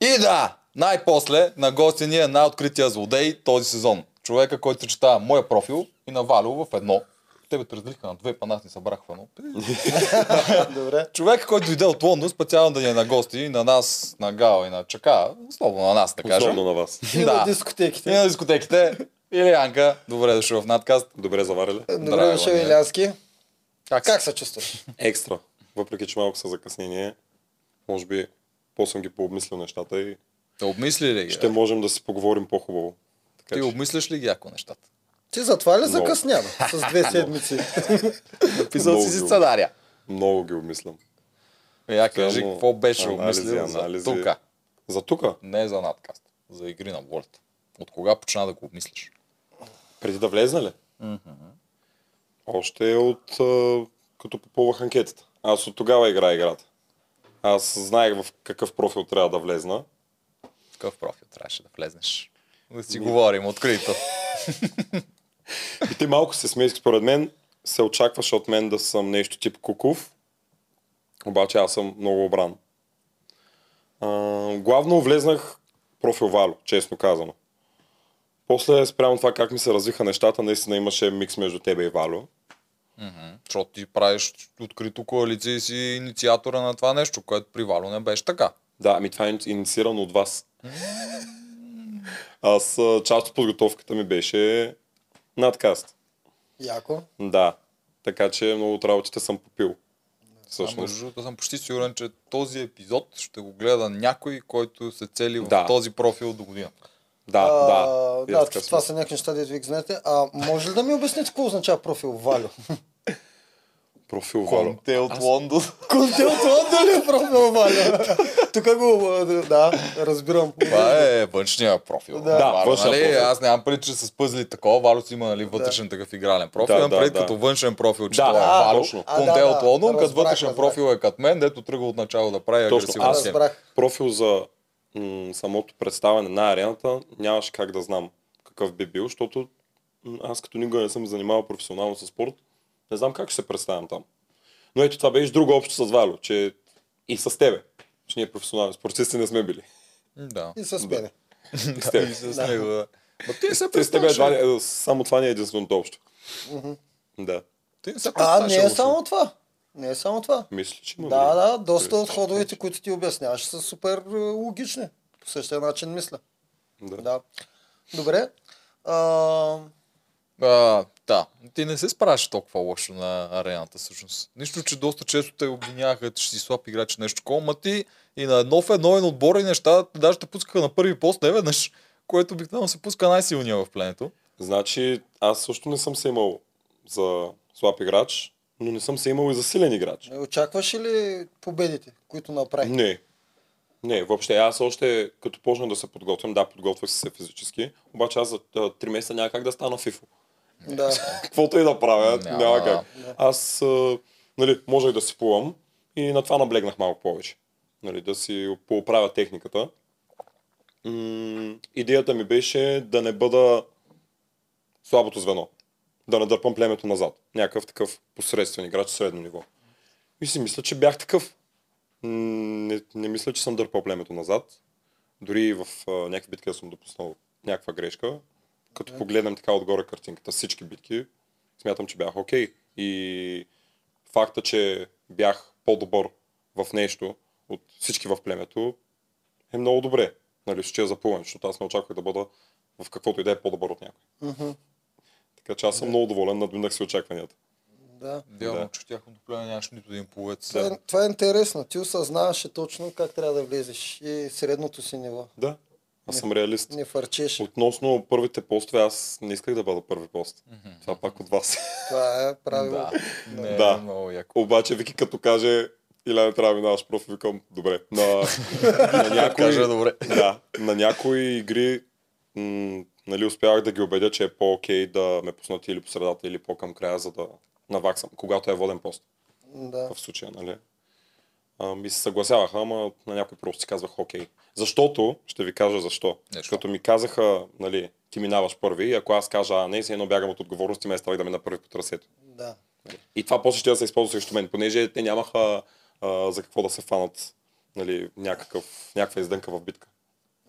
И да, най-после на гости ни е най-открития злодей този сезон. Човека, който чета моя профил и навалил в едно. Тебе те разделиха на две, па нас ни събрах в едно. Добре. Човек, който дойде от Лондон, специално да ни е на гости, и на нас, на Гала и на Чака, основно на нас, да кажем. Основно на вас. И на Да. И дискотеките. на дискотеките. Или Анка, добре дошъл в надкаст. Добре заварили. Добре Здраво, дошъл, ние. Илянски. Как, Как се чувстваш? Екстра. Въпреки, че малко са закъснение, може би по съм ги пообмислил нещата и Те обмисли ли ги? ще можем да си поговорим по-хубаво. Така Ти че- обмислиш ли ги ако нещата? Ти затова ли Много. закъснява? С две седмици. Написал си Много си ги сценария. Много ги обмислям. Я Е, кажи, Само какво беше анализи, обмислил за анализи. тука. За тука, Не е за надкаст. За игри на World. От кога почна да го обмислиш? преди да влезна ли? Още от а, като попълвах анкетата. Аз от тогава играя играта. Аз знаех в какъв профил трябва да влезна. В какъв профил трябваше да влезнеш? Да си говорим открито. И те малко се смеят, според мен се очакваше от мен да съм нещо тип Куков, обаче аз съм много обран. А, главно влезнах профил Вало, честно казано. После, спрямо това как ми се развиха нещата, наистина имаше микс между тебе и Вало. Защото ти правиш открито коалиция и си инициатора на това нещо, което при Вало не беше така. Да, ами това е ини- инициирано от вас. Аз а, част от подготовката ми беше надкаст. Яко. Да. Така че много от работите съм попил. А Всъщност. между другото съм почти сигурен, че този епизод ще го гледа някой, който се цели в Да. този профил до година. Да, А, да. И да, аз така това съм. са някакви неща, дето ви ги знаете. А може ли да ми обясните какво означава профил Валю? Профил Вало. от Лондон. Контел това дали е профил Валю? Тук го, а, да, разбирам. Това е външния профил. Да. Да, Варо, външния нали? профил. Аз нямам пред, че с пъзли такова. Варо си има нали, вътрешен такъв игрален профил. Да, имам да, пред да. като външен профил, че Да, това е а, Варо. точно. А, да, Конте от да, Лондон, като разбрах, вътрешен разбрах. профил е като мен, дето тръгва от начало да прави Точно, агресивна аз схема. Разбрах. профил за м- самото представяне на арената нямаше как да знам какъв би бил, защото м- аз като никога не съм се занимавал професионално с спорт, не знам как ще се представям там. Но ето това беше друго общо с Вало, че и с тебе, че ние професионални спортисти не сме били. М, Да. И с мене. С И тебе. с него, да. Ма ти не се Те с тебе едва представяш. ли, е, само това не е единственото общо. Да, Ти не се А, представяш, не е Лошо. само това. Не е само това. мисля, че има. Да, друго. да, доста от ходовете, които ти обясняваш, са супер е, логични. По същия начин мисля. Да. Да. Добре. А, А, да, ти не се справяш толкова лошо на арената всъщност. Нищо, че доста често те обвиняваха, че си слаб играч, нещо такова, ма ти и на едно в едно и на отбора и неща, даже те пускаха на първи пост не веднъж, което обикновено се пуска най-силния в пленето. Значи, аз също не съм се имал за слаб играч, но не съм се имал и за силен играч. не очакваш ли победите, които направи? Не. Не, въобще. Аз още като почна да се подготвям, да, подготвях се физически, обаче аз за 3 месеца няма как да стана фифо. Да. Каквото и да правя, Няма. няма, няма как. Аз, а, нали, можех да си плувам и на това наблегнах малко повече. Нали, да си поправя техниката. М- идеята ми беше да не бъда слабото звено. Да не дърпам племето назад. Някакъв такъв посредствен играч, средно ниво. И си мисля, че бях такъв. М, Не, не мисля, че съм дърпал племето назад. Дори и в а, някакви битки да съм допуснал някаква грешка. Като погледнем така отгоре картинката, всички битки, смятам, че бях окей. И факта, че бях по-добър в нещо от всички в племето, е много добре. Нали, че е запълнен, защото аз не очаквах да бъда в каквото и да е по-добър от някой. Мгм. Така че аз съм много доволен, надминах си очакванията. да. Дявно, Да. че в тяхното племе нямаше нито един полец. Това, е, това е интересно. Ти осъзнаваше точно как трябва да влезеш и средното си ниво. Да, аз съм реалист. Не фърчеш. Относно първите постове, аз не исках да бъда първи пост. Това пак от вас. Това е правило. Да, не, Да. е много яко. Обаче Вики като каже, Иля не трябва да минаваш профи, викам, добре. На, на някой, Кажа, добре. да, на някои игри м, нали, успявах да ги убедя, че е по-окей да ме пуснат или по средата, или по-към края, за да наваксам, когато е воден пост Да. в случая, нали? А, ми се съгласяваха, ама на някой просто си казвах окей. Защото, ще ви кажа защо. Защо? Като ми казаха, нали, ти минаваш първи, и ако аз кажа, а не, си едно бягам от отговорност и ме е страх да мина първи по трасето. Да. И това после ще да се използва срещу мен, понеже те нямаха а, за какво да се фанат нали, някакъв, някаква издънка в битка.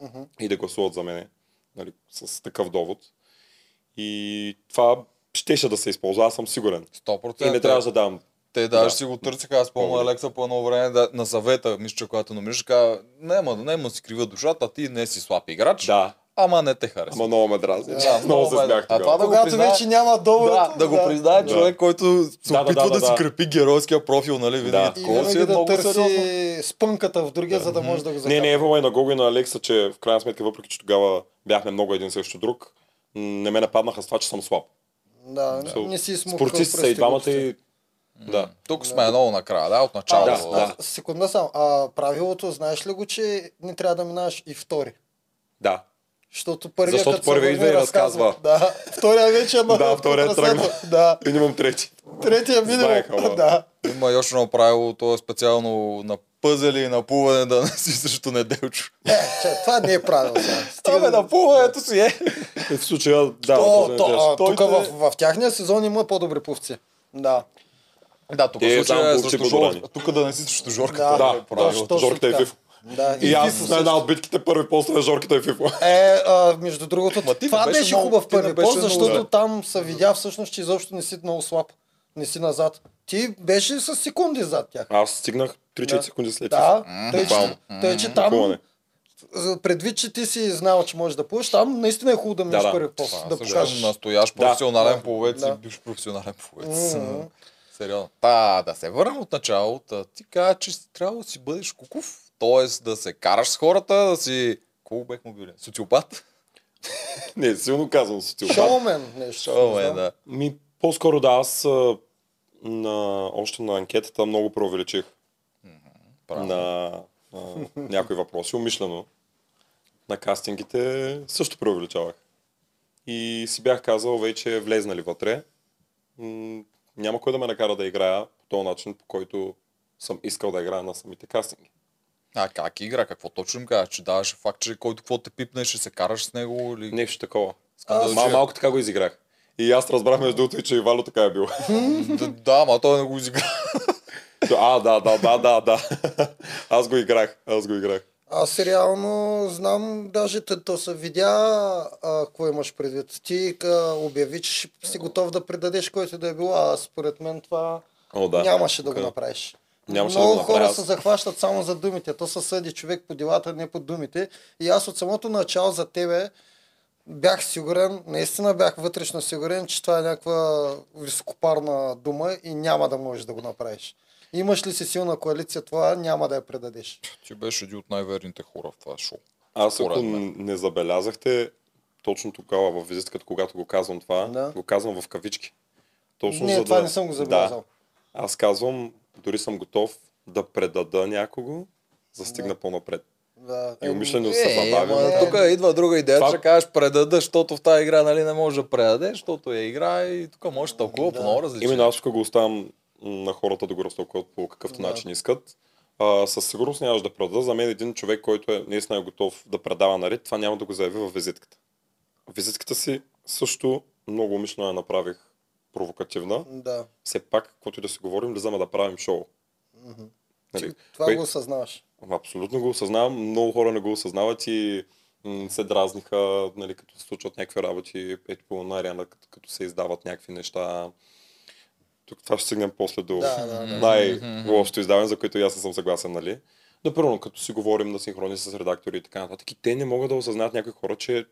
Мгм. и да гласуват за мене нали, с такъв довод. И това щеше да се използва, аз съм сигурен. 100%. И не трябваше да давам. Те даже Да. си го търсиха, аз помня Много. Алекса по едно време да, на завета, мисля, че когато намираш, каза, няма, няма си крива душата, а ти не си слаб играч, Да, ама не те харесва. ама много ме дразни. Да, Да, много се ме- смях А това тогава. да го Когато признае- вече няма довод. Да, да го признае Да. човек, който се Да, да, опитва да, да, да, си да. крепи геройския профил, нали, винаги Да. да. И такова си е винаги да много търси сериозно. спънката в другия, за да може да го Не, закара. не, имало и на Гого и на Алекса, че в крайна сметка, въпреки че тогава бяхме много един срещу друг, м, не ме нападнаха с това, че съм слаб. Да, So, не си смукал Спортисти са пръсти, и двамата глупости. и... Да. Тук Да. сме много накрая, да, от А, начало. Да, а, да. Секунда само. А, правилото, знаеш ли го, че не трябва да минаш и втори? Да. Защото първия, Защото като се първия върне, идва и разказва. Да, втория вече е Да, втория тръгна. Да, И нямам трети. третия минимум. Знаех, ама. Да. Има и още едно правило, то е специално на пъзели и на плуване да не си срещу неделчо. Е, че, това не е правило. сега. Стига Абе, да- на плуването си е. В случая, да. То, да, то, да, е- а, той тук те- в, в тяхния сезон има по-добри пловци. Да. Да, тук Те в случая там е булчи срещу бодорани. жорката. Тук да не си срещу жорката. Да, това е Да, правилото. точно Жорката е така. фифо. да. И аз Фифо на една също. от битките първи после е жорката и фифо. Е, а, между другото, Ма ти не това беше беше, много- хубав ти не първи беше пост, много- защото Да. там се видя всъщност, че изобщо не си много слаб. Не си назад. Ти беше с секунди зад тях. Аз стигнах 3-4 Да. секунди Е, след Да, Мгм. тъй, Буквално. че, тъй, че Мгм. там, Буквално не. за- предвид, че ти си знал, че можеш да плуваш, там наистина е хубаво да минеш да. първи пост, Това, да също покажеш. Настоящ Да. професионален Да. пловец и Да. бивш професионален пловец. Мгм. Сериозно. Та, да се върнем от началото. Ти каза, че си трябва да си бъдеш куков, т.е. да се караш с хората, да си... Колко бехме били? Социопат? Не, силно казвам социопат. Шоумен нещо. О, не е, знам. да. Ми, по-скоро да, аз а, на, още на анкетата много преувеличих Правилно. на а, някои въпроси, умишлено. На кастингите също преувеличавах. И си бях казал вече е влезнали вътре. М, няма кой да ме накара да играя по този начин, по който съм искал да играя на самите кастинги. А как игра? Какво точно им казваш? Че даваш факт, че който какво те пипне, ще се караш с него или... Нещо такова. Искам да Мал- чуя. малко така го изиграх. И аз разбрах между другото, и че и Вало така е било. Да, да, ма той не го изигра. а, да, да, да, да, да. Аз го играх, аз го играх. Аз реално знам, даже те- то се видя, а, кое имаш предвид. Ти а, обяви, че ще си готов да предадеш който и да е било, а според мен това О, да. нямаше да го Тук- направиш. Нямаше Много да го направя. хора Аз- се захващат само за думите. То се съди човек по делата, не по думите. И аз от самото начало за тебе бях сигурен, наистина бях вътрешно сигурен, че това е някаква високопарна дума и няма да можеш да го направиш. Имаш ли си силна коалиция, това няма да я предадеш. Ти беше един от най-верните хора в това шоу. Аз Според ако мен. не забелязахте, точно тогава във визитката, когато го казвам това, Да. го казвам в кавички. Точно не, за това да... не съм го забелязал. Да, аз казвам, дори съм готов да предада някого, за да стигна по-напред. Да. И умишлено Е, се ама забавям. е. Тук идва друга идея, Това- че кажеш предадеш, защото в тази игра нали, не можеш да предадеш, защото е игра и тук можеш да тълкува по Да. много различни. Именно аз тук го оставям на хората да го разтълкуват по какъвто Да. начин искат. А, със сигурност нямаш да предада. За мен един човек, който е наистина е готов да предава наред, това няма да го заяви във визитката. Визитката си също много умишлено я направих провокативна. Да. все пак, каквото и да си говорим, влизаме да правим шоу. Нали? Това Кое- го осъзнаваш. Абсолютно го осъзнавам, много хора не го осъзнават и м- се дразниха, нали, като се случват някакви работи, ето по на арена, като, като се издават някакви неща. Тук това ще стигнем после до Да, да, да. най-лошото издаване, за което и аз не съм съгласен, нали? Но първо, като си говорим на синхрони с редактори и така нататък, и те не могат да осъзнаят някои хора, че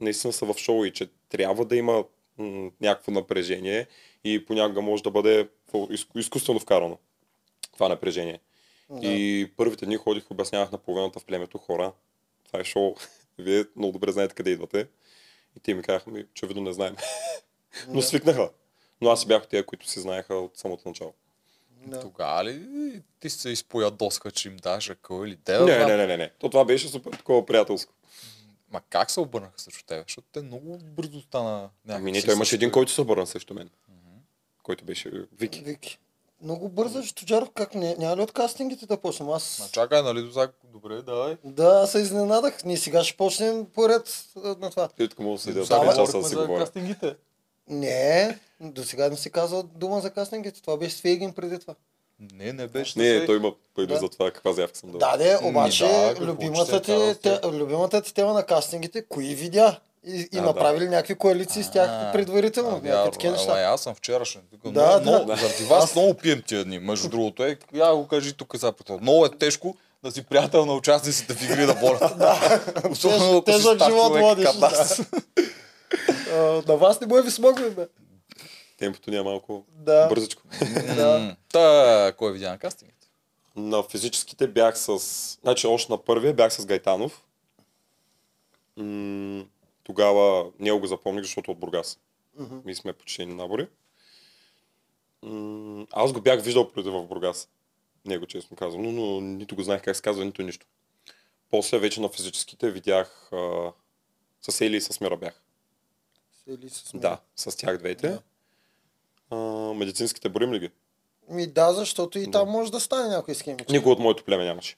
наистина са в шоу и че трябва да има м- някакво напрежение и понякога може да бъде фо- изку- изкуствено вкарано това напрежение. Да. И първите дни ходих и обяснявах на половината в племето хора. Това е шоу. Вие много добре знаете къде идвате. И те ми казаха, ми, очевидно не знаем. Но Да. свикнаха. Но аз си бях от тия, които си знаеха от самото начало. Да. Тогава ли ти се изпоя доска, че им даш ръка или дева? Не, не, не, не, не. То това беше супер такова приятелско. Ма как се обърнаха срещу тебе? Защото те много бързо стана някакси. Ами не, той имаше също. един, който се обърна срещу мен. Който беше Вики. Вики. Много бързо, Чуджаров, как не, няма ли от кастингите да почнем? Аз... Ма чакай, нали до сега? Добре, давай. Да, се изненадах. Ние сега ще почнем поред а, на това. Той така мога да седя До от сега давай, часа говорихме да си за говоря. кастингите. Не, до сега не си казал дума за кастингите. Това беше с Фейгин преди това. Не, не беше. Не, така. той има пари Да. за това, каква заявка съм дал. Да, не, обаче Ми, да, да, какво любимата, ще ти, те, казвате? любимата ти тема на кастингите, кои видя и, и А, да. направили някакви коалиции с А, тях предварително, а, някакви такива ама неща. Аз съм вчерашен. Тук, Да, много, да. много- Заради вас много пием тия дни, между другото. Е, я го кажи тук сега пред теб. Много е тежко да си приятел на участниците в игри на бората. Особено ако си Тежък стар живот човек, водиш, като да. аз. А, на вас не му е ви смогли, бе. Темпото ни е малко Да. бързичко. Да. М, Та, кой видя на кастингите? На физическите бях с... Значи още на първия бях с Гайтанов. М- тогава него го запомних, защото от Бургас. Мгм. Ние сме почти едни набори. М- аз го бях виждал преди в Бургас. Него честно казвам, но, но нито го знаех как се казва, нито нищо. После вече на физическите видях а, с Ели и с Мира бях. Или с мен. Да, с тях двете. Да. А, медицинските борим ли ги? Ми да, защото и Да. там може да стане някой схемички. Никой от моето племе нямаше.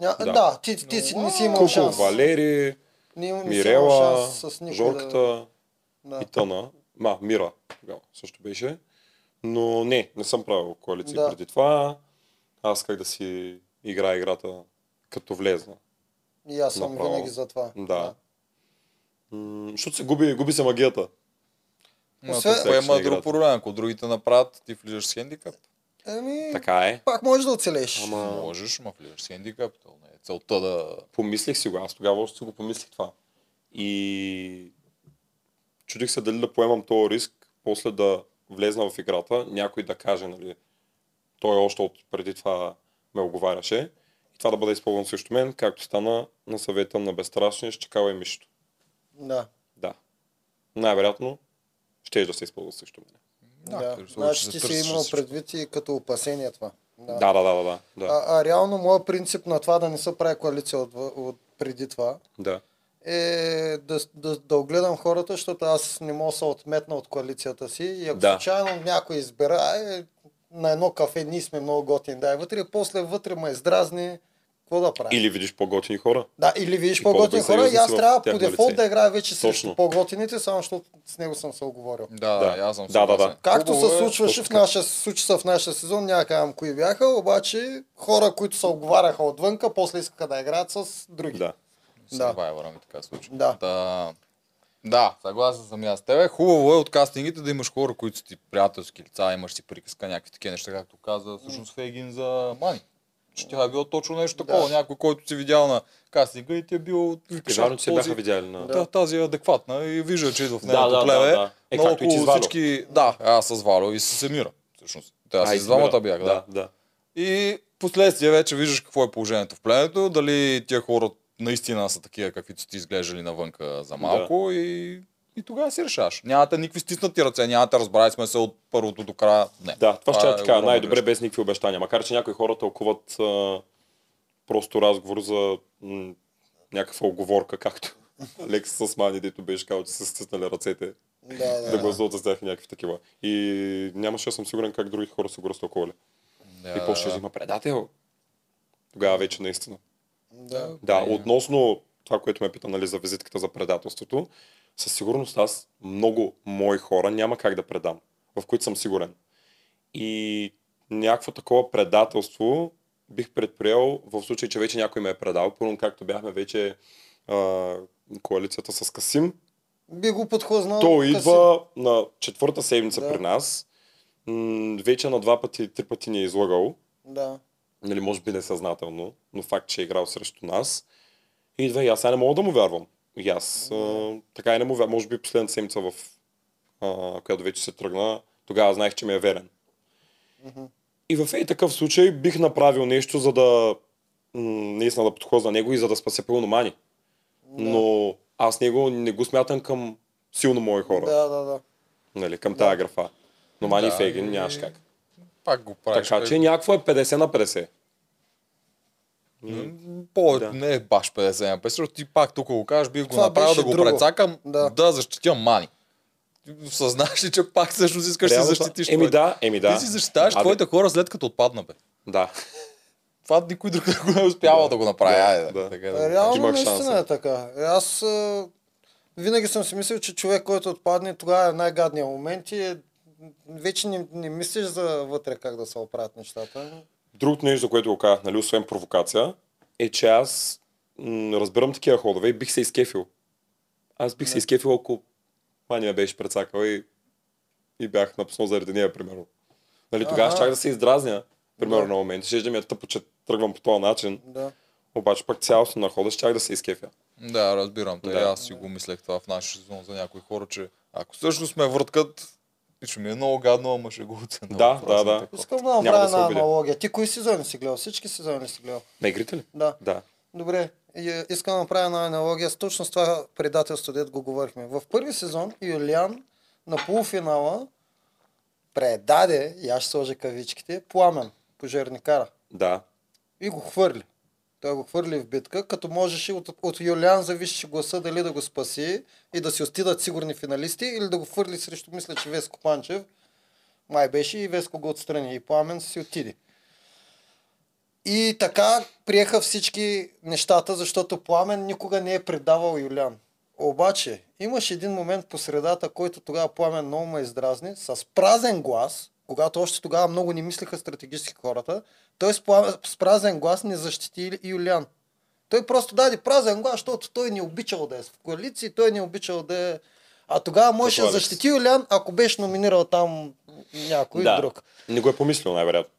Ня... Да. Да. да, ти, ти, си- не си имал Куко, шанс. Валери, Не, им- не си имал Мирела, шанс с никой Жорката Да, и да. Тъна. Ма, Мира тогава също беше. Но не, не съм правил коалиции Да. преди това. Аз как да си играя играта като влезна. И аз съм Направо. винаги за това. Да. М, Защото се губи, губи се магията. Ма, Освен- Освен... има Срещу друг играта. проблем. Ако другите направят, ти влизаш с хендикап. Еми, Така е. пак можеш да оцелеш. Ама Можеш, ма влизаш с хендикап. То не е целта да... помислих си го, аз тогава още си го помислих това. И чудих се дали да поемам този риск, после да влезна в играта, някой да каже, нали, той още от преди това ме оговаряше. И това да бъде използвано срещу мен, както стана на съвета на безстрашния, щекава и мишето. Да. Да. Най-вероятно, ще да се използва срещу мен. Да, Да, като се Значи учиш, ти си затърсиш имал всичко. предвид и като опасение това. Да. Да, да, да, да. да, да. А, а реално моят принцип на това да не се прави коалиция от, от преди това да. е да, да, да огледам хората, защото аз не мога да се отметна от коалицията си и ако Да. да. случайно някой избера, е, на едно кафе ние сме много готини, да, и вътре, после вътре ме издразни, какво да правя? Или видиш по-готини хора. Да, или видиш И по-готини по-добър хора и съюзник аз си в трябва по тяхно дефолт лице. да играя вече срещу Точно. по-готините, само защото с него съм се оговорил. Да, Да. да, аз съм Да, да, да. съгласен. Както Хубаво се е. случваше в точно нашия, случи се в нашия сезон, няма казвам кои бяха, обаче хора, които се оговаряха отвънка, после искаха да играят с други. Да. Да. Survivor ми така се случи. Да. да. Да, съгласен съм и аз с тебе. Хубаво е от кастингите да имаш хора, които са ти приятелски лица, имаш си приказка, някакви такива неща, както каза всъщност Фегин за Мани. Че тя е било точно нещо Да. такова. Някой, който си видял на кастинга и ти е бил... И викаш, вярно, "А, че се този- бяха видяли на... да, тази е адекватна и вижда, че идва в Да, нейното да, да, плеве. да. Е, но както и ти с около Вало. всички... Да, аз с Вало и с Семира. Всъщност. Те, аз А, и с Измира. двамата бях, да. да, да. И последствие вече виждаш какво е положението в племето, дали тия хора наистина са такива, каквито сте изглеждали навънка за малко и, и тогава си решаваш. Нямате никакви стиснати ръце, нямате разбрали сме се от първото до края. Не. Да, това ще Това е е така огромна най-добре грешка. без никакви обещания. Макар, че някои хора тълкуват а, просто разговор за м- някаква оговорка, както Алекс с Мани, дето беше казал, че са стиснали ръцете Да, да. да гласуват за тях и някакви такива. И нямаше, аз съм сигурен как други хора са го разтълкували. Да, И да, после ще да. има предател. Тогава вече наистина. да. Да, Е. относно това, което ме пита нали, за визитката за предателството, със сигурност аз много мои хора няма как да предам, в които съм сигурен. И някакво такова предателство бих предприел в случай, че вече някой ме е предал, пълно както бяхме вече а, коалицията с Касим. Би го подхлъзнал. Той къси. идва на четвърта седмица Да. при нас. М, вече на два пъти, три пъти ни е излагал Да. нали, може би несъзнателно, но факт, че е играл срещу нас. И идва и аз сега не мога да му вярвам. И аз а, така и не му вярвам. Може би последната седмица, в а, която вече се тръгна, тогава знаех, че ми е верен. Мгм. И в ей такъв случай бих направил нещо, за да м, наистина да подхожда на него и за да спася пълно мани. Да. Но аз него не го смятам към силно мои хора, Да, да, да. е, нали, към тая графа. Но Мани Да, и Фейгин и- нямаш как. Пак го правиш. Така че някакво е 50 на 50. М, По, Да. Не е баш 50 на 50, защото ти пак тук го кажеш, бих го Това направил беше да го друго. прецакам, да. Да. защитя Мани. Ти Съзнаш ли, че пак всъщност искаш да си Реално това- защитиш? Еми твоите? да, еми да. Ти си защитаваш Абе, твоите хора след като отпадна, бе. Да. Това никой друг не го не успява Да, да, го направи. да, Айде, да. Така, да. го Реално Имах наистина шанса. е така. Аз а, винаги съм си мислил, че човек, който отпадне, тогава е най-гадният момент и е вече не, не мислиш за вътре как да се оправят нещата. Другото нещо, за което го казах, нали, освен провокация, е, че аз м- разбирам такива ходове и бих се изкефил. Аз бих се Не. изкефил, ако Мани ме беше прецакал и, и бях напуснал заради нея, примерно. Нали, тогава Ага. щях да се издразня, примерно, Да. на момент. Ще да ми е тъпо, че тръгвам по този начин. Да. Обаче пък цялостно на хода щях да се изкефя. Да, разбирам. Те. Да. Да. Аз си го мислех това в нашия сезон за някои хора, че ако всъщност ме върткат, пичо ми е много гадно, ама ще го оценя. Да, Просто да, да. такова. Искам да Няма направя да се една обидя. аналогия. Ти кои сезони си гледал? Всички сезони ли си гледал? На игрите ли? Да. Да. Добре, и- е, искам да направя една аналогия с точно с това предателство, дед го говорихме. В първи сезон Юлиан на полуфинала предаде, и аз ще сложа кавичките, пламен, пожарникара. Да. И го хвърли. Той го хвърли в битка, като можеше от, от Юлиан зависеше гласа дали да го спаси и да си отидат сигурни финалисти или да го хвърли срещу, мисля, че Веско Панчев. Май беше и Веско го отстрани и Пламен си отиде. И така приеха всички нещата, защото Пламен никога не е предавал Юлиан. Обаче, имаше един момент по средата, който тогава Пламен много ме издразни, с празен глас, когато още тогава много не мислеха стратегически хората, той с, пла- с празен глас не защити Юлиан. Той просто даде празен глас, защото той не обичал да е в коалиции, той не обичал да е... А тогава можеше да Алекс. защити Юлиан, ако беше номинирал там някой да. друг. Не го е помислил, най-вероятно.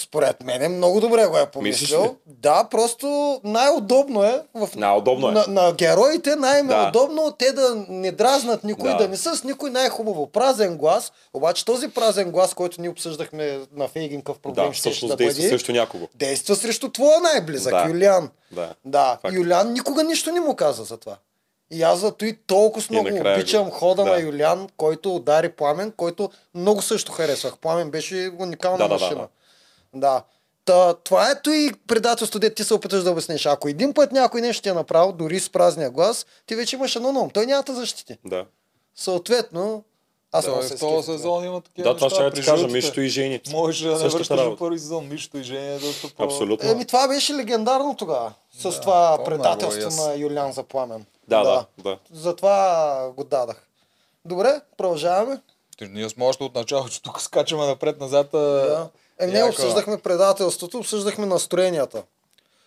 Според мен е много добре го е Мислиш ли? помислил. Да, просто най-удобно е в Най-удобно е. на, на героите Да. най-удобно да. те да не дразнат никой, Да. да. да не са с никой най-хубаво. Празен глас, обаче този празен глас, който ние обсъждахме на Фейгинка в проблем, Да, да, ще ще всъщност да действа бъде, срещу някого. действа срещу твоя най-близък, Да. да. Юлиан. Да. Да, Факт. Факт. Юлиан никога нищо не му каза за това. И аз зато и толкова с И много накрая обичам го- хода да. на Юлиан, който удари Пламен, който много също харесвах. Пламен беше уникална Да, да, да, машина. Да, да. да. Та, това е то и предателство, де ти се опиташ да обясниш. Ако един път някой нещо ти е направил, дори с празния глас, ти вече имаш едно на ум. Той няма да защити. Да. Съответно, аз Да, съм бе, в този сезон има такива Да, това ще я ти при кажа, жълтите. Мишто и жените. Можеш да не Същата връщаш работа. в първи сезон, Мишто и Женя е доста по... Абсолютно. Еми това беше легендарно тогава, с Да, е помня това го, и аз. предателство на Юлиан за Пламен. Да, да, да. Затова го дадах. Добре, продължаваме. Ти- Е, Ние сме още от начало, че тук скачаме напред-назад. Да. Да. Е, не яко. обсъждахме предателството, обсъждахме настроенията.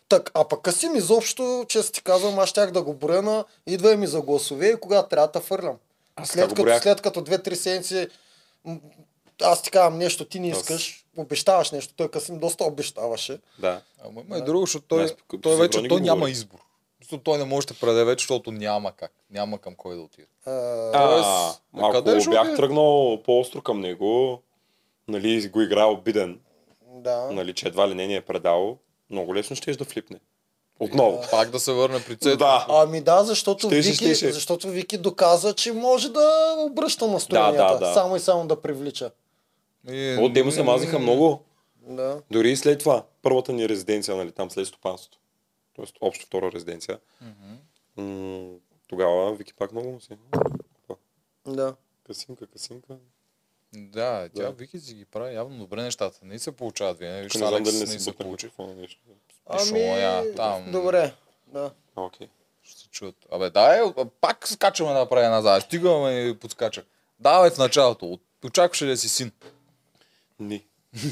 Так, а пък Касим изобщо, че си ти казвам, аз щях да го броя на идва ми за гласове и кога трябва да фърлям. Аз така След го като, броях. след като две-три седмици м, аз ти казвам нещо, ти не Аз- искаш, обещаваш нещо. Той Касим доста обещаваше. Е, Да. Ама има и друго, защото той, Аз пък- той за вече Брони той го няма говоря. избор. Защото той не може да предаде вече, защото няма как. Няма към кой да отиде. А, А, Тоест, а ако къде ще бях отиде? тръгнал по-остро към него, нали, го игра обиден, да. нали, че едва ли не ни е предал, много лесно ще да флипне. Отново. Пак да се върне при цето. Да. Ами да, защото, Щеше, Вики, щеше. защото Вики доказа, че може да обръща настроенията. да. Само и само да привлича. И- От те му се мазиха много. Да. Дори и след това, първата ни резиденция, нали, там след стопанството. Тоест, общо втора резиденция. М, Тогава Вики пак много му се. Да. Касимка, касимка. Да, тя Да. Вики си ги прави явно добре нещата. Не се получават вие. Виж, Не знам Алекс дали не не си се бутна получи. микрофона нещо. Ами... я, там Добре. Да. А, Окей. ще се чуят. Абе, дай, а, пак скачаме направя назад. Стигаме и подскача. Давай в началото. От- Очакваше да си син. Ни.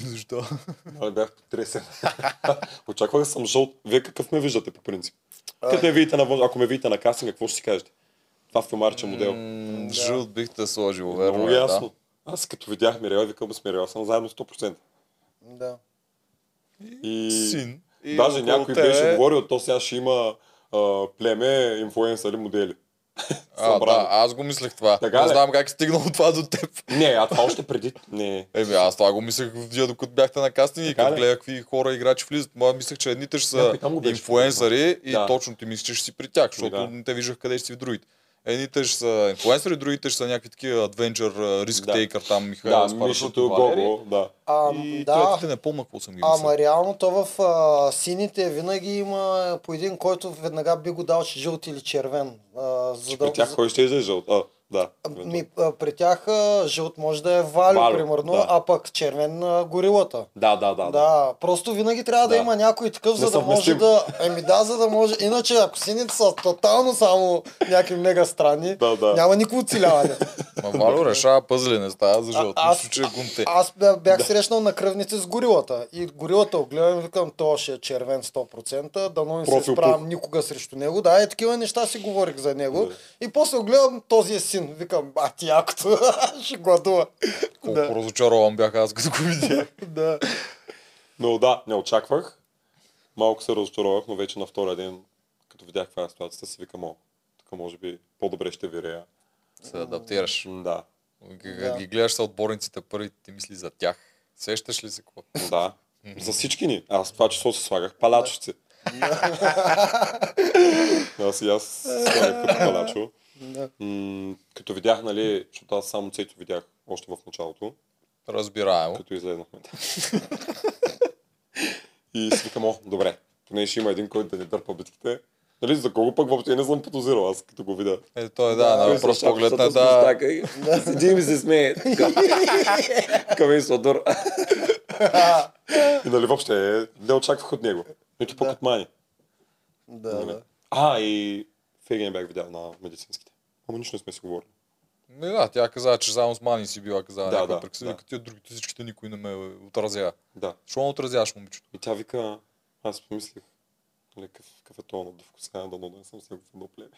Защо? Абе, бях потресен. Очаквах да съм жълт. Вие какъв ме виждате по принцип? Като ме видите навън, ако ме видите на кастинг, какво ще си кажете? Това филмарче модел. М, Жълт бих те сложил, верно. Много е, да. ясно. Аз като видях Мирела, викам с Мирела, съм заедно 100%. Да. И Син. И даже около някой тебе- беше говорил, то сега ще има а, племе, инфлуенсъри, модели. А, Събрано. да, аз го мислех това. Така не ли? знам как е стигнало това до теб. Не, а това още преди. Не. Еми, аз това го мислех в дия, докато бяхте на кастинг и Така като ли? гледах какви хора играчи влизат. Моя мислех, че едните ще са Някой там го беше инфуенсъри и Да. Ами точно ти мислиш, че ще си при тях, защото Да. не те виждах къде ще си в другите. Едните ще са инфуенсъри, другите ще са някакви такива адвенчър, риск Да. тейкър там, Михаил Да, Спарашов Мишото, и Валери. Гого, да. А, И да. е третите не помня какво съм ги мислил. Ама реално то в а, сините винаги има по един, който веднага би го дал, че жълт или червен. А, за При тях за- кой ще е жълт? А, Да. Ами, Ми, а, при тях а, жълт може да е валю, Валю, примерно, да. а пък червен а, горилата. Да, да, да. да. Да, просто винаги трябва да, Да. има някой такъв, за да може Несъвместим. да... Еми да, за да може. Иначе, ако сините са тотално само някакви мега странни, Да, да. няма никакво оцеляване. Ма Валю решава пъзли, не става за А- жълт. аз- Нищо, че е гумте. Аз бя- бях срещнал на кръвници с горилата. И горилата огледам и викам, то ще е червен 100%, да но не се Профил справям никога срещу него. Да, е такива неща си говорих за него. Да. И после огледам този е син. Викам, а ти якото, ще гладува. Колко Да, разочарован бях аз, като го видях. да. Но да, не очаквах. Малко се разочаровах, но вече на втория ден, като видях каква е ситуацията, си викам, о, тук може би по-добре ще вирея. Се адаптираш. М, Да, Г- Да. Ги гледаш са отборниците първи, ти мисли за тях. Сещаш ли се какво? да. За всички ни. Аз в това число се слагах палачовци. аз и аз слагах като палачо. да. М, като видях, нали, защото аз само Цето видях още в началото, Разбираемо. като излезнахме. и си викам, о, добре, поне ще има един, който да ни дърпа битките. Нали, за кого пък въобще не съм подозирал, аз като го видя. Е, той да, Да, на Той пръв с шапката поглед с е да. мустака и- Седи и ми се смее. така. Каме и сладър. И нали въобще е, не очаквах от него. Нито пък от мани. Да, Нали? да. А, и Фегин бях видял на медицинските. Ама нищо не сме си говорили. Не, да, тя каза, че само с Мани си била казала Да, да, някаква да, прекъсна, да. като от другите всичките никой не ме отразява. Да. Защо не отразяваш момичето? И тя вика, аз помислих, нали, какъв, какъв е тоя на довкусяне, да не съм си го в едно племе.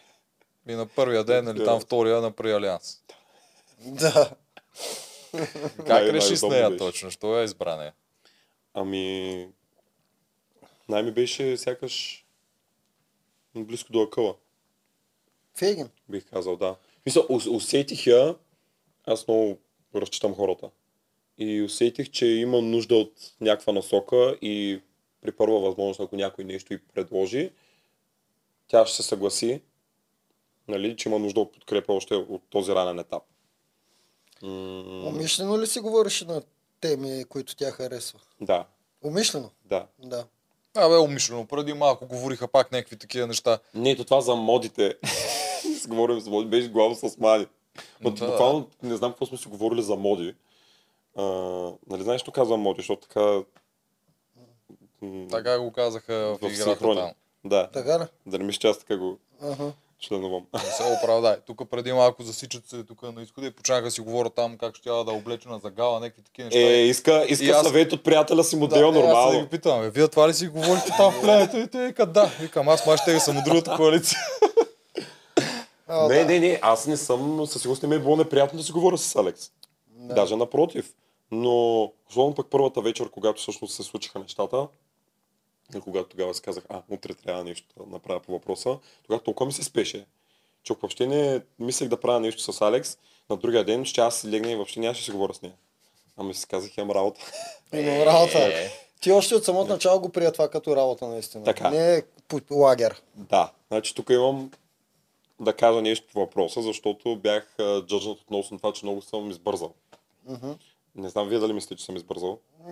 И на първия ден, или там втория, на при Алианс. Да. Как Най- реши с най-удобно нея беше. точно? Що е я избра нея? Ами, най-ми беше сякаш близко до акъла. Фегин. бих казал, да. Мисля, ус- усетих я, аз много разчитам хората. И усетих, че има нужда от някаква насока и при първа възможност, ако някой нещо и предложи, тя ще се съгласи, нали, че има нужда от подкрепа още от този ранен етап. М- Умишлено ли си говореше на теми, които тя харесва? да, Умишлено, да. да. Абе, умишлено. Преди малко говориха пак някакви такива неща. Не, то това за модите. си говорим за моди, беше главно с мани. От, Да. да. Буквално не знам какво сме си говорили за моди. А, нали знаеш, що казвам моди, защото така... м, Така го казаха в, в играта синхрони. там. Да, Така ли? да не мисля, че аз така го Ага. членувам. Не се оправдай. Тук преди малко засичат се тук на изхода и почнаха да си говорят там как ще тя да е облечена за гала, някакви такива неща. Е, иска, И иска аз- съвет от приятеля си модел, е, Аз да нормално. ги питам, бе, вие това ли си говорите там в племето? И те викат, да. Викам, аз май ще съм от другата коалиция. А, не, да. не, не, аз не съм, със сигурност не ми е било неприятно да си говоря с Алекс. Да. Даже напротив. Но, особено пък първата вечер, когато всъщност се случиха нещата, и когато тогава си казах, а, утре трябва нещо да направя по въпроса, тогава толкова ми се спеше, че ако въобще не мислех да правя нещо с Алекс, на другия ден ще аз си легна и въобще нямаше да си говоря с нея. Ама си казах, имам работа. Е, Имам работа. Ти още от самото начало го прия това като работа, наистина. Така. Не е по- лагер. Да, значи тук имам да кажа нещо по въпроса, защото бях а, джъджнат относно това, че много съм избързал. Мгм. Не знам вие дали мислите, че съм избързал. Ми,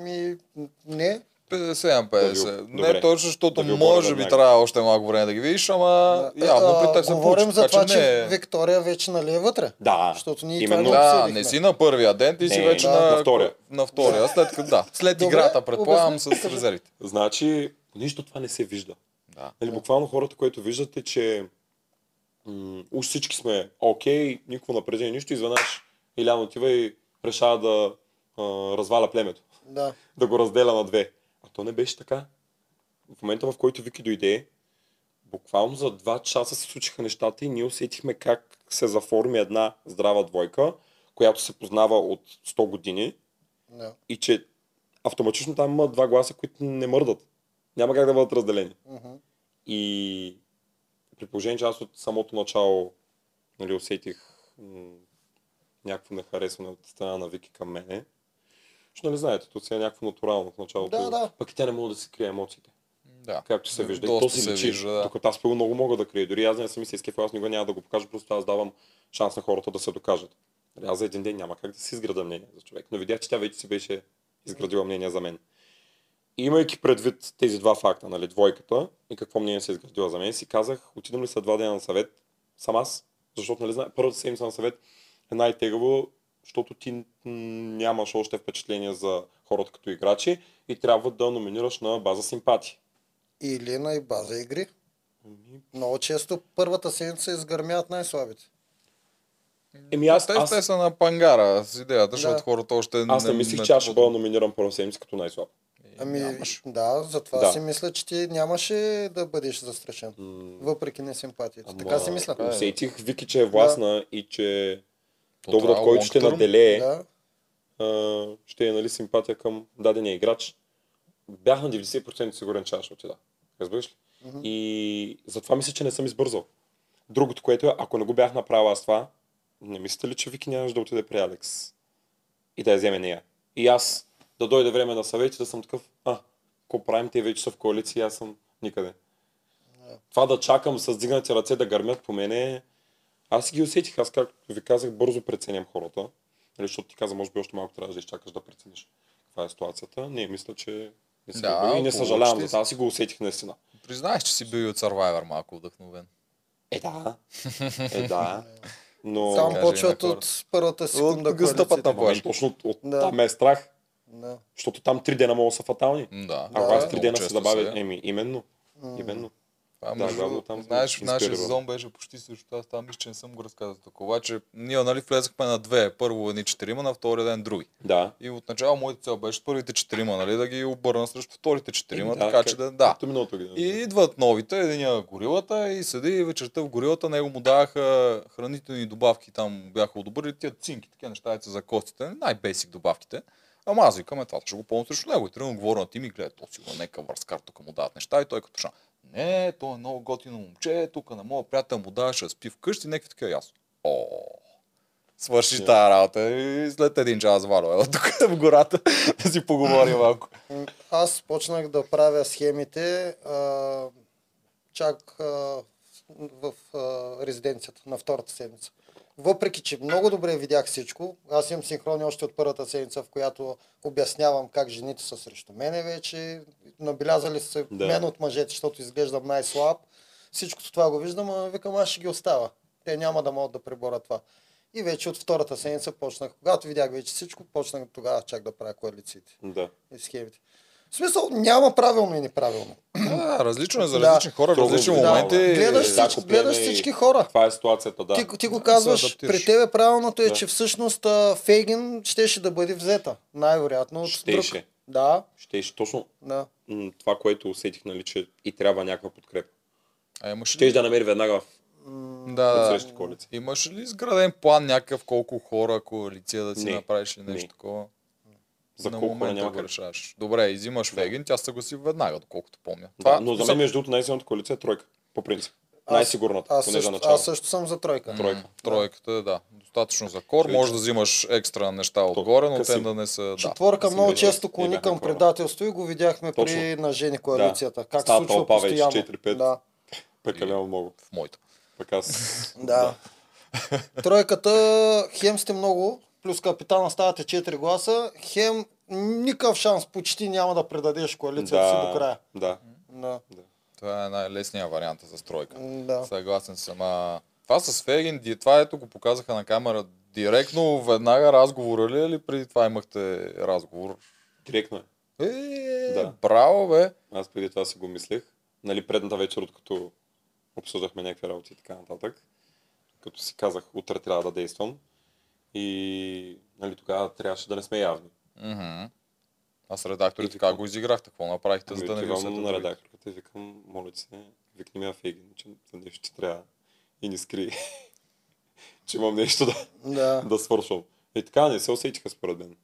Ами, не. 57-50. Добре. Не точно, защото Да ви може оборвам би някак. трябва още малко време да ги видиш, ама явно при теб се говорим получи. за това, Така че, че не е- Виктория вече нали е вътре. Да, Защото ние именно. това Да, обсъдихме. не си на първия ден, ти си Не, вече да. на, на втория. На втория, след като да. След Добре, играта, предполагам, с обясни. резервите. Значи, нищо това не се вижда. Да. Нали, буквално хората, което виждате, че м- уж всички сме окей, никакво напрежение, нищо, изведнъж Илян отива и решава да а, разваля племето, Да. да го разделя на две. А то не беше така. В момента, в който Вики дойде, буквално за два часа се случиха нещата и ние усетихме как се заформи една здрава двойка, която се познава от 100 години да. и че автоматично там има два гласа, които не мърдат. Няма как да бъдат разделени. Мгм. И при положение, че аз от самото начало нали, усетих м- някакво нехаресване от страна на Вики към мене. Защото нали знаете, то си е някакво натурално в началото. Да, да. Пък и тя не може да си крие емоциите. Да. Както се вижда. Доста и то си се личи. вижда, да. Докато аз пък много мога да крия. Дори аз не съм истински фен, аз никога няма да го покажа, просто аз давам шанс на хората да се докажат. Нали, Аз за един ден няма как да си изграда мнение за човек. Но видях, че тя вече си беше изградила мнение за мен. И имайки предвид тези два факта, нали, двойката и какво мнение се е изградила за мен, си казах, отидам ли след два дена на съвет сам аз, Защото, нали, зна- първата седмица на съвет е най-тегаво, защото ти м, нямаш още впечатление за хората като играчи и трябва да номинираш на база симпатии. Или на и база игри. Ами, Много често първата седмица изгърмят най-слабите. Еми аз, Те, аз, те са на пангара с идеята, защото Да. хората още аз не мислих, че аз ще бъда номиниран първа седмица като най-слаб. Е, Ами, да, затова Да. си мисля, че ти нямаше да бъдеш застрашен. Въпреки несимпатията. Така си мисля. е. Усетих Вики, че е властна и че То добре, това е който ще long term. наделее, Да. а, ще е нали, симпатия към дадения играч. Бях на 90% сигурен, че аз ще отида. Разбираш ли? Мгм. И затова мисля, че не съм избързал. Другото, което е, ако не го бях направил аз това, не мислите ли, че Вики нямаше да отиде при Алекс и да я вземе нея? И аз да дойде време на съвет и да съм такъв, а, какво правим, те вече са в коалиция, аз съм никъде. Това да чакам с дигнати ръце да гърмят по мене, аз си ги усетих, аз както ви казах, бързо преценям хората. Нали, защото ти каза, може би още малко трябваше да изчакаш да прецениш каква е ситуацията. Не, мисля, че не съм Да, да, и не получи съжалявам ти за се. това. Аз си го усетих наистина. Признаеш, че си бил и от Survivor малко вдъхновен. Е, да. Е, да. Но Само Кажи почват на хората. от първата секунда. От тук стъпат коалицията. на мен точно от Да. там ме е страх, Да. защото там три дена могат да са фатални. М, Да. Ако Да. аз три Много дена се често забавя, се е. еми, именно. Именно. Това, е Да, между, главно да, там там се знаеш, в нашия инспирира. сезон беше почти също. Аз там мисля, че не съм го разказал тук. Обаче ние нали, влезахме на две. Първо едни четирима, на втория ден други. Да. И отначало моята цел беше първите четирима, нали, да ги обърна срещу вторите четирима, Е, така че да, да. Както миналото година. И идват новите, единия горилата и седи и вечерта в горилата, него му даваха хранителни добавки, там бяха одобрили тия цинки, такива неща деца за костите, най-бесик добавките. Ама аз викам, е, това ще го помня срещу него. И тръгвам говоря на Тим и гледа, то сигурно нека върскар, тук му дават неща и той като шан. Не, той е много готино момче, тук на моя приятел му даваше да спи вкъщи, някакви такива ясно. О, свърши Да. тази работа и след един час варо, ела тук в гората да си поговорим малко. М, Аз почнах да правя схемите а, чак а, в а, резиденцията на втората седмица. Въпреки, че много добре видях всичко, аз имам синхрони още от първата седмица, в която обяснявам как жените са срещу мене вече, набелязали са да. Да. мен от мъжете, защото изглеждам най-слаб. Всичкото това го виждам, а викам, аз ще ги остава. Те няма да могат да преборят това. И вече от втората седмица почнах, когато видях вече всичко, почнах тогава чак да правя коалициите Да. и схемите. В смисъл, няма правилно и неправилно. Да, различно е за Да. различни хора, Трудно различни е, да. моменти. Гледаш, всяко всички, племе гледаш и- всички хора. Това е ситуацията, да. Ти, ти го се казваш, адаптираш. при тебе правилното е, Да. че всъщност а, Фейгин щеше да бъде взета. Най-вероятно от друг. Щеше. Да, Ще, ще точно да. м, това, което усетих, нали, че и трябва някаква подкрепа. А имаш ли, Щеш да намери веднага в да, да. отсреща колица. имаш ли изграден план някакъв колко хора, коалиция да си Не, направиш ли нещо не. такова? За на колко хора момента няма го как. решаваш. Добре, изимаш Да. Фегин, тя се гласи веднага, доколкото помня. Да, но за мен, между другото, най-силната коалиция е тройка, по принцип. Аз- Най-сигурната, Аз поне за също, начало. аз също съм за тройка. М, тройка. Тройката е, да. Достатъчно за кор. е Ще Може ви- да взимаш екстра неща отгоре, но те къси. да не са... Да. Четворка аз много мисля, че често и клони бяхме към хора. предателство и го видяхме при Точно. на жени коалицията. Как се Става случва толпа вече, постоянно. 4-5. Да, Прекалено много. В моята. Пък аз... да. Тройката, хем сте много, плюс капитана ставате 4 гласа, хем никакъв шанс почти няма да предадеш коалицията си до края. Да. Да. Това е най-лесният вариант за стройка. Да. Съгласен съм. А, това с Фегин, ди- това ето го показаха на камера директно, веднага разговора ли е или преди това имахте разговор? Директно е. Е, Да. браво бе! Аз преди това си го мислех. Нали, предната вечер, откато обсъждахме някакви работи и така нататък. Като си казах, утре трябва да действам. И нали, тогава трябваше да не сме явни. Мгм. А с редакторите И така какво? го изиграхте? Какво направихте, за Ами да не ви отивам усетят на другите? редакторката и викам, моля ти се, викни ми Афегин, че за нещо ти трябва. И ни скри, че имам нещо да, Да. да свършвам. И така не се усетиха според мен.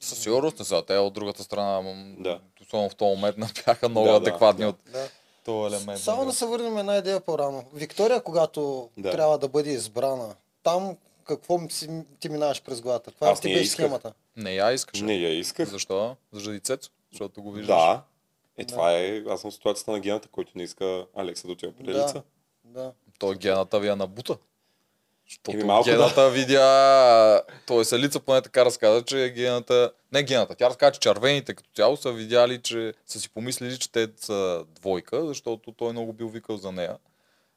Със сигурност не са. Те от другата страна, м, Да. особено в този момент, не бяха много Да, да, адекватни да. от да. този елемент. Само да се върнем една идея по-рано. Виктория, когато Да. трябва да бъде избрана, там какво м- си, ти минаваш през главата? Каква Аз ти не беше исках. схемата? Не я искаш. Не я исках. Защо? Заради Цецо? Защото го виждаш. Да. Е, Да. това е, аз съм в ситуацията на гената, който не иска Алекса да отива при Да. Елица. Да. Той е гената ви я набута. Защото Еми, малко да. гената видя... Той се лица поне така разказа, че е гената... Не гената, тя разказа, че червените като цяло са видяли, че са си помислили, че те са двойка, защото той много бил викал за нея.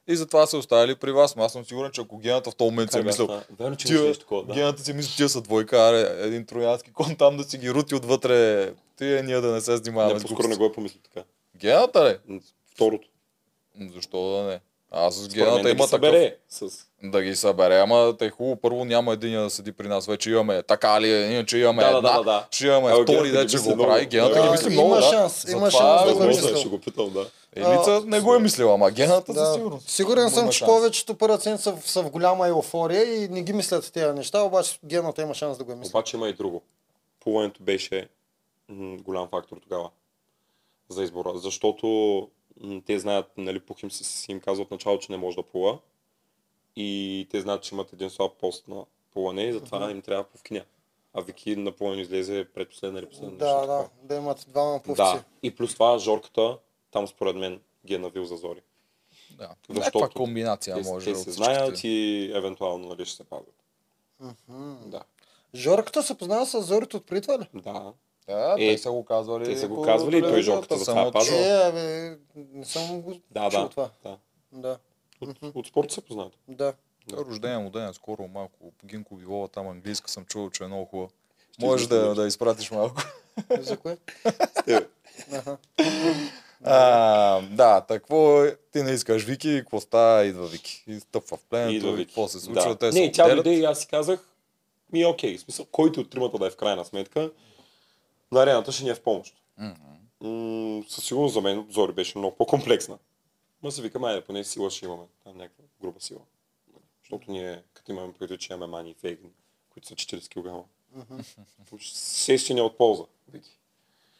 И затова са оставили при вас. Но аз съм сигурен, че ако гената в този момент си е Как мислил, бях, да? Верно, че Тия- имаш нещо такова, да. Гената си мисли, че са двойка, аре, един троянски кон там да си ги рути отвътре. Тия ние да не се Не, занимаваме с по-скоро не глупости. го е помислил така. Гената ли? Второто. М, Защо да не? Аз с Според мен гената да има ги такъв. събере с... Да ги събере, ама те е хубаво. Първо няма един да седи при нас. Вече имаме така ли, е? иначе имаме Да, да, една, да, да. Е, ще имаме Ама втори, гената ги дече мисли го много. прави. Гената ги Да, мисли има много, да. шанс, има Затова шанс да е го възможно. Възможно е, мислил. ще го питам, да. Елица не го е мислила, ама гената със Да. сигурност. Сигурен съм, Има че шанс. повечето първаци са, в- са в голяма еуфория и не ги мислят тези неща, обаче гената има шанс да го е мисли. Обаче има и друго. Плуването беше м- голям фактор тогава за избора, защото м- те знаят, нали, Пухим си, си им казва от начало, че не може да плува и те знаят, че имат един слаб пост на плуване и затова им трябва повкиня. А Вики на плуване излезе предпоследна или последна. нещо Да, такова. да, да имат двама пловци. Да, и плюс това Жорката, там според мен ги е навил за зори. Да. Защото Някаква комбинация Те, може. те от се всичките. знаят и евентуално нали, ще се пазят. Да. Жорката се познава с Зорито от преди това ли? да. Да, Е, те са го казвали. те са го по казвали и той телевизията, Жорката за само това пазва. че- Е, абе, не съм го Да, чул да. това. да. Да, От, от спорта се познават. да. Да, рождения му ден е скоро малко. Гинко Вилова там английска съм чувал, че е много хубава. Ще Може да, измислим да изпратиш малко. За кое? Е, Аха. А, да, такво е. ти не искаш Вики, и какво става, идва Вики. И стъпва в и идва пленето, и Вики. какво се случва, Да. те се Не, тя отделят. дойде и аз си казах, ми е окей, в смисъл, който от тримата да е в крайна сметка, на арената ще ни е в помощ. М, със сигурност за мен Зори беше много по-комплексна. Ма се викам, айде, поне сила ще имаме. Там някаква груба сила. Защото ние, като имаме предвид, че имаме мани и фейгни, които са 40 кг. Се ще ни е от полза, Вики.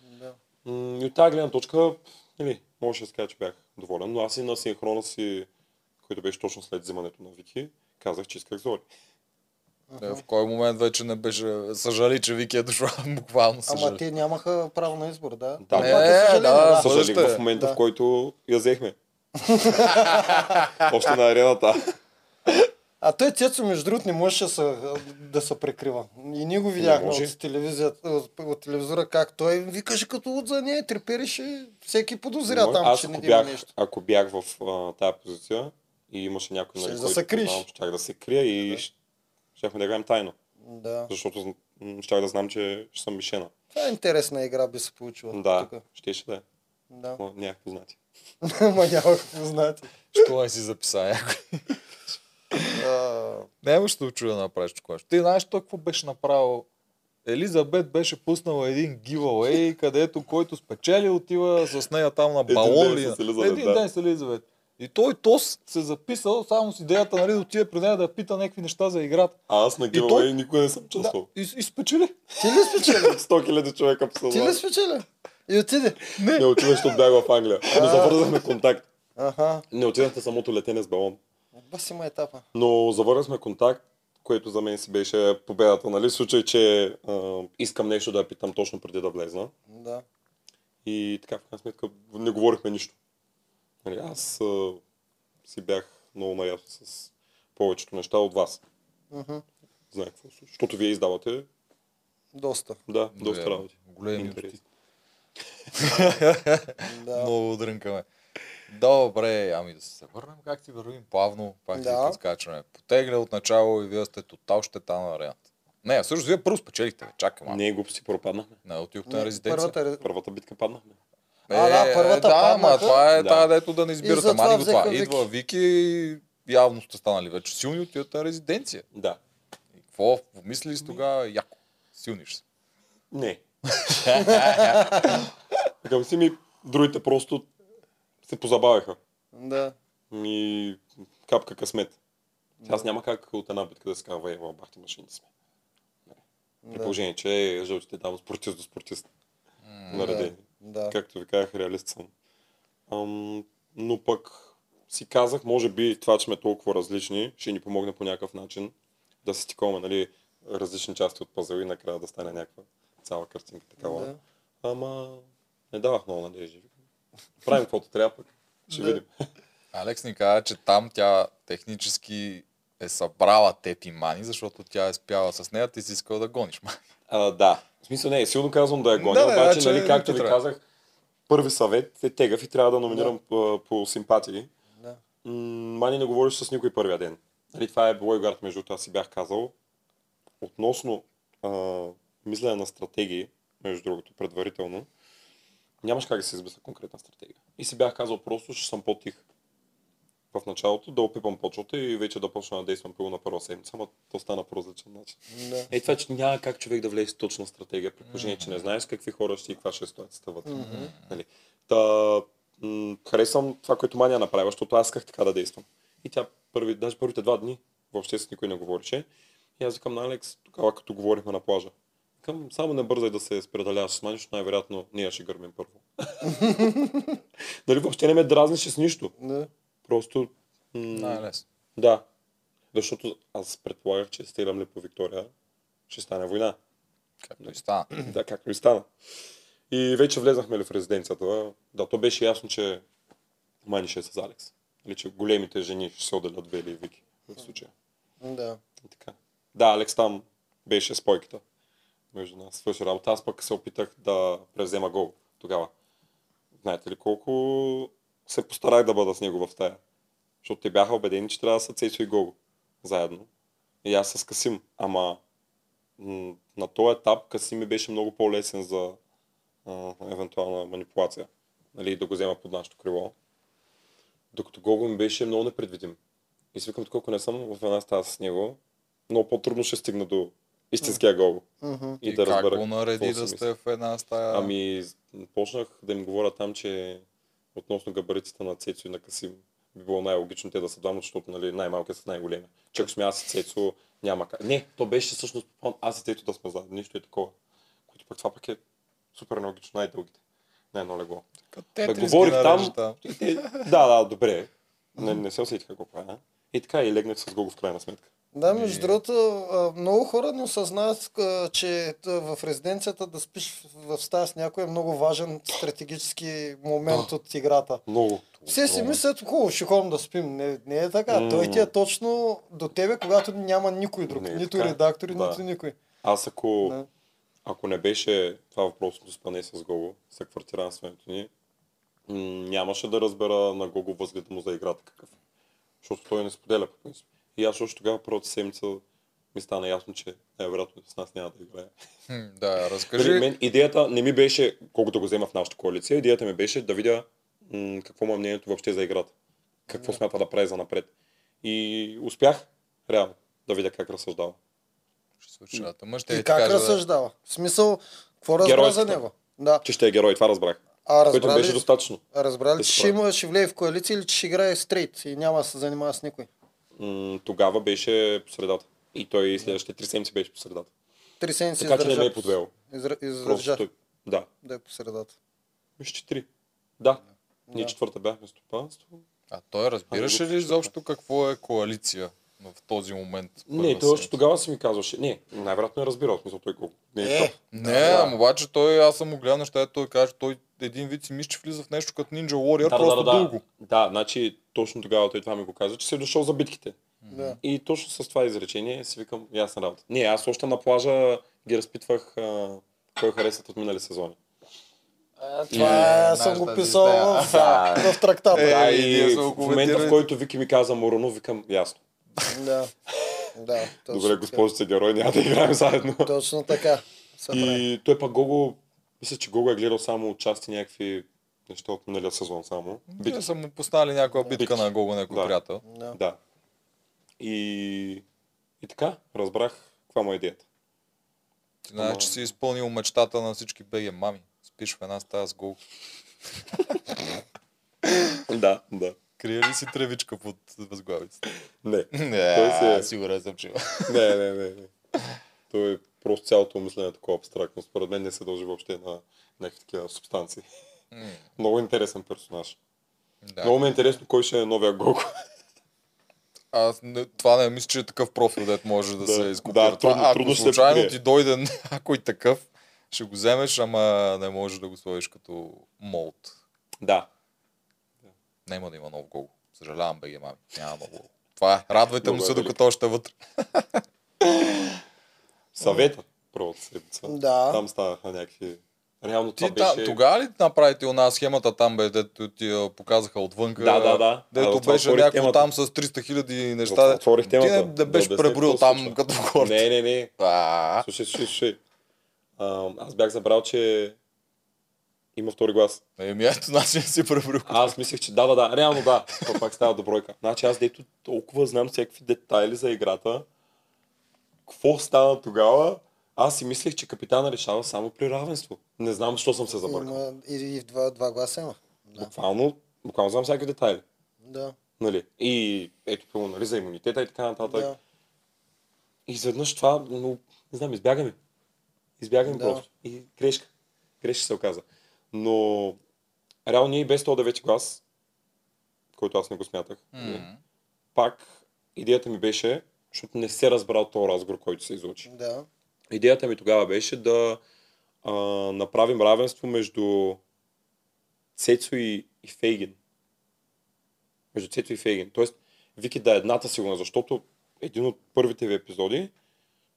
Да. М, И от тази гледна точка, нали, може да се каже, че бях доволен, но аз и на синхрона си, който беше точно след взимането на Вики, казах, че исках Зори. Е, В кой момент вече не беше, съжали, че Вики е дошла, буквално съжали. Ама те нямаха право на избор, да? Да. Това ти е Е, съжаление, да, да. съ- Съжалих бъдеще, в момента, да. в който я взехме. Още на арената. А той Цецо, между другото, не можеше да се, да се прикрива. И ние го видяхме може. от, телевизията, от, от телевизора как той викаше като от за нея, трепереше, всеки подозря Но там, аз, че не ако има бях, нещо. ако бях в а, тази позиция и имаше някой, Щеш нали, да който се криш. познавам, щях да се крия и щ- щяхме да играем тайно. Да. Защото зн- м, щях да знам, че ще съм мишена. Това е интересна игра би се получила. Да, Тук. щеше да е. Да. Ма, Нямах познати. Ма няма какво знаете. Що не си записа някой? Нямаш да очу да направиш такова. Ти знаеш той какво беше направил? Елизабет беше пуснала един giveaway, където който спечели отива с нея там на Един балон. ден ли? с Елизабет, един да. ден с Елизабет. И той Тос се записал само с идеята нали, да отиде при нея да я пита някакви неща за играта. А аз той- на Гималай никога не съм Да, чувствал. и, и спечели. Ти ли спечели? 100 хиляди човека по Ти ли сезон. спечели? И отиде. Не отива, защото бях в Англия. Но завързахме контакт. Аха. Не отидахте самото летене с балон. Баси има етапа. Но завързахме контакт, което за мен си беше победата, нали? В случай, че а, искам нещо да я питам точно преди да влезна. Да. И така, в крайна сметка, не говорихме нищо. Нали, аз а, си бях много наясно с повечето неща от вас. Мгм. Знаех какво се случва. Защото вие издавате, Доста. да, доста работи. Големи Интересно. Да. Много дрънкаме. Добре, ами да се върнем как си вървим плавно, пак да. Да. си скачаме. Потегля от начало и вие сте тотал щета на вариант. Не, всъщност вие първо спечелихте, бе, чакай малко. Не, глупости, пропаднахме. Не, отидохте на Не, резиденция. Е, Първата ре- Първата битка паднахме. А, да, първата да, ама паднаха. това е Да. тая, дето да не избирате. затова Мани го това. взеха Вики. Идва Вики и явно сте станали вече силни от тията резиденция. Да. И какво помислили Ами. си тогава? Яко. Силниш се. Не. Към си ми, другите просто се позабавяха. Да. Ми капка късмет. Сега Аз няма как от една битка да се казва, ева, бахте машини сме. При Да. положение, че "Е, жълтите там спортист до спортист. Наредени. Да. Както ви казах, реалист съм. Ам, но пък си казах, може би това, че сме толкова различни, ще ни помогне по някакъв начин да се стиковаме, нали, различни части от пазара и накрая да стане някаква цяла картинка такава. Да. Ама не давах много надежди. Правим каквото трябва, пък ще Да. видим. Алекс ни каза, че там тя технически е събрала теб и Мани, защото тя е спяла с нея, ти си искал да гониш. Мани. А, да. В смисъл не, силно казвам да я гоня, Да, да, обаче, че нали, не както ти ви трябва. казах, първи съвет е тегав и трябва да номинирам по, по симпатии. Да. м, Мани не говориш с никой първия ден. Нали, това е било и гард, между другото, аз си бях казал. Относно а, мислене на стратегии, между другото, предварително, нямаш как да се измисля конкретна стратегия. И си бях казал просто, ще съм по-тих в началото, да опипам почвата и вече да почна да действам първо на първа седмица, ама то стана по различен начин. Да. Е, това, че няма как човек да влезе с точна стратегия, при положение, че не знаеш какви хора ще и каква ще е ситуацията вътре. Мгм. Нали? Та, м- харесвам това, което Мания направи, защото аз исках така да действам. И тя първи, даже първите два дни въобще с никой не говореше. И аз викам на Алекс, тогава като говорихме на плажа. Към, само не бързай да се спределяваш с мен, защото най-вероятно ние ще гърмим първо. нали, въобще не ме дразнише с нищо. Да. Просто... М- Най-лесно. да. Защото аз предполагах, че стигам ли по Виктория, ще стане война. Както и стана. да, както и стана. И вече влезнахме ли в резиденцията. Да, то беше ясно, че Мани ще е с Алекс. Или че големите жени ще се отделят Вели и Вики в случая. Да. И така. Да, Алекс там беше с пойката. Между нас свърши работа. Аз пък се опитах да превзема гол тогава. Знаете ли колко се постарах да бъда с него в тая? Защото те бяха убедени, че трябва да са Цецо и Гого заедно. И аз с Касим. Ама м, на този етап Касим ми беше много по-лесен за а, евентуална манипулация. Нали, да го взема под нашето крило. Докато Гого ми беше много непредвидим. И свикам, колко не съм в една стая с него, много по-трудно ще стигна до истинския гол. Мгм. И, да как разбера. го нареди какво да си сте в една стая? Ами, з- почнах да им говоря там, че относно габаритите на Цецо и на Касим би било най-логично те да са двама, защото нали, най-малкият са най-големи. Че ако сме аз и Цецо, няма как. Не, то беше всъщност план аз и Цецо да сме заедно. Нищо е такова. Което пък това пък е супер нелогично, най-дългите. Не, едно легло. Като Да, Тетрис ги говорих там. нарежда там. и те- Да, да, добре. Не, не се усетиха го правя. И така и легнах с Гого в крайна сметка. Да, между И- другото, а, много хора не осъзнават, а, че т- в резиденцията да спиш в стая с някой е много важен стратегически момент Да. от играта. Много. Все си Огромно. мислят, хубаво, ще ходим да спим. Не, не е така. М. Той ти е точно до тебе, когато няма никой друг. Не е нито така. редактори, Да. нито никой. Аз ако, Да. ако не беше това въпросното спане с Гого, за квартиранстването ни, м, нямаше да разбера на Гого възгледа му за играта какъв. е. Защото той не споделя по принцип. И аз още тогава първата седмица ми стана ясно, че най-вероятно с нас няма да играе. Хм, Да, Нали, разкажи. мен идеята не ми беше, колко да го взема в нашата коалиция, идеята ми беше да видя м- какво му е мнението въобще за играта. Какво смята да прави за напред. И успях, реално, да видя как разсъждава. Ще се учи, да. Ама ще И ти как кажа, да. разсъждава? В смисъл, какво разбра за Геройството. него? Да. Че ще е герой, това разбрах. А Което ми разбрали, беше Е, достатъчно. разбрали че Да се ще, справи. има, ще влее в коалиция или че ще играе стрейт и няма да се занимава с никой? М, тогава беше по средата. И той следващите три седмици беше по средата. Три седмици Така че не ме е издържа. подвел. Изра- Просто Издържа той... Да. да е по средата. Мисля, че три. Да. Ние Да. четвърта бяхме стопанство. А той разбираше Ами, ли изобщо какво е коалиция в този момент? Не, Първа той още седмица. тогава си ми казваше. Не, най-вероятно е разбирал. в Смисъл, той колко. Не, е, Е, прав. Не, ама обаче той, аз съм му гледал неща, и той каже, той един вид си мисли, че влиза в нещо като Ninja Warrior, да, просто да, да, дълго. да. Да, значи точно тогава той това ми го каза, че си е дошъл за битките. Да. И точно с това изречение си викам, ясна работа. Не, аз още на плажа ги разпитвах а, кой харесват от минали сезони. Това Е, е, съм го нашата писал в, Да. в трактата. Е, Да, и ние и сме в го момента, коментирали. в който Вики ми каза Мурано, викам, ясно. Да. да точно Добре, така. госпожице герой, няма да играем заедно. Точно така. се прави. И той пък Гого, мисля, че Гого е гледал само отчасти някакви неща от миналия сезон само. Те Битки. са му поставили някаква битка Битки. на Гого, някой Да. приятел. Да. Да. И, и така, разбрах каква му е идеята. Ти знаеш, Ама- че Значи си изпълнил мечтата на всички беге мами. Спиш в една стая с Гого. Да, да. Крие ли си тревичка под възглавицата? е. Не, Той Не, се- сигурен съм, че има. не, не, не. не. Той е просто цялото мислене е такова абстрактно. Според мен не се дължи въобще на някакви такива субстанции. М, Много интересен персонаж. Да. Много ми е интересно кой ще е новия Гого. Аз не, това не мисля, че е такъв профил, дет може да, Да, се да, изкупира. Да, трудно- ако трудно ще случайно покрие. ти дойде някой такъв, ще го вземеш, ама не можеш да го сложиш като молд. Да. Няма да има нов гол. Съжалявам, беге, мами. Няма нов гол. Това е. Радвайте му Много е се, велик. докато още е вътре. Съвета. Първата седмица. Да. Там станаха някакви Реално това Ти беше... та, тогава ли направите она схемата там, бе, дето ти я показаха отвънка? Да, да, да. А, Дето това беше отворих някакво темата. там с 300 хиляди От- неща. Отворих темата. Ти не, не беше обясня преброил какво се там случва. като горд. Не, не, не. А, Слушай, слушай, слушай. А, аз бях забрал, че има втори глас. еми, ами, ето начин си преброил. А, аз мислех, че да, да, да, реално да. То пак става до бройка. Значи аз дето толкова знам всякакви детайли за играта. Какво стана тогава? Аз си мислех, че капитана решава само при равенство. Не знам, защо съм се забъркал. Има, и, и в два, два гласа има. Да. Буквално, буквално знам всякакви детайли. да. Нали? И ето, пълно, нали, за имунитета и така нататък. да. И изведнъж това, но, не знам, избягаме. Избягаме Да. да. просто. И грешка. Грешка се оказа. Но, реално ние и без 109 глас, който аз не го смятах, М. пак идеята ми беше, защото не се разбра от този разговор, който се излучи. Да. Идеята ми тогава беше да а, направим равенство между Цецо и, и Фейгин. Между Цецо и Фейгин. Тоест, Вики да е едната сигурна, защото един от първите ви епизоди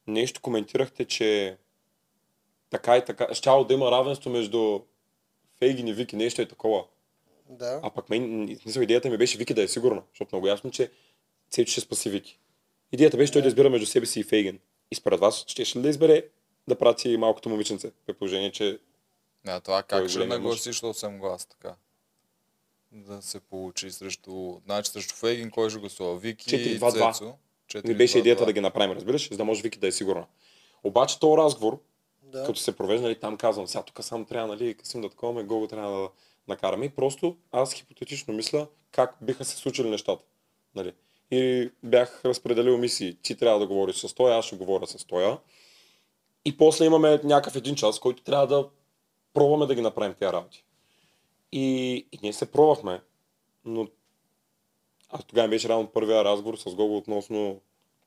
нещо коментирахте, че така и така, щяло да има равенство между Фейгин и Вики, нещо е такова. Да. А пък мен, н- смисъл, идеята ми беше Вики да е сигурна, защото много ясно, че Цечо ще спаси Вики. Идеята беше той да избира между себе си и Фейген. И според вас, щеше ли да избере да прати малкото момиченце, при положение, че Не, това Кой е как ще големия нагласиш 8 гласа така? Да се получи срещу... Значи срещу Фейгин кой ще гласува? Вики и 4-2-2. Цецо? не беше идеята Е, да ги направим, разбираш, за да може Вики да е сигурна. Обаче този разговор, Да. като се провежда, нали, там казвам, сега тук само трябва, нали, късим да таковаме, го трябва да накараме. И просто аз хипотетично мисля как биха се случили нещата. Нали. И бях разпределил мисии. Ти трябва да говориш с тоя, аз ще говоря с тоя. И после имаме някакъв един час, който трябва да пробваме да ги направим тези работи. И, и ние се пробвахме, но аз тогава ми беше реално първия разговор с Гого относно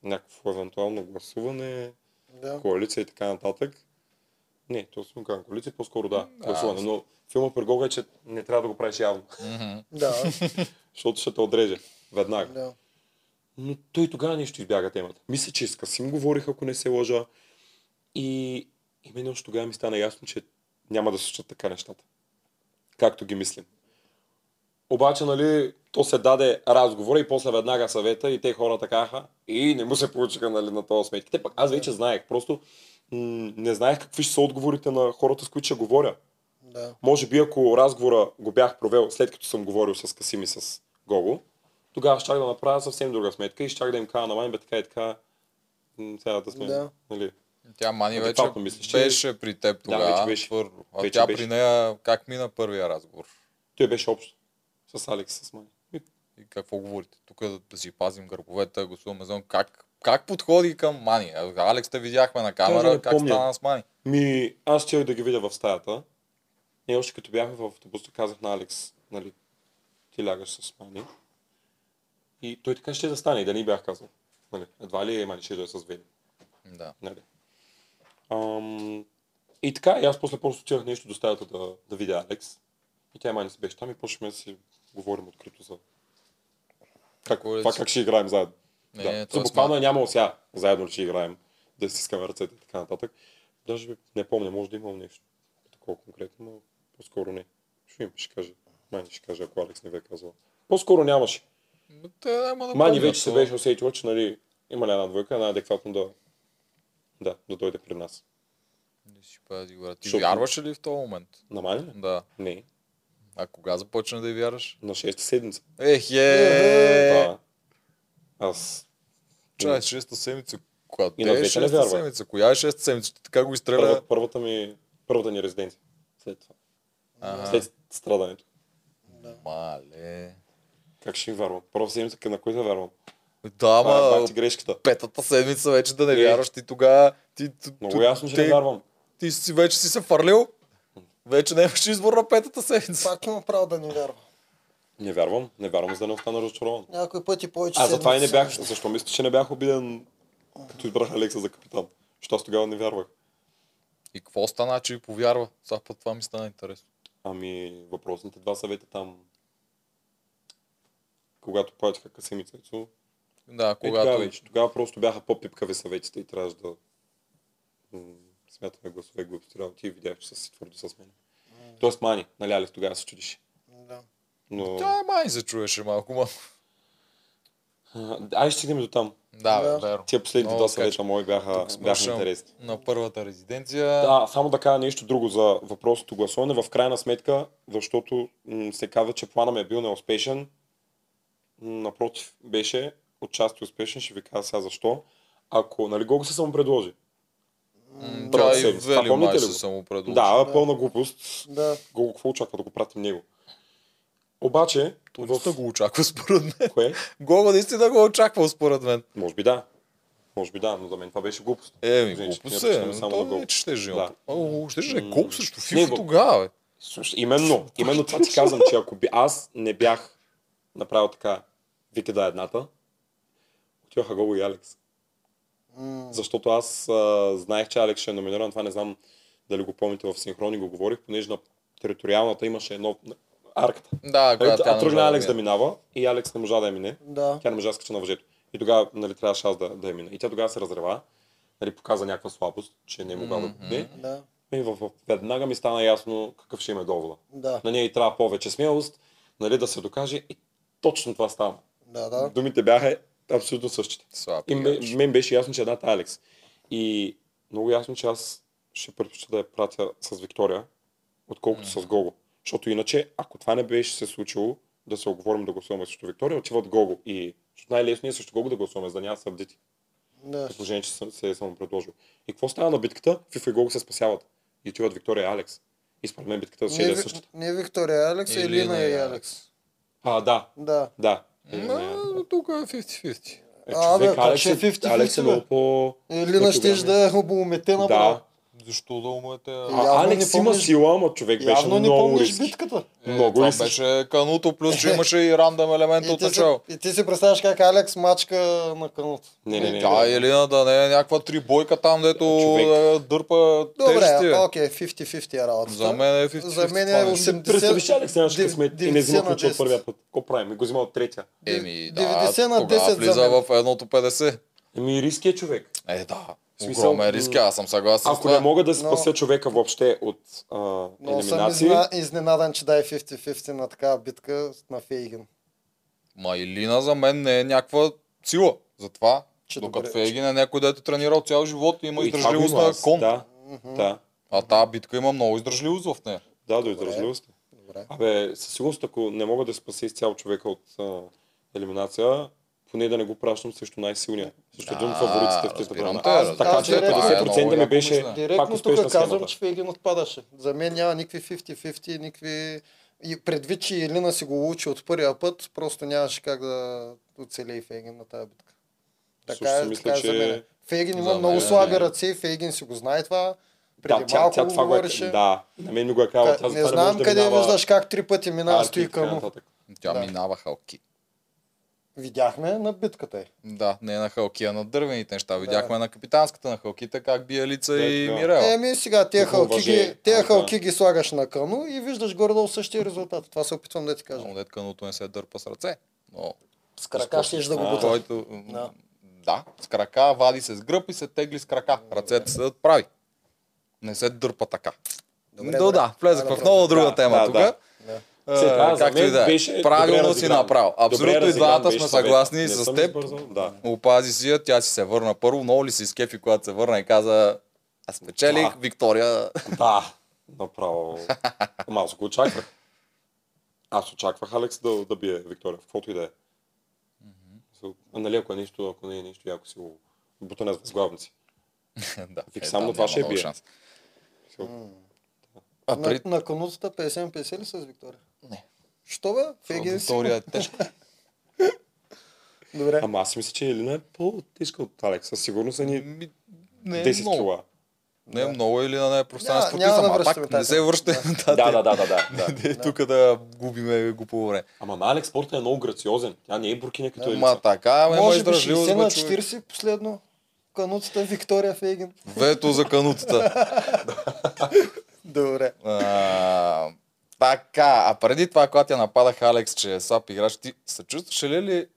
някакво евентуално гласуване, Да. коалиция и така нататък. Не, точно към коалиция, по-скоро да, Да, гласуване. аз- Но филма при Гога е, че не трябва да го правиш явно, Мгм. Да. защото ще те отреже веднага. да. Но той тогава нещо избяга темата. Мисля, че с Касим говорих, ако не се лъжа. И, и мен още тогава ми стана ясно, че няма да се случат така нещата. Както ги мислим. Обаче, нали, то се даде разговора и после веднага съвета и те хора такаха и не му се получиха нали, на това сметките. Пък аз вече знаех, просто м- не знаех какви ще са отговорите на хората, с които ще говоря. Да. Може би ако разговора го бях провел след като съм говорил с Касим и с Гого, тогава щях да направя съвсем друга сметка и щях да им кажа на майн, бе така и така, м, сега да сме, Да. нали, Тя Мани вече Адекватно мислиш, че- беше при теб Да, тогава. вече беше. твърдо. А Вече тя беше. при нея как мина първия разговор? Той беше общо. С Алекс, с Мани. И И какво говорите? Тук да, да си пазим гърбовете, гласуваме зон. Как, как подходи към Мани? А, Алекс те видяхме на камера, не как помня. стана с Мани? Ми, аз ще да ги видя в стаята. И още като бяхме в автобуса, казах на Алекс, нали, ти лягаш с Мани. И той така ще да стане, и да ни бях казал. Нали, едва ли е Мани ще да е с Вени. Да. Нали. Ам, и така, и аз после просто отивах нещо до стаята да, да видя Алекс. И тя и Мани си беше там и почваме да си говорим открито за как, Какво е това си? как ще играем заедно. Не, да. не, За това е буквално е нямало сега заедно ли ще играем, да си искаме ръцете и така нататък. Даже бе, не помня, може да имам нещо такова конкретно, но по-скоро не. Ще им ще кажа. Мани ще каже, ако Алекс не бе казал. По-скоро нямаше. М, Те, няма да Мани помня вече се това. беше усетила, че нали, има ли една двойка, най-адекватно да, да, да дойде при нас. Не си пази, брат. Ти Защото- вярваше ли в този момент? На Мани ли? Да. Не. А кога започна да й вярваш? На 6 седмица. Ех, е! Да. Аз Чай, е шеста седмица. Коя И на е двете не шеста вярвай. седмица? Коя е шеста седмица? Ти Така го изстреля. първата, първата ми, първата ни резиденция. След това. Ага. След страдането. Мале. Как ще им вярвам? Първа седмица, на кой да вярвам? Да, Това е ама бах ти грешката. петата седмица вече да не Е. вярваш ти тогава. Ти, т- Много т- ясно, че те- не вярвам. Ти си вече си се фърлил. Вече нямаш избор на петата седмица. Пак има право да не вярва. Не вярвам. Не вярвам, за да не остана разочарован. Някой пъти повече А, затова и не седмици бях. Защо мисля, че не бях обиден, като избрах Алекса за капитан? Защото аз тогава не вярвах. И какво стана, че ви повярва? Сега път това ми стана интересно. Ами, въпросните два съвета там, когато платиха Касимица, Да, Е, тогава когато... вече. Тогава просто бяха по-пипкави съветите и трябваше да м, смятаме гласове глупости, реално ти видях, че са си твърдо с мен. Тоест мани, нали Алев, тогава се чудиш. Да. Но... Тя е май се чуеше малко, ма. А, Ай, ще стигнем до там. Да, Да. бе, верно. Тия последните Много два съвета качка. мои бяха, Тук сме бяха шам. интересни. На първата резиденция. Да, само да кажа нещо друго за въпросното гласуване. В крайна сметка, защото м- се казва, че плана ми е бил неуспешен, м, напротив, беше отчасти успешен, ще ви кажа сега защо. Ако, нали, Гого се само предложи. М, Първата Тя и седмица. Това Вели помните май ли се го? само предложи. Да, да. пълна глупост. Да. Гого какво очаква да го пратим него? Обаче, Той доста го очаква според мен. кое? Гога наистина го очаква според мен. Може би да. Може би да, но за мен това беше глупост. Еми, Значи, глупо ние се. почваме е, само Той на гол. не че ще жи. Да. О, ще жи. М. Гол срещу Не, FIFA бо- тогава, бе. Слушай, именно, именно това ти казвам, че ако би аз не бях направил така, вики да е едната, отиваха Гого и Алекс. М, Защото аз а, знаех, че Алекс ще е номиниран, това не знам дали го помните в синхрони, го говорих, понеже на териториалната имаше едно арката. Да, А, когато тя не тръгна можа Алекс да мине. минава и Алекс не можа да я мине. Да. Тя не можа да скача на въжето. И тогава нали, трябваше аз да, да я мина. И тя тогава се разрева, нали, показа някаква слабост, че не е могла да Мгм. мине. Да. И в, в, веднага ми стана ясно какъв ще има довода. Да. На нея и трябва повече смелост, нали, да се докаже. И точно това стана. Да, да. Думите бяха абсолютно същите. Слаб И ме- играч. мен беше ясно, че едната е Алекс. И много ясно, че аз ще предпочита да я пратя с Виктория, отколкото с Гого. Защото иначе, ако това не беше се случило, да се оговорим да гласуваме срещу Виктория, отиват Гого. И защото най-лесно е срещу Гого да гласуваме, за да няма съвдити. Да. При положение, че съм, се е само предложил. И какво става на битката? Фифа и Гого се спасяват. И отиват Виктория и Алекс. И според мен битката ще Не, да е Ви- същата. не Виктория Алекс, а Илина Елина и и Алекс. А, да, Да. да. Е, Ма, тук е 50-50. е, А, бе, човек, пак Алекс, ще е е, 50-50, Алекс е бе. много по... Елина ще по-голям. да е обомете Да, направо. Защо да умете? Я- а? Явно А, Алекс не има помниш- сила, ама човек беше Явно не много помниш риски. битката. Е, много това риски. беше кануто, плюс че имаше и рандъм елемент И от ти, си, начало. и ти си представяш как Алекс мачка на каното. Не, не, не. Да, не. Елина да не е някаква трибойка там, дето Човек. е, дърпа тежести. Добре, бе. окей, 50-50 е работа. За мен е 50-50. За мен това е нещо. 80. Представиш, Алекс нямаше Дев- късмет и не 90 взима на ключа от 10. първия път. Какво правим? И го взима от третия. Еми, да, 90 на тогава 10 за влиза мен. в едното 50. Еми, риски е човек. Е, да. В смисъл, Огромен риск, аз съм съгласен с Ако това. не мога да спася Но- човека въобще от а, Но съм елиминации, изна- изненадан, че дай 50-50 на такава битка на Фейгин. Ма Илина за мен не е някаква сила. Затова, Че докато добре. Фейгин е някой, дето е тренирал цял живот и има и това го издържливост има на аз. кон. Да, Мгм. да. А тази битка има много издържливост в нея. Да, до издържливост. Добре. Абе, със сигурност, ако не мога да спася изцяло човека от а, елиминация, поне да не го пращам срещу най-силния. Срещу един от фаворитите в тези разбирам те, Аз разбирам така те. че Това е 50% ми много беше яко мисля. пак Директно тук успешна казвам, схемата. че Фейгин отпадаше. За мен няма никакви 50-50, никакви... И предвид, че Елина си го учи от първия път, просто нямаше как да оцелее Фейгин на тази битка. Така, Също си е, мисля, така е за че- мен. Фейгин има За много мен, слаби да. ръце, Фейгин си го знае това. Преди е. Да, малко тя, тя го това го е, говореше. да, на мен ми го е казал. Тя Ка- затова не знам може да къде е минава виждаш как три пъти мина арки и стои така към. нататък. Тя Да. минава халки. Видяхме на битката е. Да, не на халки, а на дървените неща. Видяхме Да. на на капитанската на халките как бие лица Да, и Е, така. Мирела. Еми Е, ами сега тия Тук халки, въже. ги, тия А, да. халки ги слагаш на кано и виждаш горе-долу същия резултат. Това се опитвам да ти кажа. Само дет кануто не се дърпа с ръце. Но С крака ще да го А, бута. който... Да. Да, с крака вади се с гръб и се тегли с крака. Ръцете се прави. Не се дърпа така. Добре, Но добре. да, влезах Да, в много друга да, тема да, тук. да. Да. Е, Все това за както и мен да е. беше добре Правилно си разигран. направил. Добре Абсолютно и разигран двамата беше сме съвета. съгласни Не с съм теб. избързал, Да. Опази си я, тя си се върна първо. Много ли си скефи, когато се върна и каза аз печелих, Да. Виктория. да, направо. Ама аз го очаквах. Аз очаквах Алекс да, да бие Виктория, в каквото и да е. So, а, нали, ако е нещо, ако не е нещо, яко си го бутане с главници. да, е, Вик, само там това няма ще я много бие. шанс. So, А На, при... на канутата 50-50 ли с Виктория? Не. Що бе? Фейгин си. Виктория е тежка. Добре. Ама аз си мисля, че Елина е по-тежка от Алекс. Със сигурност е ни Ми, Не е 10 много. кила. Не е много или да не е професионален Няма- спортист, няма да ама връщаме пак не тази се тема. връща на Да, тази да, тема. да, да, да. да. Де Тук да губиме глупо време. Ама на Алекс спорта е много грациозен. Тя не е буркиня като Ма Елица. така, ме има Може би издържливост. 60 на бе, човек. 40 последно. Канутата Виктория Фейгин. Вето за канутата. Добре. А, така, а преди това, когато я нападах Алекс, че е слаб играч, ти се чувстваше ли, ли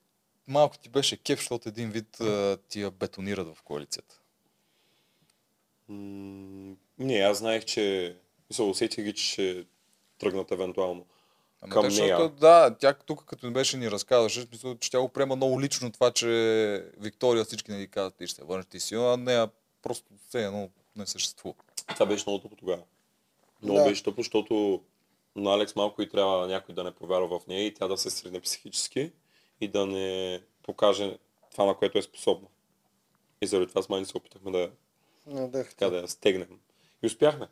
малко ти беше кеф, защото един вид а, ти я бетонират в коалицията? М- не, аз знаех, че... Мисля, усетих ги, че ще тръгнат евентуално. Ама към те, защото, нея. Да, тя тук като ни беше ни разказваше, в смисъл, че тя го приема много лично това, че Виктория всички не ги казват, ти ще се върнеш, ти си, а не, просто все едно не съществува. Това беше много тъпо тогава. Много Да. беше тъпо, защото на Алекс малко и трябва някой да не повярва в нея и тя да се срине психически и да не покаже това, на което е способна. И заради това с Мани се опитахме да, Не дъх. така, да я стегнем. И успяхме.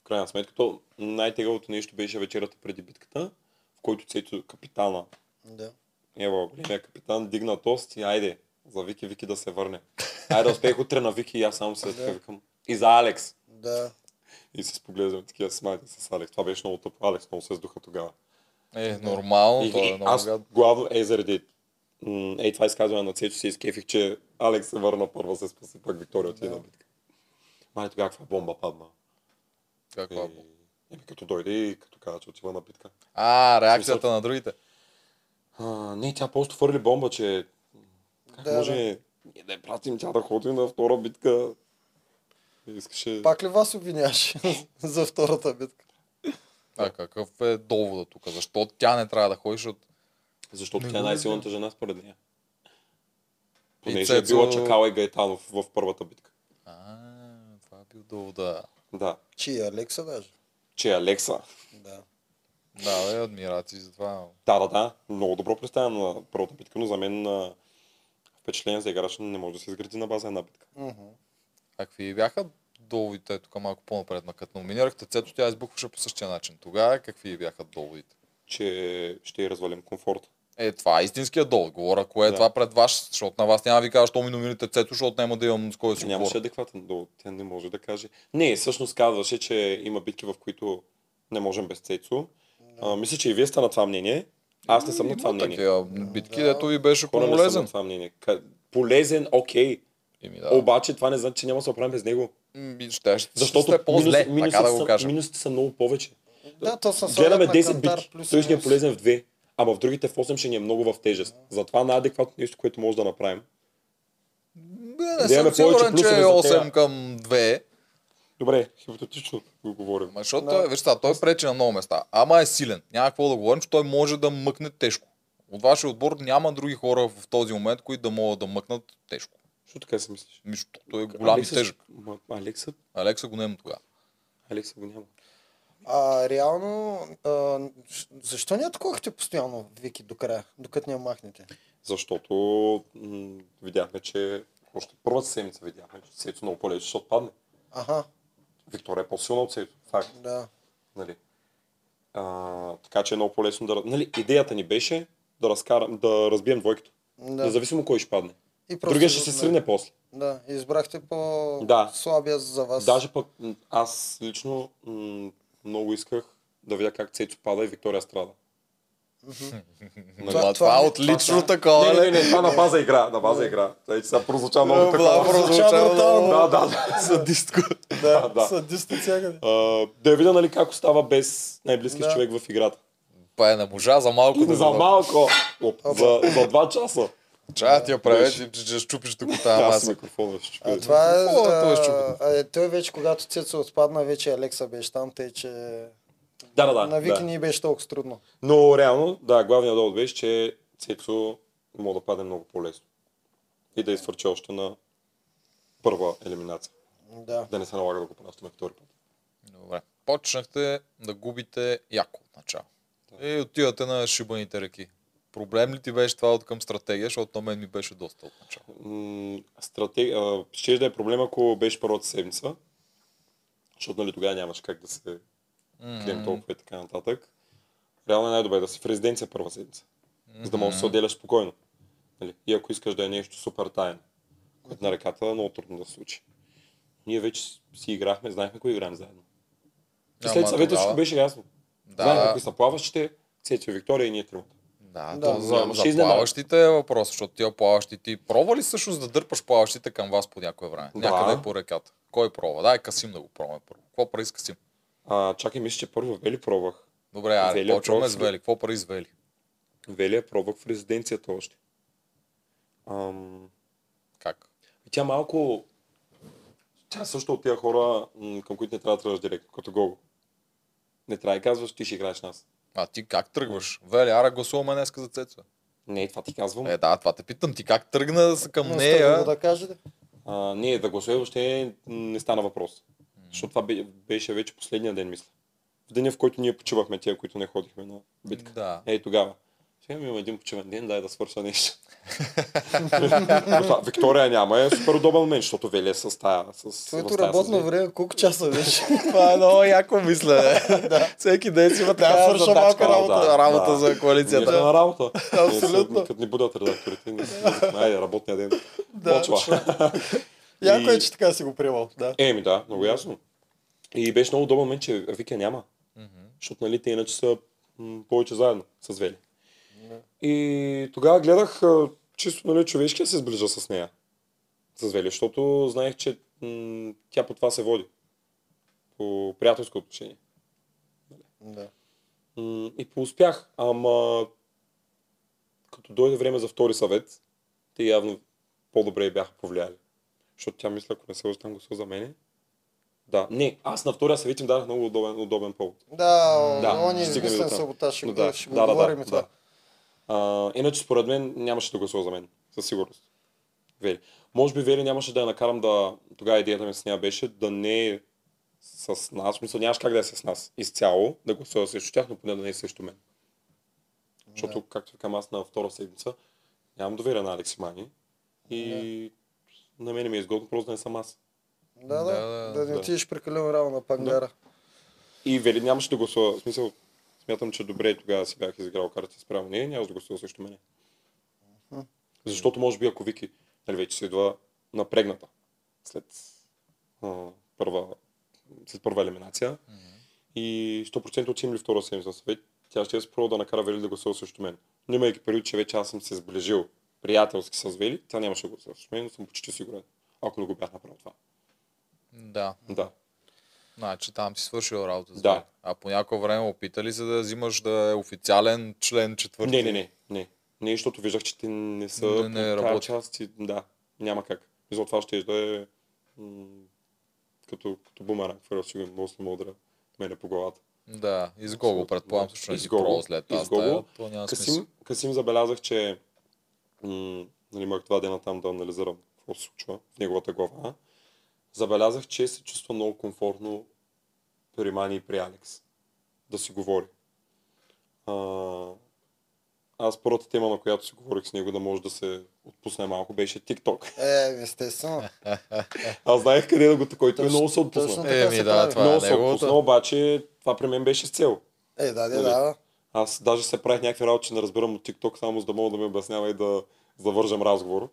В крайна сметка, то най-тегавото нещо беше вечерата преди битката, в който цето капитана, Да. ева, големия капитан, дигна тост и айде, за Вики, Вики да се върне. Айде, успех утре на Вики и аз само се така Да. викам. И за Алекс. Да. И се споглеждаме такива смайти с Алекс. Това беше много тъпо. Алекс много се сдуха тогава. Е, нормално, И, това и е много аз гадно. главно е заради м, е, това изказване на Цечо си изкефих, че Алекс се върна първа се спаси, пък Виктория отиде Да. на битка. Май тогава каква бомба падна. И, Каква? еми, като дойде и като каза, че отива на битка. А, реакцията на другите. А, не, тя просто фърли бомба, че как Да, може да. ние да я пратим тя да ходи на втора битка. И Искаше... Пак ли вас обвиняваш за втората битка? А какъв е довода тук? Защо тя не трябва да ходи, защото Защото Не тя е го най-силната жена според нея. И Понеже е Цецо- била Чакала и Гайтанов в първата битка. А, това е бил довода. Да. Чи и Алекса даже. Че е Алекса. Да. Да, бе, адмирации за това. Да, да, да. Много добро представям на първата битка, но за мен а, впечатление за играч не може да се изгради на база една битка. Мгм. А какви бяха доводите тук малко по-напред, на като номинирахте Цето, тя избухваше по същия начин. Тогава какви бяха доводите? Че ще й развалим комфорта. Е, това е истинския довод. Говоря, кое е Да. това пред вас, защото на вас няма да ви кажа, що ми номинирате Цето, защото няма да имам с кой да си Нямаше говоря. адекватен довод. Тя не може да каже. Не, всъщност казваше, че има битки, в които не можем без Цецо. А, мисля, че и вие сте на това мнение. Аз не съм на това Има мнение. такива битки, Да. дето ви беше Хора не съм на полезен. това мнение. Ка- Полезен, окей. Еми, Да. да. Обаче това не значи, че няма да се оправим без него. М, Ще, ще Защото сте по-зле, минус- минусите така да го са- кажем. минусите са много повече. Да, то съм Гледаме 10 битки, той ще ни е полезен в 2, ама в другите в 8 ще ни е много в тежест. Затова най-адекватно нещо, което може да направим. Бе, не Да имаме съм повече сигурен, че плюсове е за 8 тея. към 2. Добре, хипотетично го говорим. Ма Защото, Да. той, виж, сега, той пречи на много места. Ама е силен. Няма какво да говорим, че той може да мъкне тежко. От вашия отбор няма други хора в този момент, които да могат да мъкнат тежко. Що така си мислиш? Мисля, той е голям и Алекса- тежък. Ма, Алекса, Алекса го няма тогава. Алекса го няма. А, реално, а, защо не атакувахте постоянно Вики до края, докато не я махнете? Защото м- видяхме, че още първата седмица видяхме, че Сейто много по-лесно ще отпадне. Аха, Виктория е по-силна от Сейто. Факт. да. Нали? А, така че е много по-лесно да... раз- Нали, идеята ни беше да, разкарам, да разбием двойката. Да. да. Независимо кой ще падне. И просто- Другия ще се срине после. Да, избрахте Да. по-слабия за вас. Даже пък м, аз лично м- много исках да видя как Цецо пада и Виктория страда. Това, това- това, това- е отлично това- такова, нали? не, не, не, не, това на база игра, на база игра. Тъй, че сега прозвуча много Да, такова. прозвуча брутално. Да, да, да. Садистко. да, да. Садисти всякъде. А, да я видя, нали, как остава без най-близкия Да. човек в играта. Па е на можа за малко да За го- малко, оп, за, за два часа. Чая ти я правя, Беше. че ще щупиш тук тази Аз маса. микрофона ще чупя. А това е... Какво е този а, щупен? а, е, той вече, когато Цецо е отпадна, вече Алекса беше там, тъй че... Да, да, да. На Вики да. ни беше толкова трудно. Но реално, да, главният довод беше, че Цецо мога да падне много по-лесно. И да изфърчи още на първа елиминация. Да. Да не се налага да го пращаме втори път. Добре. Почнахте да губите яко от начало. И отивате на шибаните реки. Проблем ли ти беше това от към стратегия, защото на мен ми беше доста от начало. М, стратег... а, Ще да е проблем, ако беше първата седмица. Защото нали, тогава нямаш как да се крием толкова и така нататък. Реално е най-добре да си в резиденция първа седмица. За да можеш да се отделяш спокойно. Нали? И ако искаш да е нещо супер тайно, което на реката е много трудно да се случи. Ние вече си- си играхме, знаехме кой играем заедно. И след съвета всичко беше ясно. Да. Знаехме Да, кои са плаващите, Цецо и Виктория и ние тримата. да, Да, то за, нямаше за изненада. плаващите е въпрос, защото тия плаващи ти пробва ли всъщност да дърпаш плаващите към вас по някое време? Да. Някъде по реката. Кой пробва? Дай Касим да го пробваме първо. Какво прави с Касим? А, чакай, мисля, че първо Вели пробвах. Добре, аре, Велия почваме пробва с с- Вели. Какво прави с Вели? Вели я пробвах в резиденцията още. Ам... Как? Тя малко... Тя е също от тия хора, м, към които не трябва да тръгваш директно, като Гого. Не трябва да казваш, ти ще играеш с нас. А ти как тръгваш? Вели, ара гласуваме днес за Цецо. Не, това ти казвам. Е, да, това те питам. Ти как тръгна с- към Не нея? стъгна да кажете. А, не, за гласове въобще не стана въпрос. Защото това бе- беше вече последния ден, мисля. В деня, в който ние почивахме, тия, които не ходихме на битка. Да. Ей, тогава. Сега ми имам един почивен ден, дай да свърша нещо. Това, Виктория няма, е супер удобен момент, защото Вели е с тая. С, в Твоето тая работно с- време колко часа беше? Това е много яко мисля. Всеки ден си има такава такава задачка, да, работа да. за Ние сме коалицията. на работа. Абсолютно. Ние Като ни будат редакторите, ние си казваме, айде, работния ден. Да. Почва. Яко е, И- че така си го приемал. Да. Еми да, много ясно. И беше много удобен момент, че Вика няма. Защото нали, те иначе са м, повече заедно с Вели. И тогава гледах а, чисто нали, човешки да се сближа с нея. С Вели, защото знаех, че м, тя по това се води. По приятелско отношение. да. М, И поуспях, ама като дойде време за втори съвет, те явно по-добре й бяха повлияли. Защото тя мисля, ако не се лъжа, там гласува за мене. Да, не, аз на втория съвет им дадах много удобен, удобен повод. Да, Да, он е стигаме до измислен там. саботаж, ще Но го, да, ще го да, да, говорим да, и това. да. А, иначе според мен нямаше да гласува за мен, със сигурност. Вели. Може би Вели нямаше да я накарам да... Тогава идеята ми с нея беше да не е с нас, в смисъл нямаш как да е с нас изцяло, да гласува срещу тях, но поне да не е срещу мен. Защото, както викам аз на втора седмица, нямам доверие на Алекси Мани и на мен ми е изгодно просто да не съм аз. Да, Да, да, да, да, да не да. отидеш прекалено рано на пангара. И Вели нямаше да гласува. В смисъл, смятам, че добре е тогава си бях изиграл карти спрямо нея, нямаше да гласува срещу мене. Защото може би ако Вики нали, вече се идва напрегната след, а, първа, след първа елиминация и 100% отим ли втора седмица на съвет, тя ще се пробва да накара Вели да гласува срещу мен. Но имайки предвид, че вече аз съм се сближил приятелски с Вели, тя нямаше да гласува срещу мен, но съм почти сигурен, ако не го бях направил това. Да. Да. Значи там си свършил работа. Да. Да. А по някое време опитали се да взимаш да е официален член четвърти. Не, не, не, не. Не, защото виждах, че те не са Не, не по тая работи. част и да, няма как. И за това ще да е м- като, като бумеранг, хвърля си го и мога да мога да мене по главата. Да, изгого, Абсолютно. предполагам, също не си Изгого, пробвал след тази изгого. стая. То няма смисъл. Касим, Касим забелязах, че м- нали, имах два дена там да анализирам какво се случва в неговата глава. Забелязах, че се чувства много комфортно при Мани и при Алекс да си говори. А, аз първата тема, на която си говорих с него, да може да се отпусне малко, беше TikTok. Е, естествено. Аз знаех къде да го такой, той е Точно- много се отпусна. точно така Еми се да, прави. това е Много се отпусна, неговото. обаче това при мен беше с цел. Е, да, да, Нали? да. Аз даже се правих някакви работи, че не разбирам от TikTok, само за да мога да ми обяснява и да завържем разговор.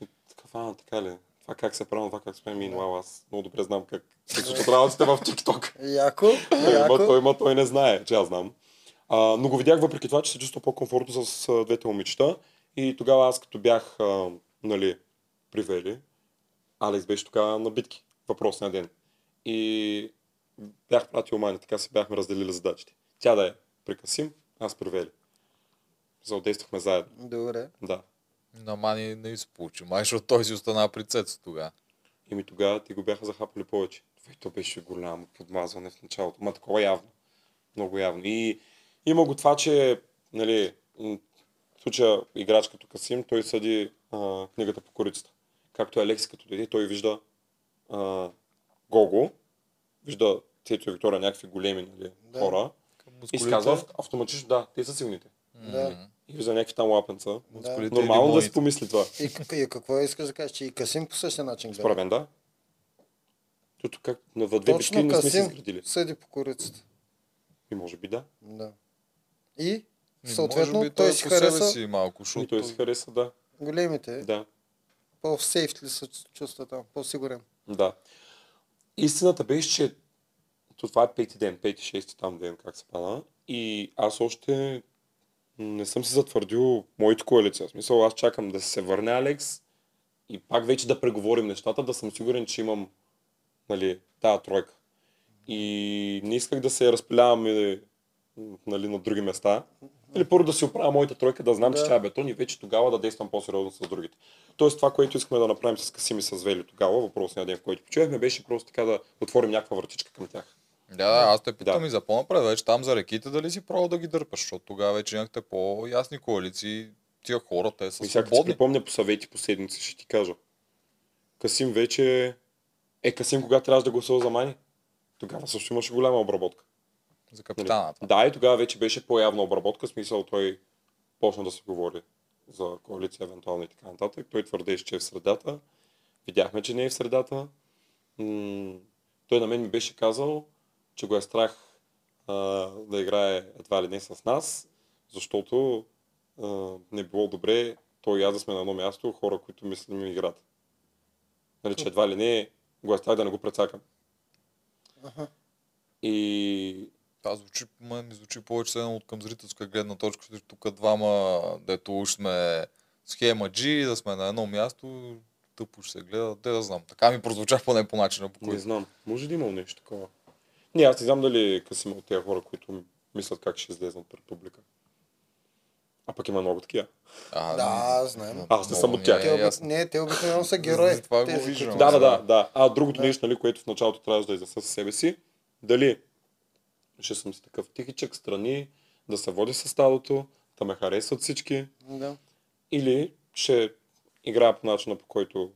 И така, а, така ли? Това как се прави, това как се прави, ми, вау, аз много добре знам как се случват работите в TikTok. Яко, Той има, яко. Е, той има, той не знае, че аз знам. А, но го видях въпреки това, че се чувства по-комфортно с а, двете момичета. И тогава аз като бях, а, нали, привели, Алекс беше тогава на битки, въпросния ден. И бях пратил Мани, така си бяхме разделили задачите. Тя да е прекъсим, аз привели. Заудействахме заедно, Добре. да. На Мани не се получи. Май, защото той си остана при Цецо тогава. И ми тогава ти го бяха захапали повече. Това и то беше голямо подмазване в началото. Ма такова явно. Много явно. И има го това, че нали, м, в случая играч като Касим, той съди а, книгата по корицата. Както и Алекси като дойде, той вижда а, Гого, вижда Цецо и Виктория някакви големи нали, Да. хора. Към И мускулите- си казва в- автоматично, да, те са силните. Да. И вижда някакви там лапенца. Мускулите Нормално и да си помисли това. И, к- и какво искаш да кажеш, че и Касим по същия начин гледа. Според мен, да. Тук как на във две битки Точно не сме се Касим изградили. съди по корицата. И може би да. Да. И, Ми, съответно, може би той си по себе хареса си малко, И защото е той се хареса, да. големите. Да. По-сейф ли се чувства там, по-сигурен. да. Истината беше, че то това е пети ден, пети, шести там ден, как се пада. И аз още не съм си затвърдил моите коалиция. В смисъл, аз чакам да се върне Алекс и пак вече да преговорим нещата, да съм сигурен, че имам нали, тая тройка. И не исках да се разпилявам и, нали, на други места. Или първо да си оправя моята тройка, да знам, Да. че тя е бетон и вече тогава да действам по-сериозно с другите. Тоест това, което искахме да направим с Касими с Вели тогава, въпросния ден, в който почувахме, беше просто така да отворим някаква вратичка към тях. Да, да, аз те питам Да. и за по-напред, вече там за реките дали си право да ги дърпаш, защото тогава вече имахте по-ясни коалиции, тия хора, те са И сега като Ами, си свободни. припомня по съвети по седмици, ще ти кажа. Касим вече... Е, Касим кога трябваше да гласува за Мани? Тогава също имаше голяма обработка. За Нали? капитана. това. Да, и тогава вече беше по-явна обработка, в смисъл той почна да се говори за коалиция, евентуално и така нататък. Той твърдеше, че е в средата. Видяхме, че не е в средата. М, той на мен ми беше казал, че го е страх а, да играе едва ли не с нас, защото а, не е било добре той и аз да сме на едно място, хора, които мислим и играт. Нали, че едва ли не го е страх да не го прецакам. Аха. И Това звучи, ме ми звучи повече едно от към зрителска гледна точка, защото тук двама, дето уж сме схема G, да сме на едно място, тъпо ще се гледа, те да знам. Така ми прозвуча поне по начина, по Не който. знам. Може да е имало нещо такова. Не, аз не знам дали късим от тези хора, които м- мислят как ще излезнат пред публика. А пък има много такива. А, Да, знаем. Аз не съм много от тях. ми Те, е обик- ясно. не, те обикновено са герои. За това го Тези, виждам. които- Да, да, да, да, да. да. А другото Да. нещо, нали, което в началото трябваше да изнеса със себе си, дали ще съм си такъв тихичък, страни, да се води със стадото, да ме харесват всички, Да. или ще играя по начина, по който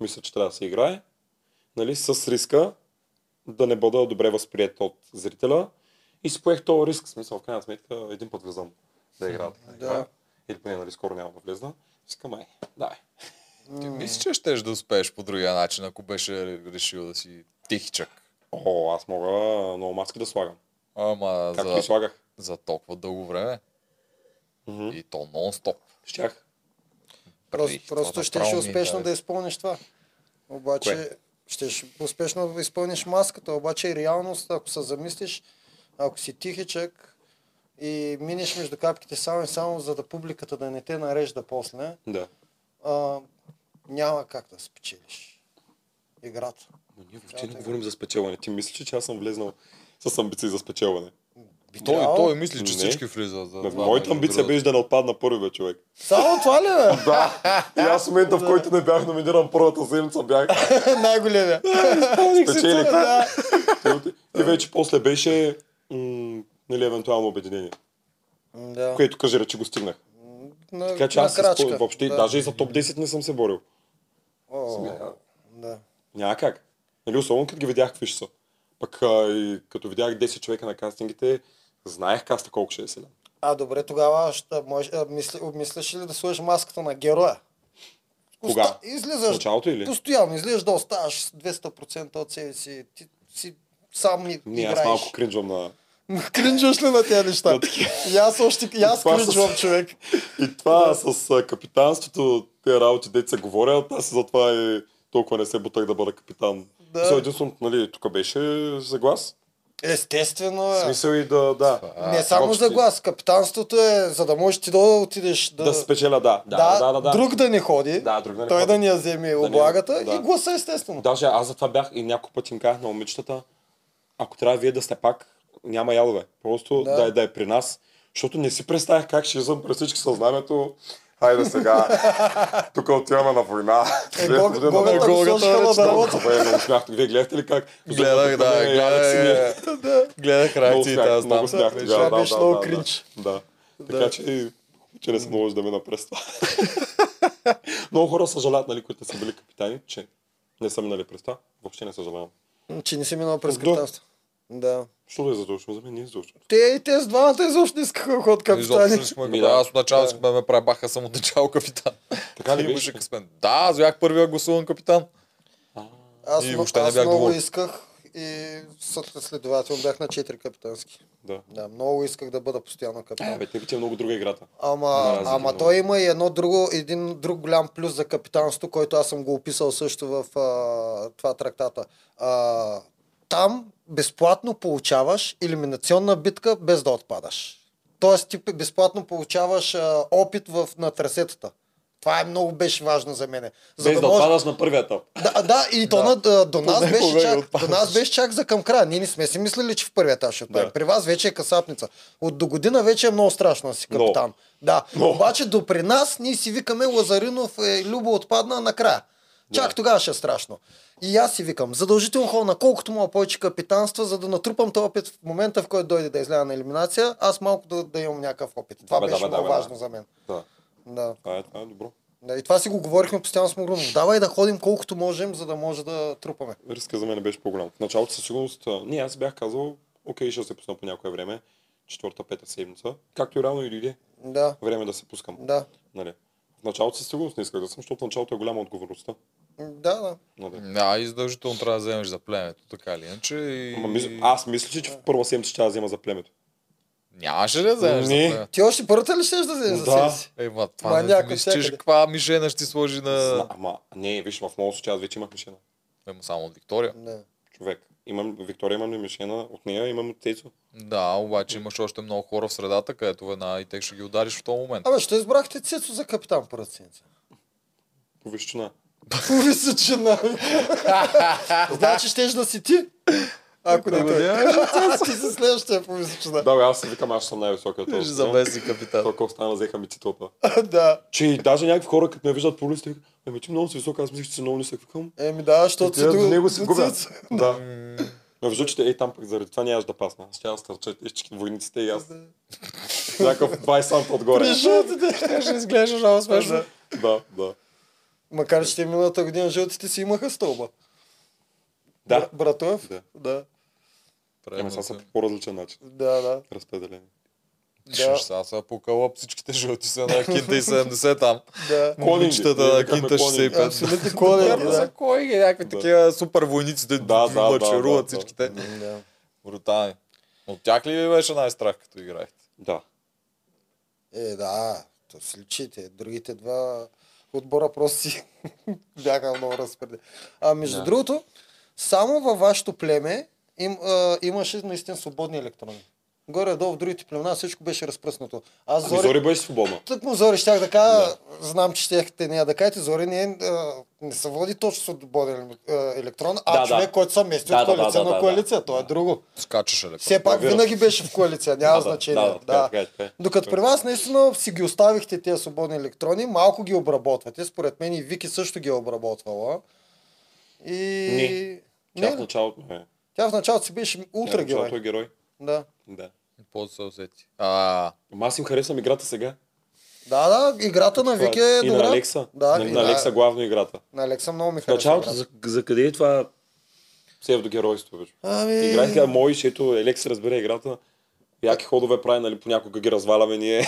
мисля, че трябва да се играе, нали, с риска да не бъда добре възприят от зрителя. И си поех този риск, в смисъл, в крайна сметка, един път влизам да играя. така. Да. Или поне, нали, скоро няма да влезна. Искам, ай, давай. Ти мислиш, че щеш да успееш по другия начин, ако беше решил да си тихичък. О, аз мога много маски да слагам. Ама Както и за, слагах. за толкова дълго време. Мгм. И то нон-стоп. Щях. Преди Просто, това просто ще ще направо ми е успешно е да даде- изпълниш това. Обаче, Кое? ще успешно да изпълниш маската, обаче и реалност, ако се замислиш, ако си тихичък и минеш между капките само и само, за да публиката да не те нарежда после, Да. а, няма как да спечелиш играта. Но ние Да, въобще не да. говорим за спечелване. Ти мислиш, ли, че аз съм влезнал с амбиции за спечелване. Би Той, трябвало. той мисли, че Не. всички влизат. за Ме- това, е Моята между амбиция другото. беше да не отпадна първи, бе, човек. Само това ли бе? Да, и аз в момента, в който не бях номиниран първата седмица, бях Най-големия. спечелих. И вече после беше м, нали, евентуално обединение, Да. което кажи, че го стигнах. На, Така че на аз се крачка. спо- въобще, да. даже и за топ 10 не съм се борил. О, Смея. да. Няма как. Нали, особено като ги видях какви ще са. Пък а, и като видях 10 човека на кастингите, знаех каста колко ще е сега. А, добре, тогава ще може, а, мисли, обмисляш ли да сложиш маската на героя? Кога? Оста- В Излизаш началото или? постоянно, излизаш да оставаш с 200% от себе си. Ти си сам и Не, играеш. аз малко кринжвам на... Кринджваш ли на тези неща? На такива. и аз още, и аз Това с- кринджвам човек. И това с а, капитанството, те работи, деца се говорят, аз затова и толкова не се бутах да бъда капитан. Да. Да. Мисля, единственото, нали, тук беше за глас. Естествено В е. смисъл и да, да. А, Не само въобще. за глас, капитанството е, за да можеш ти да отидеш Да, да... да спечеля, да. Да, да, да. да. Друг да не ходи, Да, друг да не той ходи. да ни я вземе ни- облагата да. и гласа естествено. Даже аз затова бях и няколко пъти им казах на момичетата, ако трябва вие да сте пак, няма ялове. Просто Да. да, да, е, да е при нас. Защото не си представях как ще излизам през всички съзнанието. Хайде сега. Тук отиваме на война. Е, Гог- Година Гогата на го Голгота, сложиха на вече дървото. много добре, не успях. Вие гледахте ли как? Гледах, да, Зубата, Алекс и ние. гледах, е, гледах Много реакциите, смях, аз много знам. смях. Беше- тогава, това да, беше да, много да, да. кринж. Да. Да. Така че, че не се наложи да мина през това. Много хора съжаляват, нали, които са били капитани, че не са минали през това. Въобще не съжалявам. Че не си минал през Да. капитанство. Да. Що да е задължено? За мен не е задължено. Те и те с двамата изобщо не искаха да ходят Изобщо не капитани. искахме Ми, капитан. да. Аз отначало Да. искахме да ме пребаха съм отначало капитан. Така ли И имаше беше? късмен. Да, аз бях първия гласуван капитан. Аз, И м- въобще не аз бях много доволен. исках и съд- следователно бях на 4 капитански. Да. Да, много исках да бъда постоянно А, капитан. бе, те ти е много друга играта. Ама, разлика ама много. той има и едно друго, един друг голям плюс за капитанството, който аз съм го описал също в а, това трактата. А, там безплатно получаваш елиминационна битка без да отпадаш. Тоест ти безплатно получаваш а, опит в, на трасетата. Това е много беше важно за мене. За Без да отпадаш на първия етап. Да, да, и то да. На, до, нас Понякога беше и чак, до отпадаш. нас беше чак за към края. Ние не сме си мислили, че в първия етаж ще отправим. Да. При вас вече е касапница. От до година вече е много страшно да си Много. капитан. Да. Много. Обаче до при нас ние си викаме Лазаринов е Любо отпадна накрая. Чак Да. тогава ще е страшно. И аз си викам, задължително хора на колкото мога повече капитанства, за да натрупам този опит в момента, в който дойде да изляза на елиминация, аз малко да, да имам някакъв опит. Това Бе, да, беше бе, да, много бе, да. важно за мен. Да. Да. Това е, това е добро. Да, и това си го говорихме постоянно с Мугрунов. Давай да ходим колкото можем, за да може да трупаме. Риска за мен беше по-голям. В началото със сигурност, а, не, аз бях казал, окей, ще се пусна по някое време, четвърта, пета седмица, както и реално и дойде Да, време да се пускам. да. Нали. В началото със сигурност не исках да съм, защото в началото е голяма отговорността. Да, да. Нали. Да, и задължително трябва да вземеш за племето, така или иначе. И... Ама, мисля, аз мисля, че в първа седмица ще я взема за племето. Нямаше ли да вземеш за Не. племето? Ти още първата ли ще да вземеш за Да. себе си? Е, ма, това Ма, не някой мислиш, че всякъде. каква мишена ще ти сложи на... Зна- Ама, не, виж, в моят случай аз вече имах мишена. Ема само от Виктория. Да. Човек. Имам, Виктория имам ли мишена, от нея имам от Тецо. Да, обаче имаш още много хора в средата, където веднага и те ще ги удариш в този момент. Абе, ще избрахте Цецо за капитан първата седмица. По височина. Височина. значи щеш да си ти. Ако не той. ти си следващия по височина. Да, бе, аз си викам, аз съм най-високия Ще този. замести капитан. Толкова стана, взеха ми титлата. да. Че и даже някакви хора, като ме виждат по улицата, викат, ами ти много си висок, аз мислих, че си много нисък. Викам, Еми да, защото Те до него Е, си до губят. Цецо. Да. Ме виждат, че те, ей там пък заради това нямаш да пасна. Ще аз търча всички войниците и аз. Някакъв 20 санта отгоре. При жълтите. Ще изглеждаш много смешно. Да. Да, да. Макар че те миналата година жълтите си имаха стълба. Да. Бра- Братов? Да. е. Да. Ама сега са по по-различен начин. Да, да. Разпределени. Да. Сега са по кълъп, всичките жълти са на кинта и 70 там. Да. Клонинги. Момичетата Ние на викаме кинта клонинги. 65. Абсолютно е, колен. Верно, за Да. кой ги някакви Да. такива супер войници, да, Да, да, да, да, да, да. всичките. Да. Брутални. От тях ли ви беше най-страх, като играехте? Да. Е, да, то с личите. Другите два отбора просто си бяха много разпределени. А между Да. другото, само във вашето племе им, а, имаше наистина свободни електрони. Горе-долу в другите племена всичко беше разпръснато. Аз Ами Зори... Зори беше свободна. Тък му Зори щях да кажа, знам, че щяхте нея да кажете, Зори не, е, а, не се води точно свободен е, електрон, а Да, да. човек, който се мести Да, от да, да, коалиция да, на да, коалиция, да. то е друго. Скачаш електрон. Все пак Вирус. винаги беше в коалиция, няма Да, да, значение. да, да, така е, така е, така е. Докато при вас наистина си ги оставихте тези свободни електрони, малко ги обработвате. Според мен и Вики също ги е обработвала. И... Не. Тя в ли? началото е. Тя в началото си беше Тя ултра в началото герой. е герой. Да. Да. После се усети. А, Ама аз им харесвам играта сега. да, да, играта на Вики е и добра. на Алекса. Да, на, и на Алекса главно играта. На Алекса много ми В харесва. началото, играта. за, за къде е това псевдогеройство? Бе? Ами... Играй сега мой, защото Елекс разбира играта. Яки ходове прави, нали, понякога ги разваляме ние.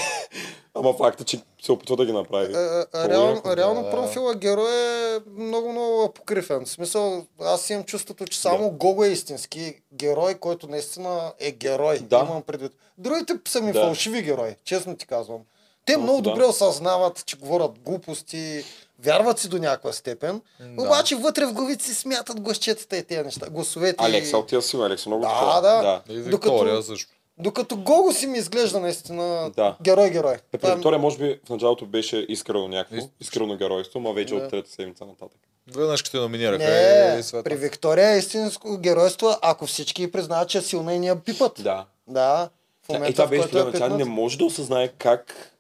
Ама факта, че се опитва да ги направи. А, а, Много реал, яко, да, Е, реално да. профила герой е много, много апокрифен. В смисъл, аз имам чувството, че само Гого е истински герой, който наистина е герой. Да. Имам предвид. Другите са ми Да. фалшиви герои, честно ти казвам. Те М, много да. добре осъзнават, че говорят глупости, вярват си до някаква степен, Да. обаче вътре в главите си смятат гласчетата и тези неща. Гласовете. и- Алекса отива си, Алекса е много Да, такова. да. и Докато- Виктория също. Докато Гого си ми изглежда наистина Да. герой-герой. Е, при Това е- Виктория, може би в началото беше искрено някакво, Ис- искрено геройство, ма вече Да. от трета седмица нататък. Веднъж като те номинираха. е, Не, е, света. при Виктория е истинско геройство, ако всички признаят, че е силна и ни я пипат. Да. Да, в Да, момента, и това в беше който е я проблема. Тя пипнат, не може да осъзнае как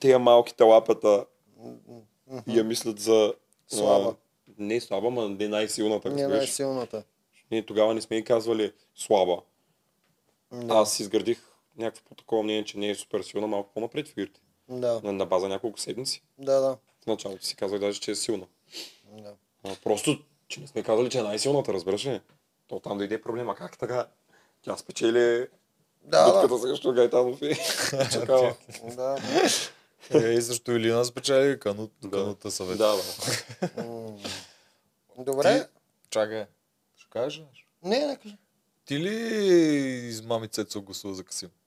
тия малките лапата я мислят за... а, Слаба. не слаба, ма не най-силната. не е разбираш. най-силната. Ние тогава не сме и казвали слаба. Да. Аз изградих някакво по такова мнение, че не е супер силна, малко по-напред в игрите. Да, На, на база няколко седмици. да, да. В началото си казах даже, че е силна. да. А, просто, че не сме казали, че е най-силната, разбираш ли? То там дойде проблема. Как така? Тя спечели Да, битката срещу Гайтанов и чакава. да, да. Е, и също Илина спечели канут, Да. канута да, съвет. да. М. Добре. Чакай. Ще кажеш? ли нещо? Не, не кажи. Ти ли измами Цецо гласува за Касим?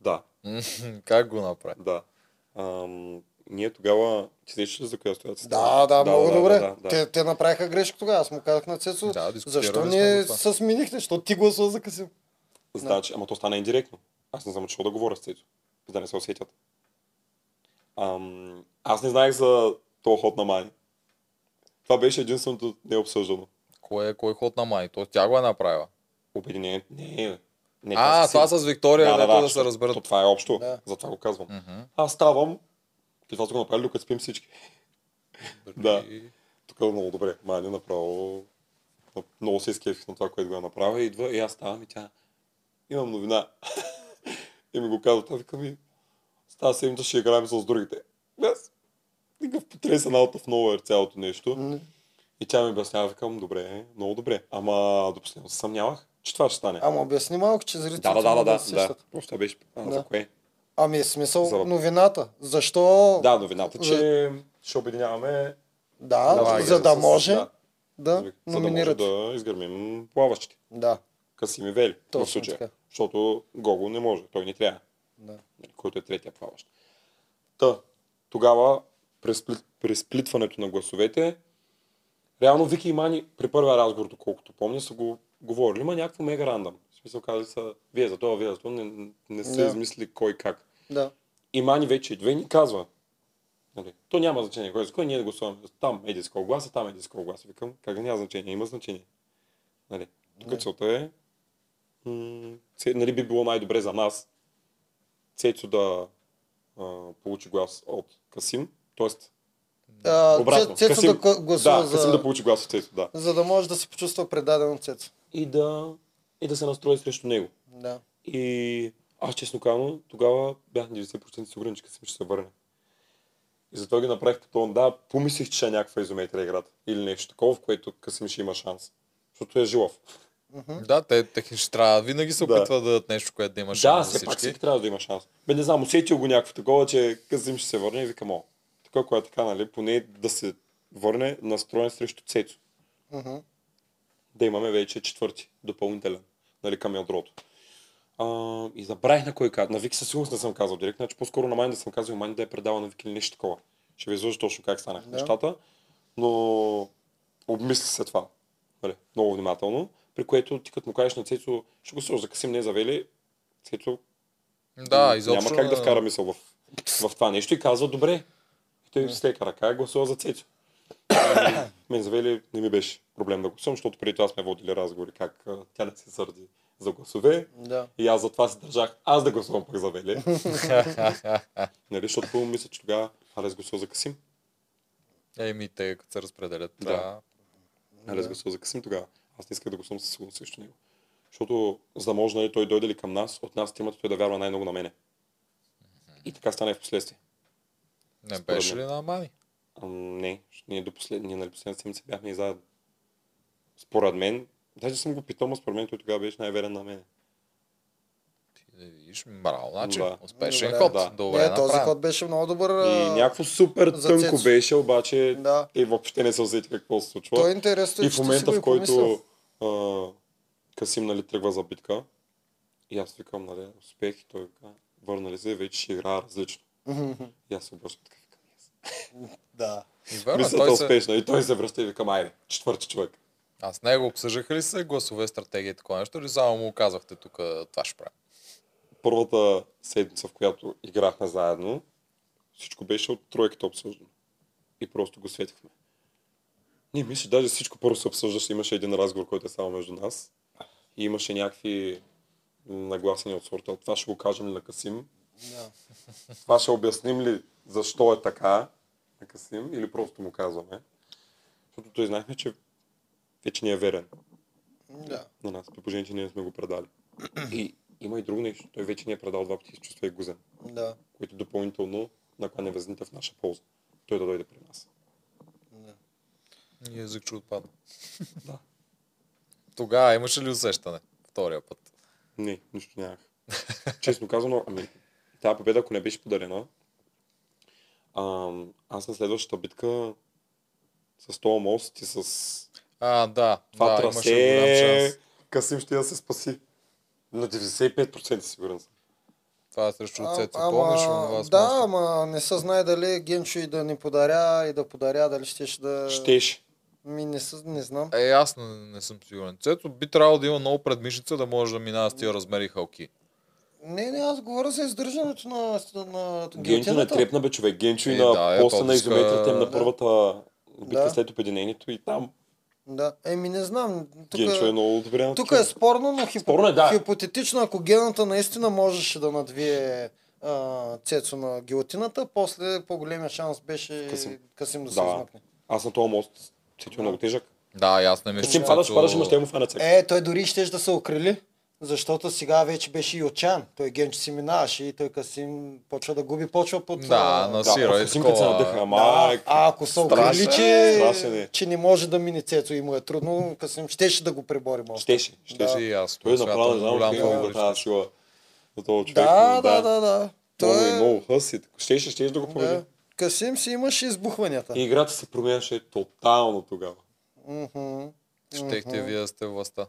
Да, Мгм, как го направи? да. Ам, ние тогава, ти сещаш ли за коя стоят? Да, да, много добре. Да, да, да. Те, те направиха грешка тогава. Аз му казах на Цецо, Да, дискутирали защо сме не е го това. се сменихте? Защо ти гласува за Касим? Значи, ама то стана индиректно. Аз не знам, чува да говоря с Цецо, за да не се усетят. Ам, аз не знаех за този ход на Мани. Това беше единственото необсъждано. Кой е кой ход на май? То тя го е направила. Обединението. Не, бе. не. а, това с Виктория, да, да, да, се защото- разберат. то Това е общо, Да. затова го казвам. Мгм. Аз ставам. И това са го направили, докато спим всички. Да. И- Тук е много добре. Мани направо. Много се изкефих на това, което го е направила. И идва и аз ставам и тя. Имам новина. и ми го казва. Той вика ми. Става седмица ще играем с другите. И Аз. Никакъв потресен out of nowhere цялото нещо. М, И тя ми обяснява, викам, добре, много добре. Ама до последно се съмнявах, че това ще стане. Ама обясни малко, че Да, зрителите да, да, да, могат да. се да. сещат. Просто беше. А, Да. за кое? Ами смисъл За- новината. Защо? Да, новината, че ще обединяваме. Да, Да, за да с- може Да, да, за да може номинират. да изгърмим плаващите. Да. Касими Вели Точно в случая. така. Защото Гого не може, той не трябва, да. нали, който е третия плаващ. Та, тогава през, пли- през сплитването на гласовете, реално Вики и Мани при първия разговор, доколкото помня, са го говорили, има някакво мега рандъм. В смисъл казали са, вие за това, вие за това, не, не са Да. измислили кой как. Да. И Мани вече идва и ни казва. Нали, то няма значение кой за кой, ние да гласуваме. Там еди с колко гласа, там еди с колко гласа. Викам, как да няма значение, има значение. Нали, тук Не. целта е, м- се- нали, би било най-добре за нас Цецо да а, получи глас от Касим, т.е. А, обратно. Цецо Касим, да ко- гласува да, Касим за... да получи глас от Цецо, да. за да може да се почувства предаден от Цецо. И да, и да се настрои срещу него. Да. И аз честно казано, тогава бях 90% сигурен, че Касим ще се върне. И затова ги направих като он. Да, помислих, че ще е някаква изометрия играта. Или нещо такова, в което Касим ще има шанс. Защото е жилов. Мгм. Да, те, те ще трябва. Винаги се Да. опитват да. дадат нещо, което да има да, шанс за все пак всички. всеки трябва да има шанс. Бе, не знам, усетил го някакво такова, че Касим ще се върне и викам, о. Така, която така, нали, поне да се върне настроен срещу Цецо. Мгм. да имаме вече четвърти допълнителен нали, към ядрото. А, и забравих на кой каза. На Вики със сигурност не съм казал директно, значи по-скоро на Мани да съм казал и Мани да е предала на Вики или нещо такова. Ще ви изложа точно как станах Да. нещата, но обмисли се това. Нали, много внимателно, при което ти като му кажеш на Цецо, ще го сложа за Касим, не за Вели, Цецо Да, изобщо. няма как да а, вкара мисъл в, в това нещо и казва добре. И той с лека ръка е гласува за Цецо. Мен за Вели не ми беше проблем да гласувам, защото преди това сме водили разговори как а, тя не се сърди за гласове. Да. И аз затова се държах аз да гласувам пък за Вели. нали, защото мисля, че тогава Алес гласува за Касим. Еми, те като се разпределят. Да. Да. Алес гласува за Касим тогава. Аз не исках да гласувам със сигурност срещу него. Защото за да може нали, той дойде ли към нас, от нас тримата той да вярва най-много на мене. И така стана и в последствие. Не Според беше ли мен. на Мани? Ам, не, защото ние до послед... ние на последната седмица бяхме и заедно. Според мен, даже съм го питал, но според мен той тогава беше най-верен на мен. Ти да видиш, мрал начин. Да. Успешен Добре. ход. Да. Добре, Не, този направен. ход беше много добър. И а, някакво супер за тънко Цецо. беше, обаче Да. и въобще не се усети какво се случва. То е интересно, и че в ти си момента, го и в който помислил. а, Касим нали, тръгва за битка, и аз викам, нали, успех, и той вика, върнали се, вече ще игра различно. Мгм. И аз се обръщам така, викам, yes. Да. И верно, Мисълта той е се... успешна. И той се връща и викам, айде, четвърти човек. А с него обсъждаха ли се гласове, стратегия и такова нещо? Или само му казахте тук това ще правим? първата седмица, в която играхме заедно, всичко беше от тройката обсъждано. И просто го светихме. Ние мисля, даже всичко първо се обсъждаше. Имаше един разговор, който е само между нас. И имаше някакви нагласени от сорта. Това ще го кажем ли на Касим? Да. Това ще обясним ли защо е така на Касим? Или просто му казваме? Защото той знаехме, че вече ни е верен Да. на нас. При положение, че ние не сме го предали. И има и друго нещо. Той вече ни е предал два пъти и се чувства и гузен Да. които допълнително накланя везните в наша полза. Той да дойде при нас. Да. И език чу отпадна. Да. Тогава имаше ли усещане? Втория път. Не, нищо нямах. Честно казано, ами, тази победа, ако не беше подарена, ам, аз на следващата битка с този мост и с А, да. това да, имаше голям шанс. трасе, Касим ще я се спаси. На 95% сигурен съм. Това е срещу А- отцето. ама- Помниш онова с Да, моста? ама не се знае дали Генчо и да ни подаря и да подаря, дали ще, ще да... Щеше. Ми не, съ... не знам. Е, аз не, не съм сигурен. Цето би трябвало да има много предмишница да може да минава с тия размери халки. Не, не, аз говоря за издържането на, на Генчо не е гилотината. трепна бе човек. Генчо и Е, на да, е, поста на Павловска- изометрите им на Да. първата битка Да. след обединението и там Да, еми не знам. Тук, Генчо е много добре. на тук човек. е спорно, но хип... Спорно е, да. хипотетично, ако гената наистина можеше да надвие а, цецо на гилотината, после по-големия шанс беше Касим. Касим, да се Да. измъкне. Аз на този мост сетил много тежък. Да, и аз не мисля. Като Значи, им падаш, падаш, ама ще му фана цепи. Е, той дори щеше да се окрили, защото сега вече беше и очан. Той генче си минаваше и той Касим почва да губи почва под... Да, а, на Да, сира, а е Касимката се такова. надъха, ама... е, Да, а ако са Страшен. укрили, че, Страшен е. че не може да мине Цецо и му е трудно, Касим щеше да го пребори малко. Щеше, щеше. Ще и аз. Той е направо, не Смятам, знам, голям откъде има фаворит. тази сила на този човек. Да, но да, да, да. Много и Той е... много хъс и така. Щеше, щеше да го победи. Да. Касим си имаше избухванията. И играта се променяше тотално тогава. Мгм. Щехте вие да сте властта.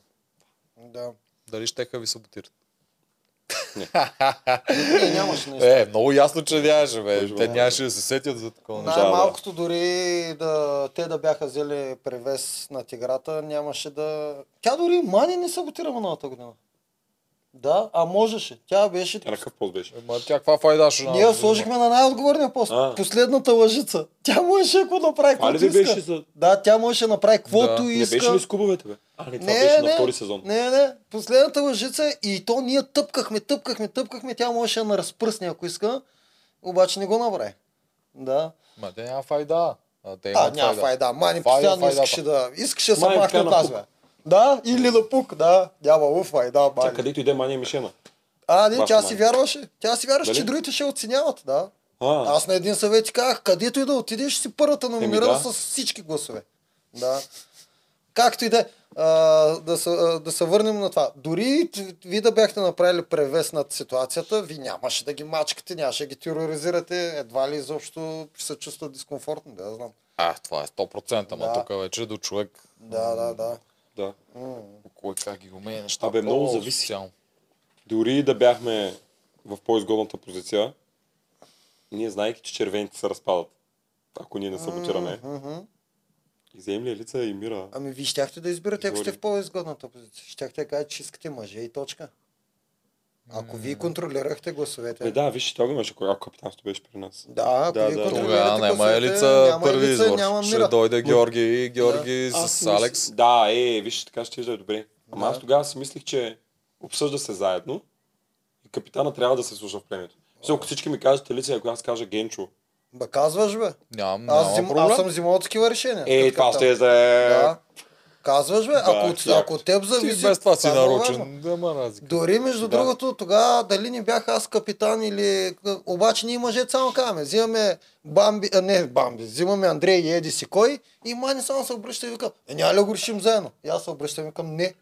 Да. Дали щеха ви саботират? Не, нямаше нещо. Е, много ясно, че нямаше, бе. Точно. Те нямаше да се сетят за такова нещо. Най-малкото дори да, те да бяха взели превес на тиграта, нямаше да... Тя дори Мани не саботира миналата година. Да, а можеше. Тя беше... Тя на какъв пост беше? Ма тя каква файда ще Ние я сложихме на най-отговорния пост. А. Последната лъжица. Тя можеше ако направи Това ли каквото ви иска. беше за... Да, тя можеше да направи каквото Да. Не иска. беше ли с кубовете, бе? А, не, това Не, беше на не. втори сезон. Не, не, последната лъжица и то ние тъпкахме, тъпкахме, тъпкахме, тя можеше да на разпръсне, ако иска, обаче не го направи. Да. Ма те няма файда. А, Е, те А, имат няма файда. Мани Файда, постоянно файдата. искаше да... Искаше да се Мани махне така от на нас, пук. бе. Да, или на пук, да. Няма уф, файда, Тя мани. където иде мания мишена. А, не, Бах, тя Мани. Нали? си вярваше. Тя си вярваше, Дали? че другите ще оценяват, да. А, Аз на един съвет ти казах, където и да отидеш, си първата номинирана да. с всички гласове. Да. Както и да е. А, да, се, а, да се върнем на това. Дори т- ви да бяхте направили превес над ситуацията, ви нямаше да ги мачкате, нямаше да ги тероризирате, едва ли изобщо ще се чувстват дискомфортно, да я знам. А, това е 100%, ама Да. тук вече до човек Да, да, да. да. кой как ги умее неща. Абе, много много зависи. социално. Дори да бяхме в по-изгодната позиция, ние знаеки, че червените се разпадат. Ако ние не саботираме. Мгм. И вземем ли лица и мира? Ами вие щяхте да избирате, ако сте Говори. в по-изгодната позиция. Щяхте да кажете, че искате мъже и точка. Ако вие контролирахте гласовете. Е, да, виж, тя го имаше, когато капитанството беше при нас. Да, ако Да, вие да. контролирате Тогава няма гласовете, елица е. няма първи елица, избор. Няма Ще мира. дойде Георги и Георги с мисля- Алекс. Да, е, виж, така ще да е добре. Ама Да. аз тогава си мислих, че обсъжда се заедно и капитана трябва да се слуша в племето. Все, ако всички ми кажат лица, ако аз кажа Генчо, Ба казваш бе. Нямам, Аз, няма взим, проблем. аз съм взимал такива решения. е, Като това ще капитан. е за... Да. Казваш бе, ако, чак. ако от теб Ти зависи... без това си е много важно. нарочен. Да, ма разлика. Дори между Да. другото, тогава дали не бях аз капитан или... Обаче ние мъже само казваме, взимаме Бамби, а не Бамби, взимаме Андрей и Еди си кой и Мани само се обръща и вика, е, няма ли да го решим заедно? И аз се обръщам и викам, не,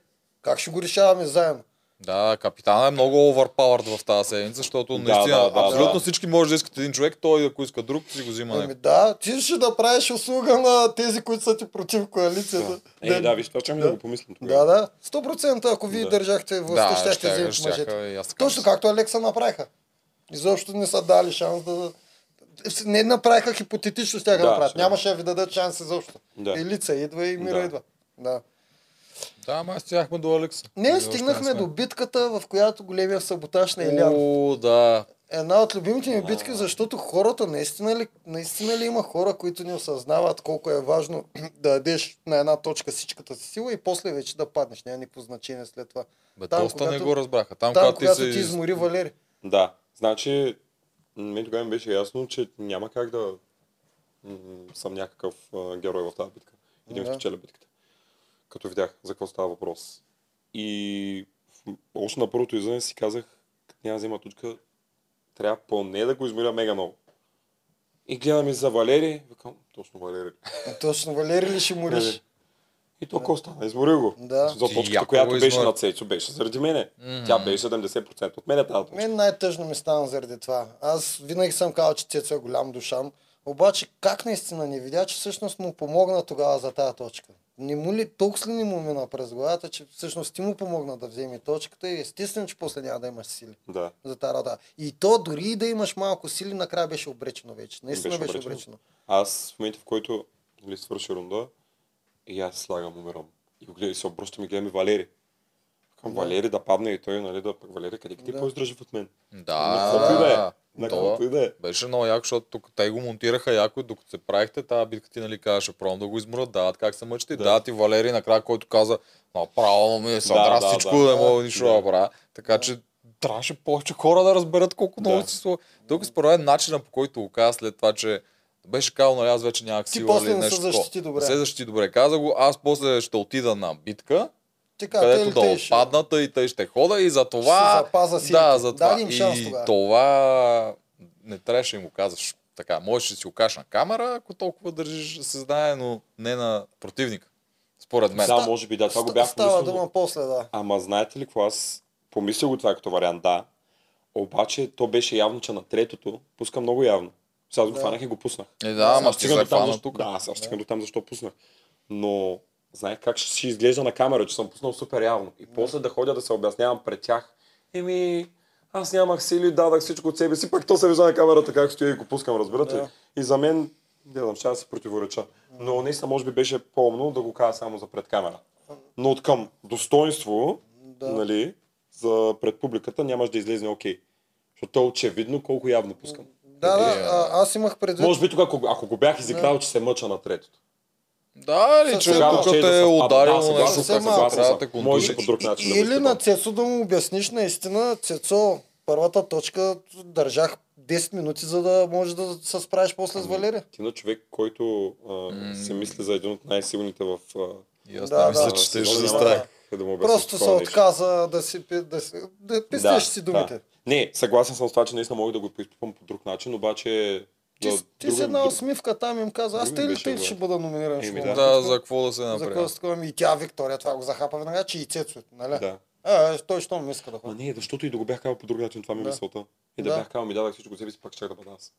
как ще го решаваме заедно? Да, капитана е много overpowered в тази седмица, защото Да, наистина да, да, абсолютно да. всички може да искат един човек, той ако иска друг, си го взима Ами него. да, ти ще направиш услуга на тези, които са ти против коалицията. Е, да, виж, това ще ми да го помислим Да, тогава. да. 100% ако вие Да. държахте властта, Да, да, ще ще, вземете ще, мъжете. аз така Точно мисля. както Алекса направиха. Изобщо не са дали шанс да... Не направиха хипотетично, ще да, Да, направят. ще. Нямаше да ви дадат шанс изобщо. Да. И лица идва, и мира Да. идва. Да. Да, ама стигнахме до Алекс. Ние стигнахме до нали, битката, в която големия саботаж на Илян. О, да. Една от любимите ми битки, защото хората, наистина ли, наистина ли има хора, които не осъзнават колко е важно да дадеш на една точка всичката си сила и после вече да паднеш. Няма никакво значение след това. Бе, Там, доста не когато- го разбраха. Там, Там, когато ти когато ти се... измори Валери. Да, значи, м, мен тогава ми беше ясно, че няма как да м, съм някакъв а, герой в тази битка. И да ми Да. спечеля битката. Като видях за какво става въпрос. И в- още на първото излизане си казах, като няма да взема точка, трябва поне да го измеря мега много. И гледам и за Валери, викам, точно Валери. Е, Е, Точно Валери ли ще мориш? И то какво стана? Изморил го. Да. За Ти точката, яко която го беше измори. на Цецо, беше заради мене. Мгм. Тя беше 70% от мене тази точка. Мен най-тъжно ми стана заради това. Аз винаги съм казал, че Цецо е голям душан. Обаче как наистина не видя, че всъщност му помогна тогава за тази точка? Не му ли, толкова ли не му мина през главата, че всъщност ти му помогна да вземе точката и естествено, че после няма да имаш сили Да. за тази работа. И то дори и да имаш малко сили, накрая беше обречено вече. Наистина Беше беше, обречено. обречено. Аз в момента, в който нали, свърши рунда, и аз слагам, умирам. И, го гледам, и се обръщам и гледам и Валери. към Валери да падне и той, нали, да пък Валери, къде ти Да. по-издръжи от мен? Да, каквото и да е. да. На каквото и да е. Беше много яко, защото тук те го монтираха яко, и докато се правихте, тази битка ти нали казваше, пробвам да го изморят, да, как се мъчите, да. Да. да, ти Валери накрая, който каза, направо ми се да, да, всичко, да, не мога нищо да, Да. правя. Така че трябваше повече хора да разберат колко Да. много си сло. Тук според мен начина по който го каза след това, че беше казал, нали аз вече нямах сила после или не се нещо. защити такова. добре. Не се защити добре. Каза го, аз после ще отида на битка, Така, където да те летеше. отпаднат и тъй ще хода и за Ще това... си запаза силите. да, за това. Дай им шанс и тогава. това не трябваше да им го казваш така. Можеш да си го кажеш на камера, ако толкова държиш да се знае, но не на противника. Според мен. Да, може би, да, това го Ста- бях Става помислил. дума после, да. Ама знаете ли какво аз помислих го това като вариант, да. Обаче то беше явно, че на третото пуска много явно. Сега аз го Да. хванах и го пуснах. Е, да, ама аз ти стигам се до там, хвана защо, тук. да, аз аз стигам до там, защо пуснах. Но знаех как ще си изглежда на камера, че съм пуснал супер явно. И после да ходя да се обяснявам пред тях. Еми, аз нямах сили, дадах всичко от себе си, пък то се вижда на камерата как стоя и го пускам, разбирате ли? Да. И за мен, гледам, ще да си противореча. Но наистина, може би беше по-умно да го кажа само за пред камера. Но от към достоинство, Да. нали, за пред публиката нямаш да излезе окей. Защото е очевидно колко явно пускам. Да, Е, да, а, аз имах предвид. Може би тук, ако, ако го бях изиграл, че се мъча на третото. Да, ли, Със че сигурност. тук Ще да те е съвпада. Да, ударило съгласен нещо, съм, как съгласен трябва да съм. те Може контузи. и по друг начин да И- Или бъде на такова. Цецо да му обясниш наистина, Цецо, първата точка държах 10 минути, за да можеш да се справиш после с Ами, Валерия. Ти на човек, който а, се мисли за един от най-силните в... А, И аз Да, не да. мисля, а, че ще сезона, ще няма стане. как Да му обясня Просто се такова нещо. отказа да си пи- да, си, да пестиш си думите. Да. Не, съгласен съм с това, че наистина мога да го поизпипам по друг начин, обаче... Ти, да, с- ти друго- си една друг- усмивка там им каза, аз друго те ли беше те го- ще бъда номиниран? ще Еми, му да. Да, обясня. за какво да се За направи. какво си такова? И тя, Виктория, това го захапа веднага, че и Цецо, нали? Да. А, той що ми иска да Ма ходи. не, защото и да го бях казал по друг начин, това ми е Да. мисълта. И да, Да. бях казал, ми дадах всичко от себе си, пак чак да бъда аз.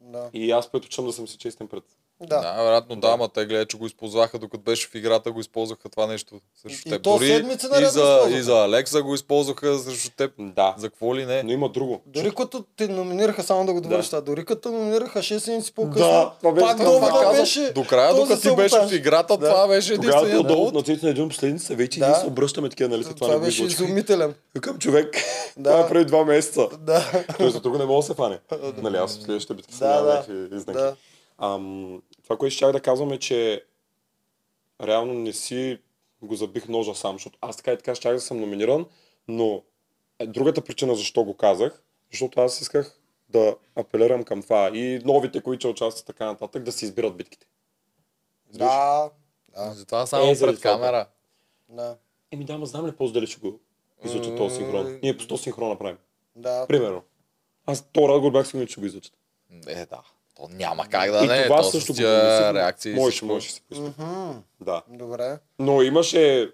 Да. И аз предпочитам да съм си честен пред. Да, да. вероятно да, Да. ама те гледа, че го използваха, докато беше в играта, го използваха това нещо срещу И теб. то седмици наред и, го за, използваха. и за Алекса го използваха срещу теб. Да. За какво ли не? Но има друго. Дори като те номинираха, само да го довърши, Да. да. дори като номинираха 6 седмици по-късно, Да, това беше пак това, довода това казах. беше До края, този докато ти беше саботаж. в играта, Да. това беше Тогава единствения отдолу довод. на цвете на един последница, вече Да. ние се обръщаме такива, нали? Това, Това, не го беше излъчихме. изумителен. Към човек, Да. това е преди два месеца. Да, Той за друго не мога да се фане. Нали, аз в следващата битка съм Да, да, да. някакви изнаки. да. Ам, това, което щях да казвам е, че реално не си го забих ножа сам, защото аз така и така щях да съм номиниран, но е, другата причина защо го казах, защото аз исках да апелирам към това и новите, които ще участват така нататък, да си избират битките. Да, да, Затова само Е, заради пред това, камера. да, Еми да, ма знам ли по-здали ще го изучат този синхрон. Ние по 100 синхрона правим. да. Примерно. Аз то разговор бях сигурен, че ще го изучат. Е, да. То няма как да и не е. това То също също го помислих, но реакции. и Можеше, всичко. можеше да се поиска. Мгм. Да. Добре. Но имаше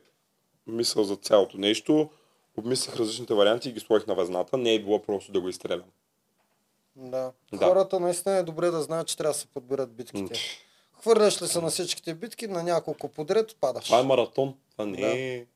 мисъл за цялото нещо. Обмислих различните варианти и ги сложих на везната. Не е било просто да го изстрелям. Да. Да. Хората наистина е добре да знаят, че трябва да се подбират битките. Хвърляш ли се на всичките битки, на няколко подред, падаш. Това е маратон. Това не е...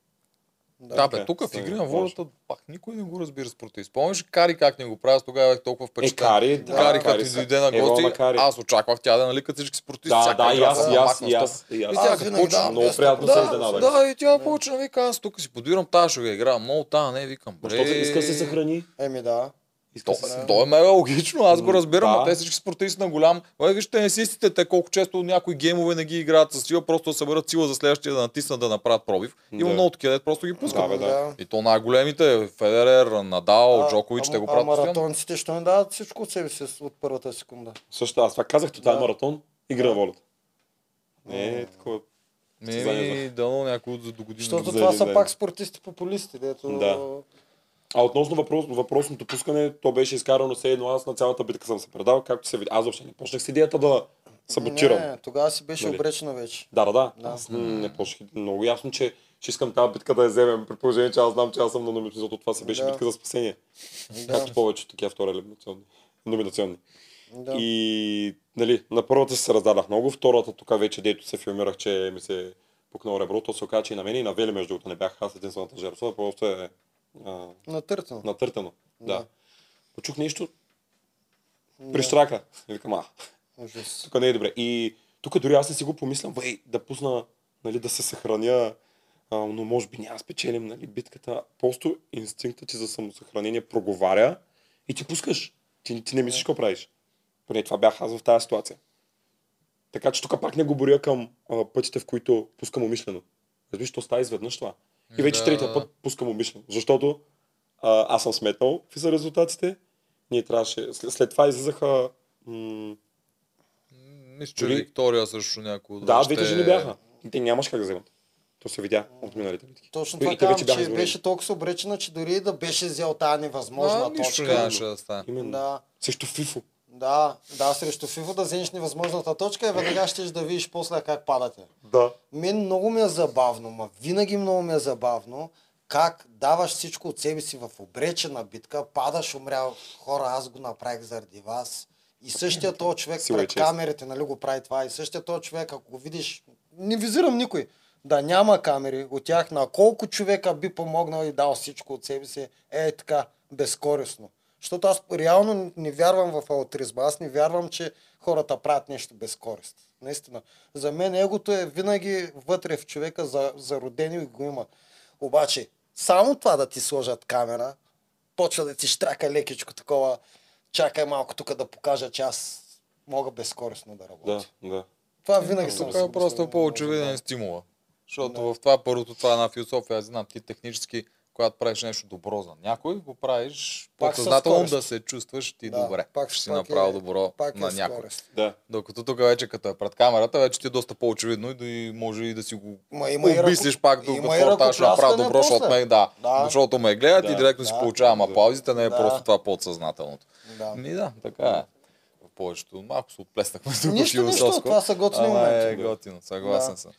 Да, Да. бе, Така, тук в сега игри на Е, може. волята пак никой не го разбира с протест. Спомняш ли Кари как не го правя, аз тогава бях толкова Е, впечатлен. кари, да, да, Кари, като кари ми са. дойде на Ево, гости, ама кари. аз очаквах тя да нали като всички спортисти. Да, всяка да, и игра аз, се и аз, махна и с това. аз, и аз. И Аз тя като винаги почна давам много 200%. приятно Да, се изненада. Да, и тя Да. почна, вика, аз тук си подбирам, тази ще го игра, много тази не, викам, бре. Защото иска Е. да се съхрани. Еми да. Иска То, да се съхрани. то е мега логично, аз го М, разбирам, да. а те всички спортисти на голям. Ой, вижте тенисистите, те колко често някои геймове не ги играят с сила, просто да съберат сила за следващия да натиснат да направят пробив. Има Да. много такива, де просто ги Да, пускат. бе, да. И то най-големите, Федерер, Надал, А, Джокович, те а- го а правят постоянно. маратонците ще не дават всичко от себе си с- от първата секунда. Също аз това казах, това е Да. маратон. Игра на волята. Не е такова. Еми, дано някой от за до година. Защото за това един са ден. пак спортисти-популисти, дето... Да. А относно въпрос, въпросното пускане, то беше изкарано все едно. Аз на цялата битка съм се предал, както се видя. Аз въобще не почнах с идеята да саботирам. Не, тогава си беше Нали? обречена вече. Да, да, да. Да. Аз м, не почнах. Много ясно, че ще искам тази битка да я вземем, при положение, че аз знам, че аз съм на номинационно, защото това си беше Да. битка за спасение. Да, Както повечето такива втора елиминационни. Номинационни. да. И, нали, на първата си се раздадах много, втората тук вече, дето се филмирах, че ми се пукнал ребро, то се оказа, че и на мен и на Вели, между другото, не бях аз единствената жертва, просто е а, Натъртено. натъртено. Да. Да. Почух нещо, Да. прищрака. И викам, а, Ужас. тук не е добре. И тук дори аз не си го помислям, вей, да пусна, нали, да се съхраня а, но може би няма да спечелим нали, битката. Просто инстинктът ти за самосъхранение проговаря и ти пускаш. Ти, ти не мислиш какво правиш. Поне това бях аз в тази ситуация. Така че тук пак не го боря към а, пътите, в които пускам умишлено. Разбираш, то става изведнъж това. И вече Да. третия път пускам умишлено. Защото а, аз съм сметнал какви са резултатите. Ние трябваше. След, след това излизаха. М- Мисля, че Дори- Виктория също някой. да, двете жени бяха. И Те нямаш как да вземат. То се видя от миналите битки. Точно И- това и те вече казвам, бяха че изгорени. беше толкова обречена, че дори и да беше взел тази невъзможна А, нищо точка. нямаше да стане. Именно. Да. Също Фифо. Да, да, срещу Фифо да вземеш невъзможната точка и веднага ще да видиш после как падате. Да. Мен много ми е забавно, ма винаги много ми е забавно, как даваш всичко от себе си в обречена битка, падаш, умря хора, аз го направих заради вас. И същия този човек Сила и пред чест. камерите, нали го прави това, и същия този човек, ако го видиш, не визирам никой, да няма камери от тях, на колко човека би помогнал и дал всичко от себе си, е така, безкорисно. Защото аз реално не- не вярвам в алтризма, аз не вярвам, че хората правят нещо без корист. Наистина. За мен егото е винаги вътре в човека за, зародено и го има. Обаче, само това да ти сложат камера, почва да ти штрака лекичко такова, чакай малко тук да покажа, че аз мога безкорисно да работя. Да, да. Това винаги съм Тук си е мислил, просто много забавно. по-очевиден стимула. Защото Да. в това първото, това е една философия. Аз знам, ти технически, когато правиш нещо добро за някой, го правиш Пак с подсъзнателно скорост. да се чувстваш ти Да, добре. пак- Пак ще си пак направил е- добро Пак на е някой. скорост. да. Докато тук вече като е пред камерата, вече ти е доста по-очевидно и дори може и да си го Ма има и обмислиш ръко- пак, има докато и хората ще направя ръкопляскане добро, защото после. ме, да, Да. защото ме гледат Да, и директно си да. получавам аплаузите, не е Да. просто това подсъзнателното. Да. Ми да, така е. В повечето малко се отплеснахме тук Нищо, нищо, философско. това са готини Ама е моменти. готино, съгласен Да. съм.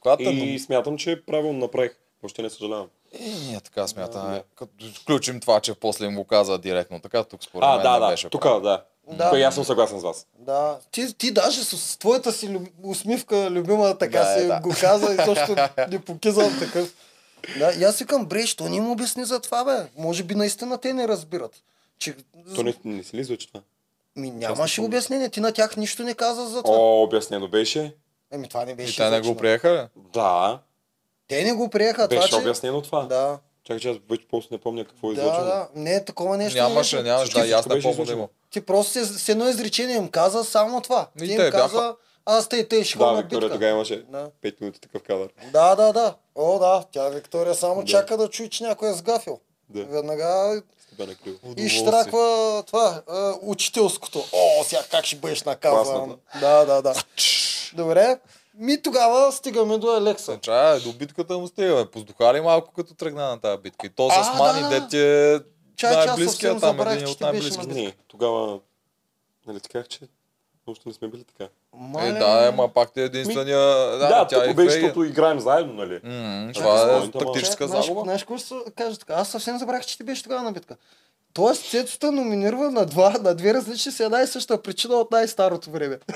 Когато е И смятам, че правилно направих. Въобще не съжалявам. И Е, ние така смятаме. Да. Като включим това, че после им го каза директно. Така тук според А, мен да, не да. беше Тук, прав. да. Да. Тук и аз съм съгласен с вас. Да, ти, ти даже с твоята си люб... усмивка, любима, така Да, е, да, си да. да. го каза и също не покизал такъв. Да, и аз викам, бре, що не им обясни за това, бе? Може би наистина те не разбират. Че... То не, не си ли звучи това? Ми Аз не нямаше помня. обяснение, ти на тях нищо не каза за това. О, обяснено беше. Еми това не И беше те не го изрично. приеха ли? Да. Те не го приеха, беше това, че... обяснено това. Да, Чакай, че аз вече просто не помня какво е да, излъчено. да, не, такова нещо Нямаше, не беше. нямаше, да, и аз Всичко не беше помня да излъчено. има. Ти просто с, с едно изречение им каза само това. И Ти те им бяха- каза, аз те и те ще Да, ходя на Виктория, е. битка. тогава имаше Да. 5 минути такъв кадър. Да, да, да. О, да. Тя Виктория само Да. чака да чуе, че някой е сгафил. Да, Веднага с тебе накрил. и Удоволствие. штраква това, а, учителското. О, сега как ще бъдеш наказан. Класната. Да, да, да. Добре. Ми тогава стигаме до Елекса. Е, Чая, до битката му стигаме. Поздуха ли малко като тръгна на тази битка? И то с А, Мани, да. де ти е Чай, че аз най-близкия съвсем там, забравих, един че от ти беше най-близките. на Не, тогава... Нали ти казах, че още не сме били така. Е, да, е, ма пак ти е единствения... Да, Да, тя е тук беше, фея. защото играем заедно, нали? М, Чакай, Това е спомням, ама. тактическа Знаеш- загуба. Знаеш какво ще кажа така? Аз съвсем забрах, че ти беше тогава на битка. Тоест, Цецота номинира на, два, на две различни с една и съща причина от най-старото време.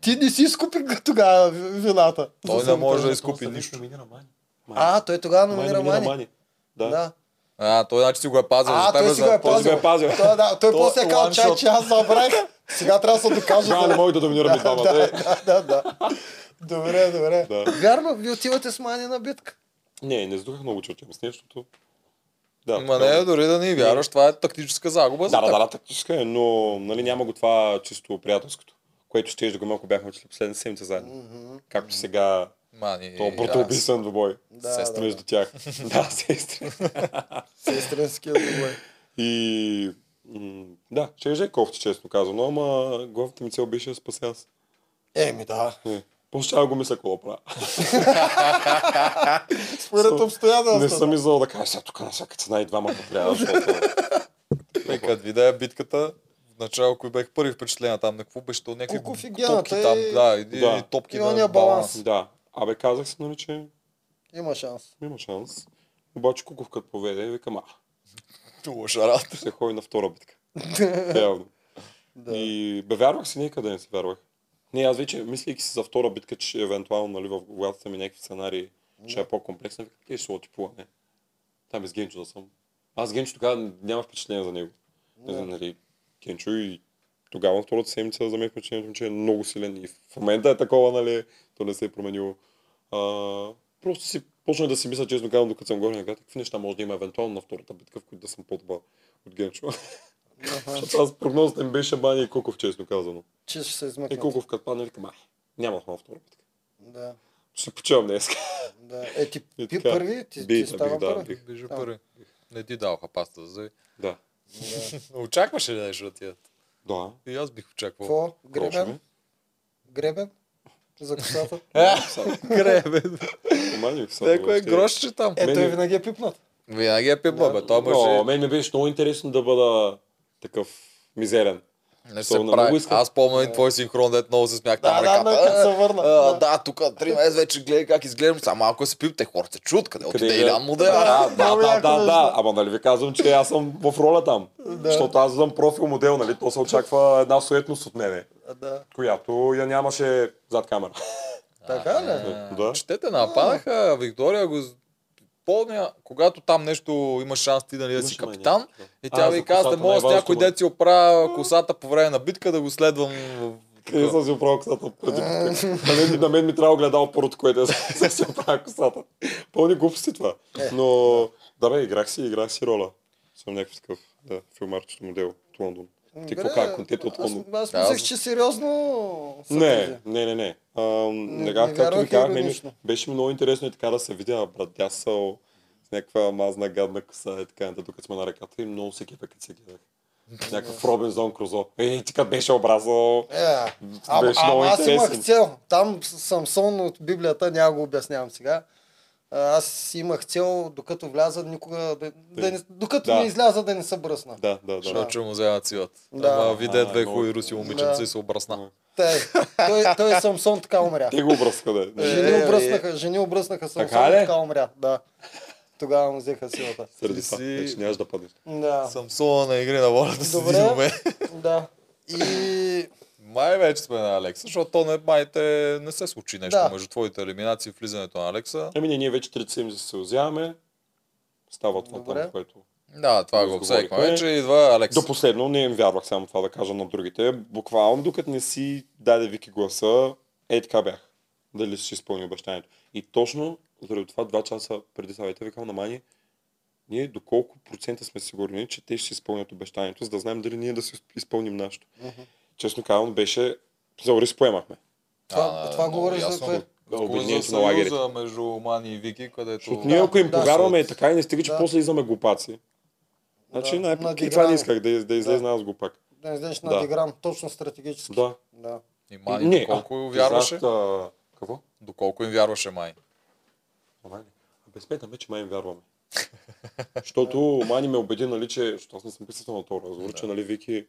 ти не си изкупи тогава вината. Той За не може да самотъжното. изкупи Просто нищо. номинира Мани. Мани. А, той тогава Мани номинира номинира Мани. Да. Да. А, той значи си го е пазил за А, той тебе си го за... е Той си го пазил. е пазил. Той, да, той То после е казал, one чай, shot. че аз забравих. Сега трябва да се докажа. Тогава не мога да доминираме да, двамата. да, е. да, да. Добре, добре. Да. Вярно, ви отивате с Мани на битка. Не, не задухах много чертим с нещото. Да, Ма да. не, дори да ни вярваш, това е тактическа загуба за Да, да, теб. да, да, тактическа е, но нали, няма го това чисто приятелското, което ще да го има, ако бяхме учили последната седмица заедно. Както сега Мани, то е да. братоубийствен двубой. Да, Сестра да, между тях. Да, сестри. Сестренския добре. И м, да, ще е кофти, честно казвам, но ама главната ми цел беше да спася аз. Еми да. Не. После ще го мисля какво да правя. Според Съм- Не обстоятелствата. съм излъл да кажа, сега тук на всяка цена и двамата трябва, защото... И като видя е битката, в начало, кои бях първи впечатления там, на какво беше то някакви Куков и топки гената там, и- да, и, е? Да. и топки И на ония баланс. баланс. Да, абе казах се, нали, че Има шанс. има шанс. Обаче Куков като поведе, викам, а, Лоша работа. ще ходи на втора битка. Реално. Да. И бе, вярвах си, никъде не си вярвах. Не, аз вече, мислейки си за втора битка, че евентуално нали, в главата ми някакви сценарии ще е по-комплексен, викам, къде ще отипуваме. Там е с Генчо да съм. Аз с Генчо тогава няма впечатление за него. Не знам, нали, Генчо и тогава втората седмица за мен впечатлението, ми, че е много силен и в момента е такова, нали, то не се е променило. А, Просто си почнах да си мисля, честно казвам, докато съм горе на град, какви неща може да има евентуално на втората битка, в които да съм по-добър от Генчо. Аха, Защото аз прогнозата им беше Бани и Куков, честно казано. Че ще се И измъкнат. Куков като падна, викам, ай, няма да ходя на втора битка. Да, Ще си почивам днес. да. Е, ти И пи така. първи, ти, ти Би, бих, става да, Е, първи. бих. Бежи Да. пари. Не ти даваха паста да вземи. Да. Да. Очакваше ли нещо да е? отидат? Да. И аз бих очаквал. Какво? Гребен? Грошове. Гребен? За косата? Гребе. Мани, в Е, Някой е грошче там. Е, той Мене- винаги е пипнат. Винаги е пипа, Да. бе. Той Но, мъж е- мен ми беше много интересно да бъда такъв мизерен. не то се много прави. искам. Аз помня и твой синхрон, дет много се смях Да, там да, но реката. като Е, се върна. А, Да. да, тук три месеца вече гледай как изглеждам. Само малко се пипте, хората се чуят. Къде Къде отиде е? Илян му да Да, да, Много да, яко да, нещо. да. Ама нали ви казвам, че аз съм в роля там. Да. Защото аз съм профил модел, нали? То се очаква една суетност от мене, Да. която я нямаше зад камера. Така ли? Да. Четете, нападаха. Виктория го помня, когато там нещо има шанс ти нали, да си Имаше май капитан. някакво. И А, тя за ви каза, да косата, мога с най-важното, някой ма. дет си оправя косата по време на битка, да го следвам. в- Къде съм си оправил косата? Пъти, на, мен, на мен ми трябва огледал първото, което съм си оправил косата. Пълни глупости това. Е. Но да бе, играх си, играх си роля. Съм някакъв такъв да, филмарчето модел от Лондон. Ти какво Добре, казах, контента от аз- Лондон? Аз Да, мислех, аз- че сериозно. са тези. Не, не, не, не. Ам, Не- не, не не както ви вярвах казах, мен, иронично. беше ми много интересно и така да се видя брадясъл с някаква мазна гадна коса и така нататък, като сме на ръката и много се кефа, като се гледах. Някакъв Робинзон Крузо. Ей, ти като беше образал. Е, ама, Беше много ама аз имах интересен. цел. Там Самсон от Библията, няма го обяснявам сега. А, Аз имах цел, докато вляза, никога да, да не, докато Да. не изляза, да не се бръсна. Да, да, да. Защото ще му вземат силата. Да. Ама виде А, две но- хубави руси момиченца и се обрасна. Тъй, той, той Самсон така умря. Те го обръзка, да. Е, е, Жени е. обръснаха, жени обръснаха Самсон Така ли? и така умря. Да. Тогава му взеха силата. Среди Ти това. си- Вече нямаш да паднеш. Да. Самсона на игри на волята с Добре. един момент. да. И Май вече сме на Алекса, защото то не, майте не се случи нещо Да. между твоите елиминации и влизането на Алекса. Ами не, ние вече 37 се съузяваме. Става това Добре. там, което... Да, това го Разговорихме. обсъдихме вече. Идва Алекс. До последно не им вярвах само това да кажа на другите. Буквално докато не си даде Вики гласа, е така бях. Дали ще изпълни обещанието. И точно заради това два часа преди съвета викам на Мани, ние до колко процента сме сигурни, че те ще изпълнят обещанието, за да знаем дали ние да си изпълним нашето. Честно казано беше, за риск поемахме. това, А, това много говориш за ясно. кое? Да, Кой за обединението на лагерите. съюза между Мани и Вики, където... Защото ние ако им да, повярваме е да. така и не стига, че Да. после излизаме глупаци. Значи Да, най- и това надиграно. не исках да, из- да излезна аз глупак. Да не знаеш Да. надигран, точно стратегически. Да. Да. И Мани, доколко вярваше? Изляза, а, Какво? Доколко им вярваше Май. Ама не. Абе смятаме, че май им вярваме. Защото Мани ме убеди, нали, че, защото аз не съм присъствал на този разговор, че нали Вики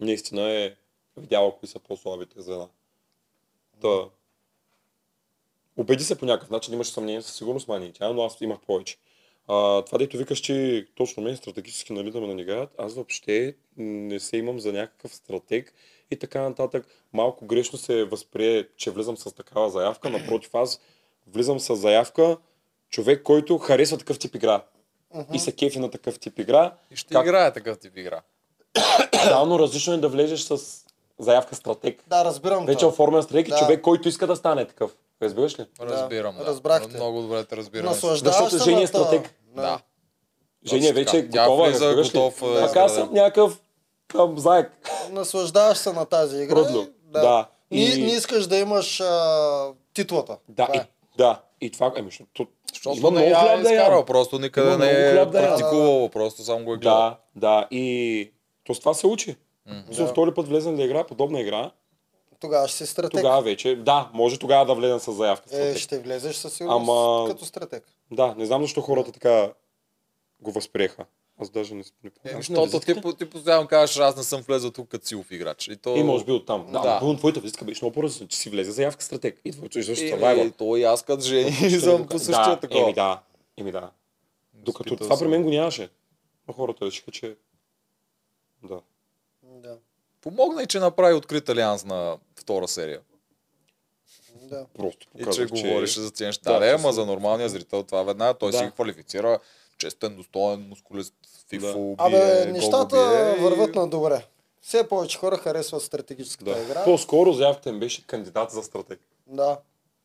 наистина е видяла кои са по-слабите звена. Та. Убеди се по някакъв начин, имаше съмнение със сигурност Мани и тя, но аз имах повече. А, това дето викаш, че точно мен стратегически нали да ме нанигаят, аз въобще не се имам за някакъв стратег и така нататък. Малко грешно се възприе, че влизам с такава заявка, напротив аз влизам с заявка, човек, който харесва такъв тип игра. И се кефи на такъв тип игра. И ще Как- играе такъв тип игра. Да, но различно е да влезеш с заявка стратег. Да, разбирам. Вече това. оформен стратег и Да. човек, който иска да стане такъв. Разбираш ли? Разбирам, да. разбрахте. Много добре те разбирам. Наслаждаваш Защото се Жени е на това. стратег. Да. Женя Точно вече е така. Тя готова. влиза, разбираш ли? готов, е, Така изграден. съм някакъв там заек. Наслаждаваш се на тази игра. Трудно. Да. И... И- Не, не искаш да имаш а, титлата. Да, Това и, е. да. И това, еми, защото Защото има не много я е хляб да ям. изкарал, просто никъде Има не много е хляб да ям. практикувал, просто само го е гледал. Да, да. И то с това се учи. За Да. втори път влезем да игра подобна игра, Тогава ще си стратег. тогава вече, да, може тогава да влезем с заявка. Е, стратег. ще влезеш със сигурност Ама- като стратег. Да, не знам защо хората така го възприеха. Аз даже не, не Е, помня. Защото ти, по- ти постоянно кажеш, аз не съм влезъл тук като силов играч. И то... И може би оттам. Да, Да. да. Но твоята визитка беше много по-различна, че си влезе заявка стратег. И твоето и И, също и, survival. то Е, и аз като жени съм по същия да, такова. Еми да, еми да. Докато Изпитал това при съм. мен го нямаше. Но хората решиха, че... Да. Да. Помогна и, че направи открит алианс на втора серия. Да. Просто И показах, че, говореше за тези неща. Да, Да, че ама си- за нормалния зрител това веднага. Той Да. си квалифицира честен, достоен, мускулист, Да. фифо, да. бие, Абе, гол го нещата бие и- върват на добре. Все повече хора харесват стратегическата Да. игра. По-скоро заявката им беше кандидат за стратег. Да.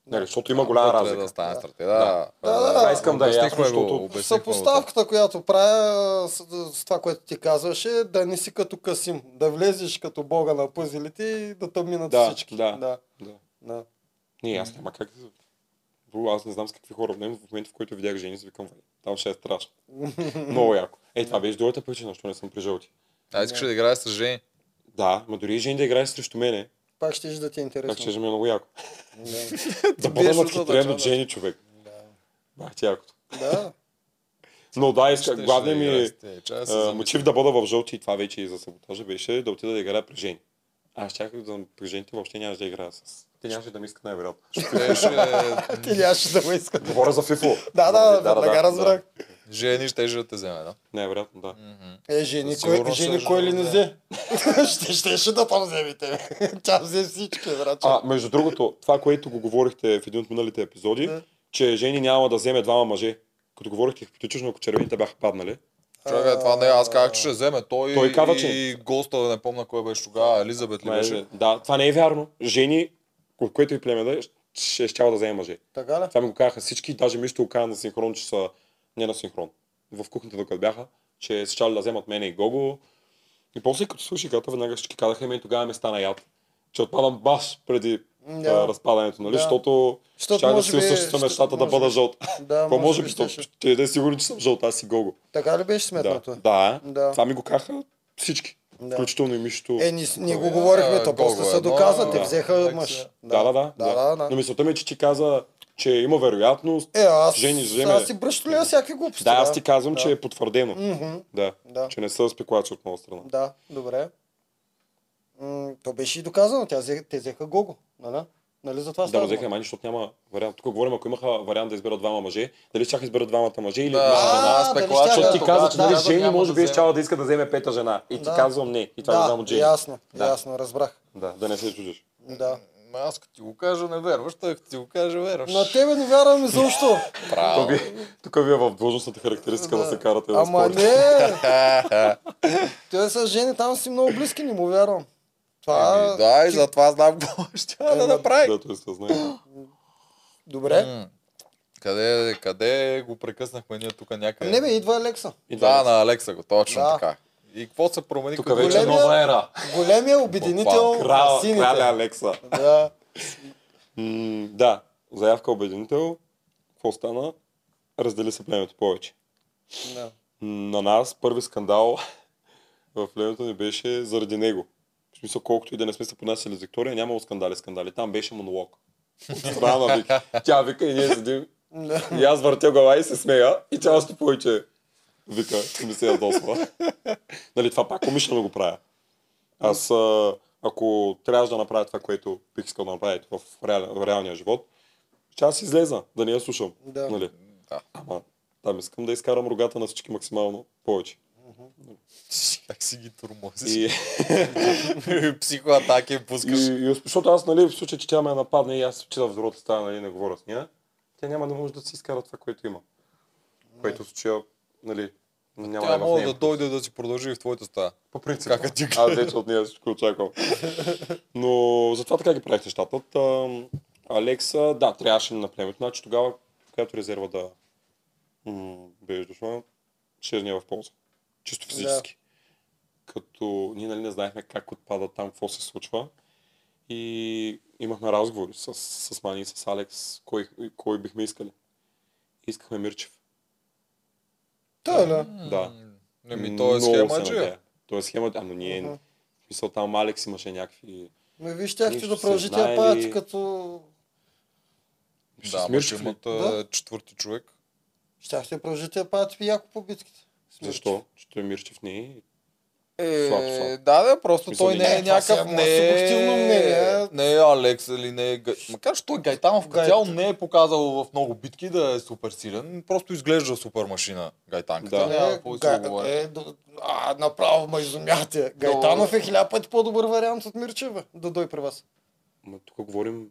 Нали, защото има голяма Трябва разлика. Да стане Да. стратегия. Да. Да, да, да. Това искам да е ясно, Обяснихме го, защото обяснихме го Съпоставката, която правя с, с това, което ти казваш е да не си като Касим, да влезеш като бога на пъзелите и да тъмнинат Да, всички. да. да, Да. да. Не, аз няма как. да- Бро, аз не знам с какви хора днем, в момента, в който видях жени, си викам, «Вали, там ще е страшно. Много яко. Е, това беше другата причина, защо не съм при жълти. А искаш ли да играеш с жени? Да, ма дори и жени да играе срещу мене, Пак ще да ти е пак ще интересно. ми е много яко. Да. беше да бъда озадачен, надхитрен от да. жени човек. Бах ти якото. да. Но да, Щеше иска, главният да ми играеш с тези, че да се а, замисля. мотив да бъда в жълти и това вече и за саботажа беше да отида да играя при жени. Аз чаках да при жените въобще нямаше да играя с. Те нямаше да ми искат най-вероятно. Щеше- Ти нямаше да го иска. Говоря за FIFA. Да, да, веднага разбрах. Жени ще да те вземе, да. Най-вероятно, да. Е, жени, Със кой, сигурност жени ще кой да ли не да. взе? ще, ще, ще да там вземе тебе. Тя взе всички, брат. А, между другото, това, което го говорихте в един от миналите епизоди, Да. че жени няма да вземе двама мъже. Като говорихте хипотетично, ако червените бяха паднали. Чакай, това не, е, аз казах, че ще вземе. Той, Той казва, че- и госта, не помня кой беше тогава, Елизабет ли Май- беше? нали Да, това не е вярно. Жени, от което и племе да е, ще щяла да вземе мъже. Така ли? Това ми го казаха всички, даже ми ще го кажа на синхрон, че са не на синхрон. В кухнята, докато бяха, че се щяли да вземат мене и Гого. И после като слушах играта, веднага всички казаха, и мен тогава ме стана яд. Че отпадам баш преди Да. а, разпадането, нали? Да. Защото Защото щях да може си би- осъществя ще- нещата да може бъда би- жълт. Да, Какво може би, щеше. защото ще да е сигурен, че съм жълт, аз си Гого. Така ли беше Да, сметнато? да, Да. това ми го каха всички. Да. Включително и Мишото. Е, ние, ние го Е, говорихме, то Гого после е, се но- доказа, те да. взеха Лекция. мъж. Да, да, да. да, да, да. Но мисълта ми е, че ти каза, че има вероятност. Е, аз, Жени, вземе. аз си бръщоля всякакви глупости. Да, аз ти казвам, да. че е потвърдено. Мгм, Да. Да. Че не са спекулации от моя страна. да, добре. М, то беше и доказано, тя взе, те взеха Гого, нали? Нали за това Да, става но взеха дума? мани, защото няма вариант. Тук говорим, ако имаха вариант да изберат двама мъже, дали ще изберат двамата мъже или една жена. да, една дали спекулация, щяха- Защото ти да, каза, че да, нали да, жени няма може да би вземе. щяла да иска да вземе пета жена. И ти Да. казвам не. И това го да, знам от жени. ясно, Да. ясно, разбрах. Да, да не се чудиш. Да. Ма Аз като ти го кажа, не вярваш, той като ти го кажа, вярваш. На тебе не вярвам изобщо. Тук Право. ви- Тук вие в длъжностната характеристика да се карате да Ама спорите. не! Е, Той с жени там си много близки, не му вярвам. Това... е е Еми, Да, и ами, затова знам какво ще тя да Ема, направи. Да, той се знае. Добре. М. Къде, къде го прекъснахме ние тук някъде? Е, Не бе, идва Алекса. Да, на Алекса го, точно Да. така. И какво се промени? Тук като вече е големия? големия- нова ера. Големия обединител на Крал, краля сините. Алекса. Да. М, да, заявка обединител. Какво стана? Раздели се племето повече. да. М, На нас първи скандал в племето ни беше заради него. В смисъл, колкото и да не сме се понасяли с Виктория, нямало скандали, скандали. Там беше монолог. От страна на Вики. Тя вика и ние седим. Да. И аз въртя глава и се смея. И тя още повече вика, че ми се ядосва. нали, това пак умишлено го правя. Аз, а, ако трябваше да направя това, което бих искал да направя в, реал, в реалния живот, ще аз излеза, да не я слушам. Да. Нали? Да. Ама, там искам да изкарам рогата на всички максимално повече. Как си ги турмозиш? И, Психоатаки им и, пускаш. и, защото аз, нали, в случай, че тя ме нападне и аз че в взората стана, нали, не говоря с нея, тя няма да може да си изкара това, което има. Което в случая, нали, няма Тя е в мога нея. да дойде да си продължи и в твоята стая. По принцип. Кака ти Аз вече от нея всичко очаквам. Но затова така ги правих нещата. Та, Алекса, да, трябваше на племето. Значи тогава, която резерва да м- беше дошла, ще ни е в полза. Чисто физически. Като ние нали не знаехме как отпада там, какво се случва. И имахме разговори с, с Мани и с Алекс, кой, кой бихме искали. Искахме Мирчев. Той е ли? Да. Ами, Не ми, той е Много се схема, че. надея. Той е схема, ама ние... Мгм. Uh-huh. Мисъл, там Алекс имаше някакви... Ме Ами виж, тяхте Нищо да се продължите знае я паят ли? като... Да, ама ще Мирчев ли? имат Да. а, четвърти човек. Щяхте да продължите я паят и яко по битките. Защо? Защото е Мирчев не е. Е, Слаб, слаб. да, да, просто Мисля, той не. не е Е, това си е някакъв, мое не е, субективно мнение. не е Алекс или не е... Гай- Макар, че той Гайтанов като Гай- цяло не е показал в много битки да е супер силен, просто изглежда супер машина Гайтанката. Да. Да. Няма какво да Га- се говори. е, да- а, направо ме изумяте. Гайтанов е хиляда пъти по-добър вариант от Мирчева да дой при вас. Ма тук говорим...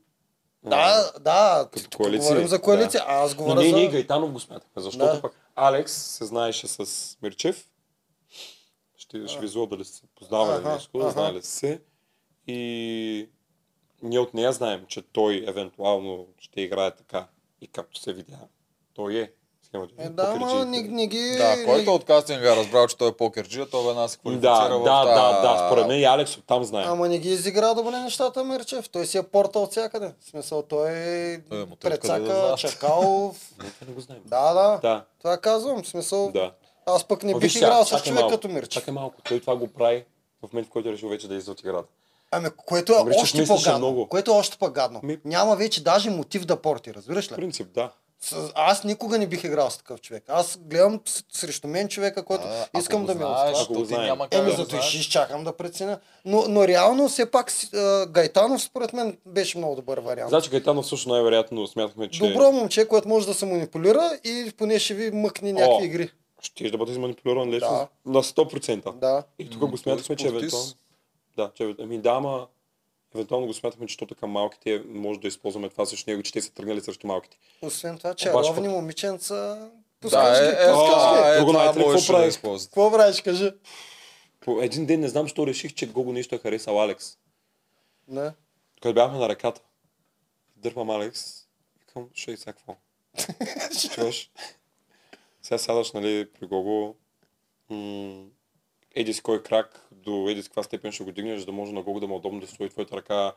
а, Да, да, като тук коалиция. говорим за коалиция, а аз Но говоря ние, ние за... Гайтанов го смятахме, защото Да. пък Алекс се знаеше с Мирчев. Ще, ще ви зла дали е сте се познавали Аха, нещо, аха. знали сте се. И ние от нея знаем, че той евентуално ще играе така и както се видя. Той е. схемата. Е, да, ама не, не ги... Да, който не, от кастинга е разбрал, че той е покерджия, той веднага се Да, квалифицира в да, да, тая да, според работа. мен и Алекс оттам знае. ама не ги изигра добре нещата, Мерчев. Той си е портал от всякъде. В смисъл, той е Той му те откъде прецака, да знаеш. Чакалов. Но това не го знаем. да, да, Да, Това казвам. В смисъл, да. аз пък не Ма бих виж играл сега, с чакай човек малко, като Мирчев. Чакай малко, той това го прави в момента, в който е решил вече да излезе от играта. Ами, което е Мирчев още мислеше по-гадно. много. Което е още по-гадно. Ми- Няма вече даже мотив да порти, разбираш В ли? принцип, да. С, аз никога не бих играл с такъв човек. Аз гледам с- срещу мен човека, който А, ако искам го да ме знаеш, отстраши. Ако го то ти знаем. няма как Еми, да го зато и знаеш. ще изчакам да преценя. Но, но реално, все пак, си- а, Гайтанов, според мен, беше много добър вариант. Значи Гайтанов също най-вероятно смятахме, че Добро момче, което може да се манипулира и поне ще ви мъкне някакви О. игри. ще да бъде изманипулиран лесно Да. на 100%. Да. И тук М, го смятахме, че той е евентуално... спортист. Да, че еве- ами да, ама евентуално го смятахме, че то така малките може да използваме това срещу него, че те са тръгнали срещу малките. Освен това, че Обаче ровни пък- момиченца... Да, Пускаш е, ги, е, пускаш ги. това е, Друго това знаете ли какво можеше да прави? използвате. Какво правиш, кажи? По един ден не знам, що реших, че Гого нещо е харесал Алекс. Не. Когато бяхме на ръката, дърпам Алекс, викам, ще и сега какво? Чуваш? Сега сядаш, нали, при Гого, м- еди с кой крак, до еди с каква степен ще го дигнеш, за да може на Гого да му е удобно да стои твоята ръка,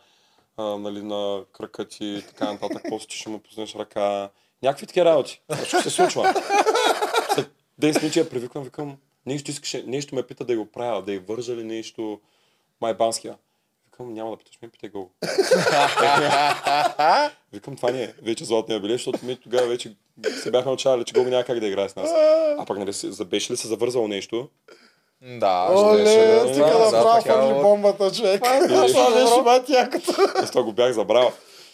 а, нали, на кръка ти и така нататък, после ти ще му познеш ръка. Някакви такива работи. Защо се случва? След 10 минути я привиквам, викам, нещо искаше, нещо ме пита да го правя, да й вържа ли нещо майбанския. Викам, няма да питаш, ми питай Гого. Викам, това не е вече златния билет, защото ми тогава вече се бяхме отчаяли, че Гого няма как да играе с нас. А пък нали, се- за- беше ли се завързал нещо? Да, Оле, щеше да е стига това, да да, прав така, хвърли от- бомбата, човек. Това е беше мати якото. Аз това го бях забрал.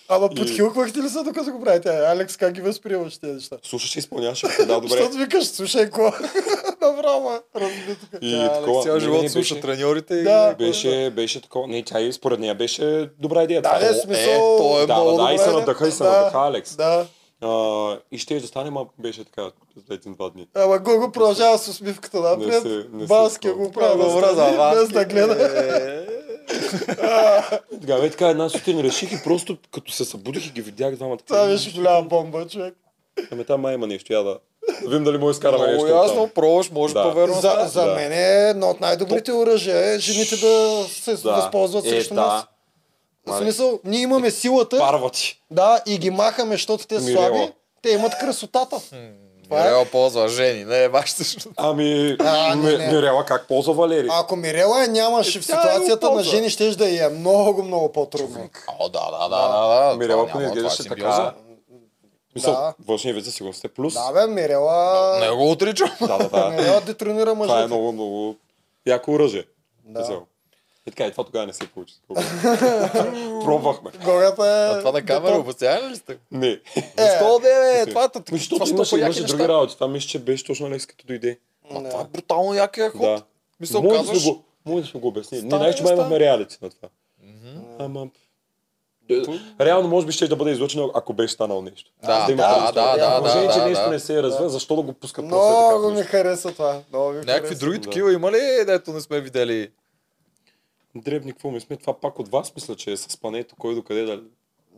Ама И- подхилквахте ли се, докато го правите? Ай, Алекс, как ги възприемаш тези неща? Слушаш и изпълняваш. Да, добре. Защото викаш, слушай, ко. Добро, ма. Разби тук. И Да, Алекс такова. цял Не, не, не, живот беше- слуша треньорите и... е Да. Беше, беше такова. Не, тя и според нея беше добра идея. Да, това. не, О, смисъл... е, то е Да, много да, да, и се добре, надъха, и се да. надъха, Алекс. Да. А, и ще да стане, ма беше така след един-два дни. Ама го го продължава с усмивката Не напред. се- не се Баския такова. го прави Много добра Е, добра Е, за без да гледа. И Тогава е така една сутрин реших и просто като се събудих и ги видях двамата. Това беше голяма бомба, човек. Ами там май има нещо, я да. да Видим дали му изкараме Много нещо. ясно, оттам. пробваш, може Да. повярвам. За, за Да. мен е едно от най-добрите оръжия е жените да се възползват Е, срещу да. нас. В Мале. смисъл, ние имаме силата, Парва ти. Да, и ги махаме, защото те са Мирела. слаби. Те имат красотата. Това е. Мирела ползва жени, не е баш също. Ами, А, не, Ми- не. Мирела как ползва Валери? А ако Мирела я нямаше в Тя е ситуацията на опоза. жени, ще да й е много, много по-трудно. О, да, да, да, да. да. Ами, Мирела Това поне няма, това е изглеждаше симбиоза. така. Мисъл, Да. външния вид със сигурност е плюс. Да, бе, Мирела... Не го отричам. Да, да, да. Мирела детронира мъжете. Това е много, много яко оръжие. Да. Да. И така, и това тогава не се получи. Пробвахме. Гогата е... А това на камера обяснявали ли сте? Не. Защо бе, бе, Е. това е Ами, това Защото са имаше, по-яки имаше неща. други работи. Това мисля, че беше точно Алекс като дойде. Ма Да. това е брутално якия ход. Да. Мисъл, Може да казваш- сме го- Може да сме го обяснили. Не, Става, знаеш, че май става. имахме реалити на това. Ама... е, Реално, може би ще е да бъде излъчено, ако беше станал нещо. Да, има да, тази история. да, да, Ако жени, да, че да, нещо да. не се е развива, защо да го пускат после така? Много ми нещо? хареса това. Много ми Някакви хареса. други Да. такива има ли, дето не сме видели? Дребни, какво ми сме? Това пак от вас мисля, че е с пането, кой докъде да...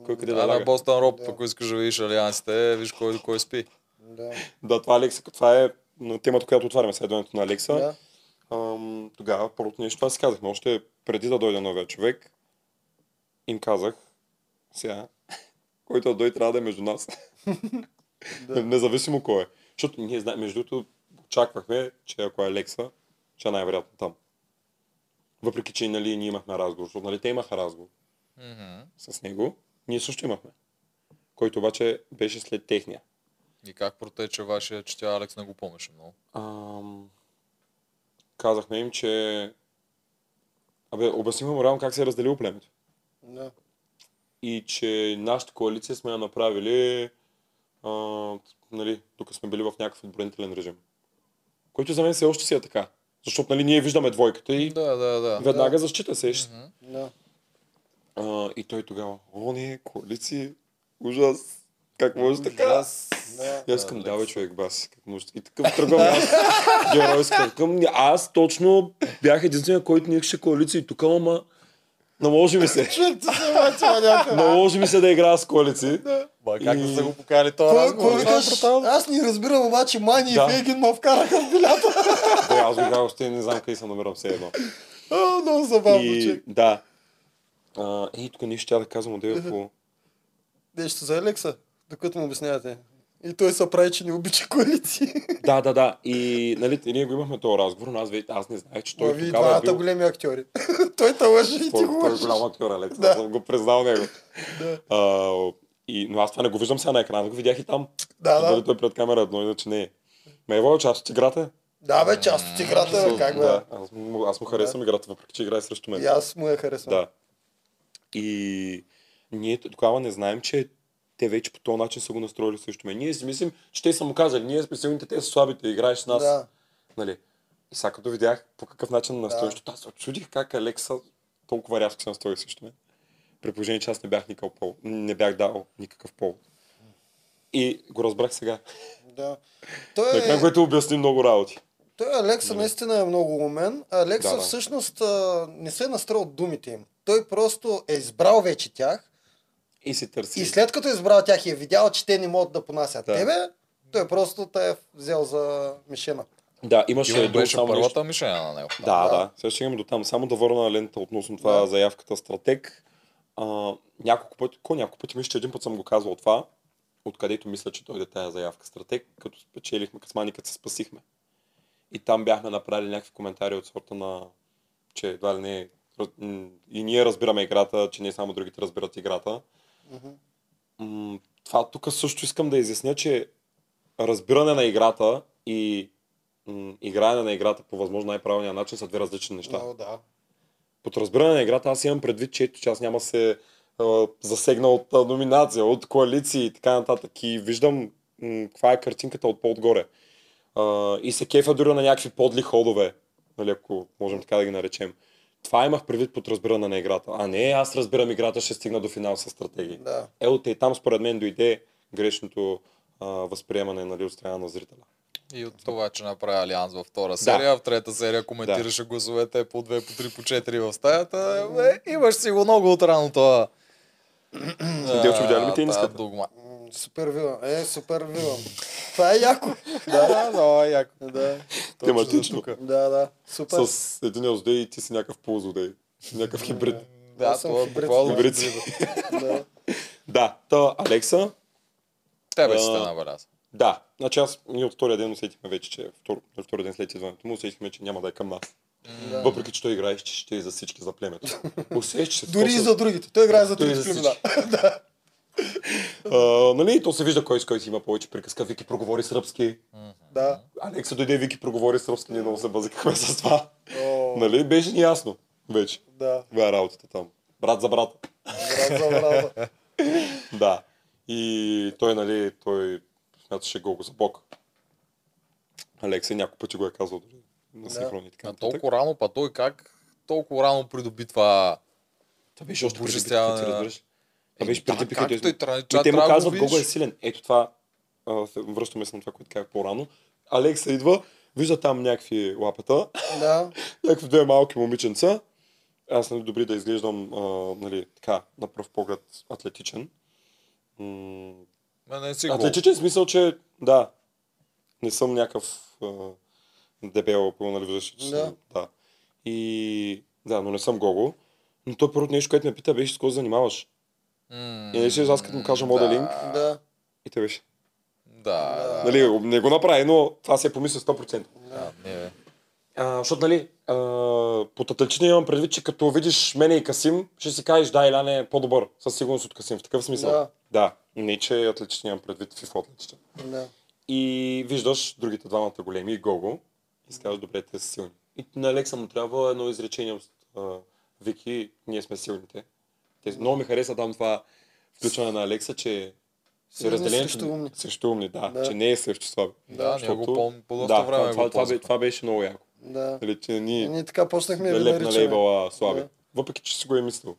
Кой къде да, Да, на лага. Бостън Роб, Да. ако искаш да видиш алиансите, виж кой до кой спи. Да. Да, това, Алекса, това е м, темата, която отваряме следването на Алекса. Да. Ам, тогава първото нещо, аз си казахме, още преди да дойде новия човек, им казах, сега, който да дойде трябва да е между нас. Да. Независимо кой е. Защото ние знаем, между другото, очаквахме, че ако е Алекса, че е най-вероятно там. Въпреки, че нали, ние имахме разговор, защото нали, те имаха разговор Мгм. с него, ние също имахме. Който обаче беше след техния. И как протече вашия, че тя Алекс не го помнеше много. Ам, казахме им, че... Абе, обяснихме му реално как се е разделил племето. Да. и че нашата коалиция сме я направили, а, нали, тук сме били в някакъв отбранителен режим. Който за мен все още си е така. Защото нали, ние виждаме двойката и Да, да, да. веднага защита се. еш. Мгм. Да. А, и той тогава, о не, коалиции, ужас, как може така? Аз... Да. И аз към, Алекс. давай човек, баси, как може така? И такъв тръгвам аз, геройски към. Аз точно бях единствения, който не искаше коалиции тук, ама Наложи ми се. Човек, ти се мача някъде. Наложи ми се да играя с колици. Ба, как да И- са го покали този Какво- какво разговор? викаш? Аз не разбирам, обаче Мани Да. и Фейгин ме вкараха в билята. Бе, аз го играя още не знам къде се намирам все едно. А, Много забавно, И човек. да. А, Ей, тук нещо тя да казвам от по... Нещо за Елекса, докато му обяснявате. И той се прави, че не обича коалиции. Да, да, да. И нали, ние го имахме този разговор, но аз, ве- аз не знаех, че Той той ви тогава е двамата бил... големи актьори. той те лъжи и ти Той, го той е лъжиш. голям актьор, Алекс. Да. Да. Съм го признал него. Да. А, и, но аз това не го виждам сега на екрана, го видях и там. Да, Да, да. да. Той пред камера едно, иначе не е. Ме е част от играта. Да, бе, част от играта, бе, как бе. да. Аз му, аз му харесвам играта, въпреки че играе срещу мен. И аз му я харесвам. Да. И ние тогава не знаем, че те вече по този начин са го настроили срещу мен. Ние си мислим, че те са му казали, ние сме силните, те са слабите, играеш с нас. Да. Нали? И сега като видях по какъв начин настроиш, да. аз се очудих как Алекса толкова рязко се настрои срещу мен. При положение, че аз не бях, никакъв пол, не бях дал никакъв пол. И го разбрах сега. Да. Той, Така, е, което обясни много работи. той Алекса наистина е много умен. а Алекса Да, да. всъщност а, не се е настроил от думите им. Той просто е избрал вече тях И се търси. и след като е избрал тях и е видял, че те не могат да понасят Да. тебе, той просто те е взел за мишена. Да, Ти имаше му друго беше само нещо. първата мишена на него. Да, да. Сега ще имам до там. Само да върна лента относно това Да. заявката стратег. А, няколко пъти, ко, няколко пъти мисля, че един път съм го казвал това, откъдето мисля, че дойде тази заявка стратег, като спечелихме, като с Мани, като се спасихме. И там бяхме направили някакви коментари от сорта на, че едва ли не, раз- м, и ние разбираме играта, че не само другите разбират играта. Мгм. М, Това тук също искам да изясня, че разбиране на играта и м, игране на играта по възможно най-правилния начин са две различни неща. Но, да. Под разбиране на играта аз имам предвид, че ето, че аз няма се а, засегна от а, номинация, от коалиции и така нататък. И виждам м, каква е картинката от по-отгоре. А, и се кефа дори на някакви подли ходове, нали, ако можем така да ги наречем. Това имах предвид под разбиране на играта. А не, аз разбирам играта, ще стигна до финал с стратегии. да. Е, от и там според мен дойде грешното а, възприемане нали, от страна на зрителя. И от това, че направи Алианс във втора серия, в трета серия коментираше гласовете по 2, по 3, по 4 в стаята. Е, имаш си го много от рано това. Делчо, видя ли ми А, те тая инската? Догма. М, Супер вилам. Е, супер вилам. Това е яко. Да, да, много е яко. Да, Точно за Тематично. тука. да, да. Супер. С един е злодей и ти си някакъв полузлодей. Някакъв хибрид. Да, Аз съм това е хибрид. буквално. Хибрид. Да. Да, та Алекса, Тебе си А, те набеляза. да. Значи аз ние от втория ден усетихме вече, че е втор, на втория ден след идването му усетихме, че няма да е към нас. Да. Въпреки, че той играеше, че ще е за всички, за племето. Усещаш, че се Дори и скочва- за другите. Той играе за Той е другите племена. А, нали, то се вижда кой с кой си има повече приказка. Вики проговори сръбски. Да. Алекса дойде, Вики проговори сръбски. Ние много се базикахме с това. О, Нали, беше ни ясно вече. Да. Това е работата там. Брат за брат. Брат за брат. Да. И той, нали, той смяташе го за Бог. Алекса няколко пъти го е казал дори на Да. синхрони. и Така, А нататък. толкова рано, па той как толкова рано придоби това Това беше още преди обожествяване битката, ти на- разбираш. Това беше Да, преди битката. Е, как и сме- той трябва И те му трябва да го казват, Гого е видиш. силен. Ето това, а, се- връщаме се на това, което казах по-рано. Алекса идва, вижда там някакви лапета, Да. някакви две е малки момиченца. Аз нали, добри да изглеждам, а, нали, така, на пръв поглед атлетичен. М, Ме не си го. Атлетичен смисъл, че да, не съм някакъв а, дебел, ако нали виждаш. че Да. съм- да. И да, но не съм Гого. Но то първото нещо, което ме пита, беше с кого се занимаваш. И не ще аз като му кажа моделинг Да. и те беше. Да, да. Нали, об- не го направи, но това се е помисля 100%. Да, не, бе. А, защото, нали, а, по татличния имам предвид, че като видиш мене и Касим, ще си кажеш, да, Илян е по-добър, със сигурност от Касим, в такъв смисъл. Да. да. не че атлетичния имам предвид, фифо атлетичен. Да. И виждаш другите двамата големи и Гого. И си казваш, добре, те са силни. И на Алекса му трябва едно изречение от а, Вики, ние сме силните. Те, много ми хареса там това включване на Алекса, че се Силни разделението... срещу умни. Срещу умни, да, Да. Че не е срещу слаби. Да, ние го Защото- помним по доста да, време това, го това, това, бе- ползвахме. това, беше много яко. Да. Нали, че И ни Ние така почнахме да лепна наричаме. лейбъла слаби. Да. Въпреки, че си го е мислил.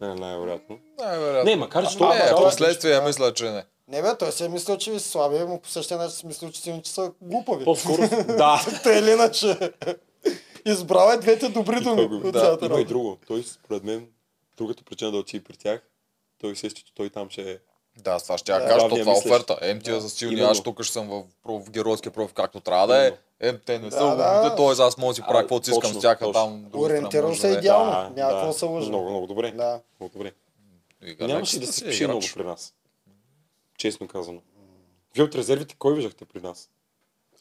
Не, най-вероятно. Най-вероятно. Не, макар че Ами това не, в е начало- последствие мисля, че не. Не бе, той си е мислил, че ви са слаби, му по същия начин си мислил, че си че са глупави. По-скоро, да. Та или иначе. Избрал е двете добри И това думи го- от да, цялата има и работа. друго. Той, според мен, другата причина да отиде при тях, той се сеща, че той там ще е Да, аз това ще я Да, кажа, защото главния това е мислещ. оферта. МТ Да, за силни, именно. аз тук ще съм в, проф, в геройския проф, както трябва да е. МТ не са Да, да. лудите, т.е. аз мога да си правя А, каквото си искам точно, с тях, а точно. там... другата не Ориентирал може се да е. идеално. Да, няма какво да се лъжем. Много, много добре. Да. Много добре. И Алекс Нямаше да си се е пише играч. много при нас. Честно казано. Вие от резервите кой виждахте при нас?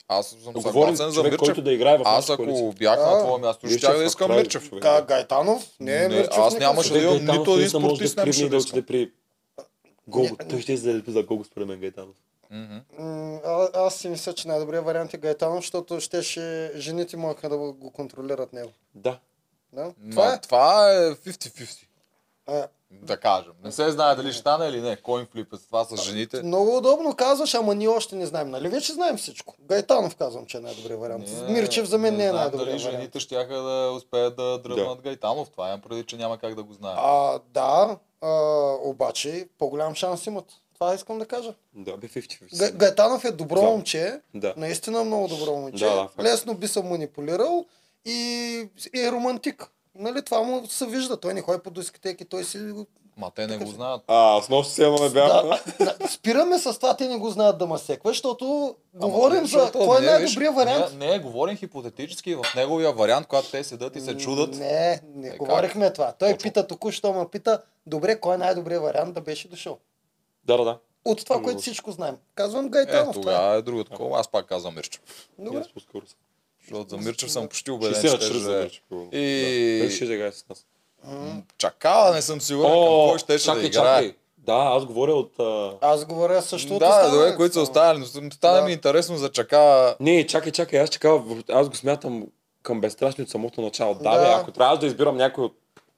Аз съм Говорим съгласен за човек, Мирчев. който да играе в Аз нашата коалиция. ако бях на Да. твое място, ще Мирчев щях да в искам край, Мирчев. човек. Ка, Гайтанов? Не, Не, е Мирчев аз никак. нямаше Човек, да имам Гайтанов нито един наистина може спортист, да нямаше кривне и да да искам. отиде при Гого. Не. Той ще излезе за Гого според мен Гайтанов. Мгм. М, а- аз си мисля, че най-добрият вариант е Гайтанов, защото щеше жените могат да го контролират него. Да. Да? Това Ма, е. Това е 50-50. А, Да кажем. Не се знае дали ще стане или не. Койн флип е това с жените. Много удобно казваш, ама ние още не знаем. Нали вече знаем всичко? Гайтанов казвам, че е най-добрият вариант. Не, Мирчев за мен не, е знам най-добрият Дали вариант. жените ще да успеят да дръпнат Гайтанов. Това имам преди, че няма как да го знаем. А, да, а, обаче по-голям шанс имат. Това искам да кажа. Да, бе 50-50. Га- Гайтанов е добро Да. момче, Да. наистина много добро момче. Да, да, факт. Лесно би се манипулирал и, и е романтик. Нали, това му се вижда. Той не ходи по дискотеки, той си... Ма те не го знаят. А, с нощ се имаме бяха. Да, да, спираме с това, те не го знаят да ма секва, защото говорим не, за защото кой е не, виж, най-добрият вариант. Не, не, говорим хипотетически в неговия вариант, когато те седат и се чудат. Не, не Е, говорихме това. Той Точно. пита току-що, ма пита, добре, кой е най-добрият вариант да беше дошъл? Да, да, да. От това, Много което лошо. всичко знаем. Казвам Е, Гайтанов. това е. тогава е друго такова. Аз пак казвам Мирчев. И Добре. аз по-скоро съм. Защото за Мирчев съм почти убеден, 60 на ще 40 за е- Мирчев. сигурно. И- Да. Той ще играе с нас. М, Чакала не съм сигурен към кой ще да чакай, играе. чакай. Да, аз говоря от... а, Аз говоря също от Да, добре, които са останали, но съм- стана е, Да. ми е интересно за Чакала. Не, чакай, чакай, аз чакава, аз го смятам към безстрашни от самото начало. Да, Да. бе, ако трябва да избирам някой от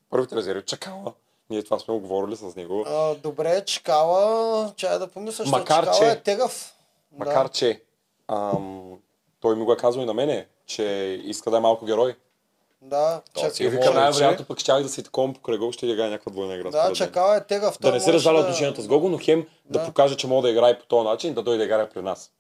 първите резерви, чакала. Ние това сме го говорили с него. А, добре, Чикала, чая да помисля, защото Макар, Чикала че- е тегав. Макар да. че ам, той ми го е казал и на мене, че иска да е малко герой. Да, То чак... си И Е, вика, може, най-вероятно пък щях да си таковам по кръга, ще играе някаква двойна игра. според да, мен. Чакала е тегав. Да той не се може разжаля от отношенията с Гого, но хем да. Да. покаже, че мога да играе по този начин, да дойде да играе при нас.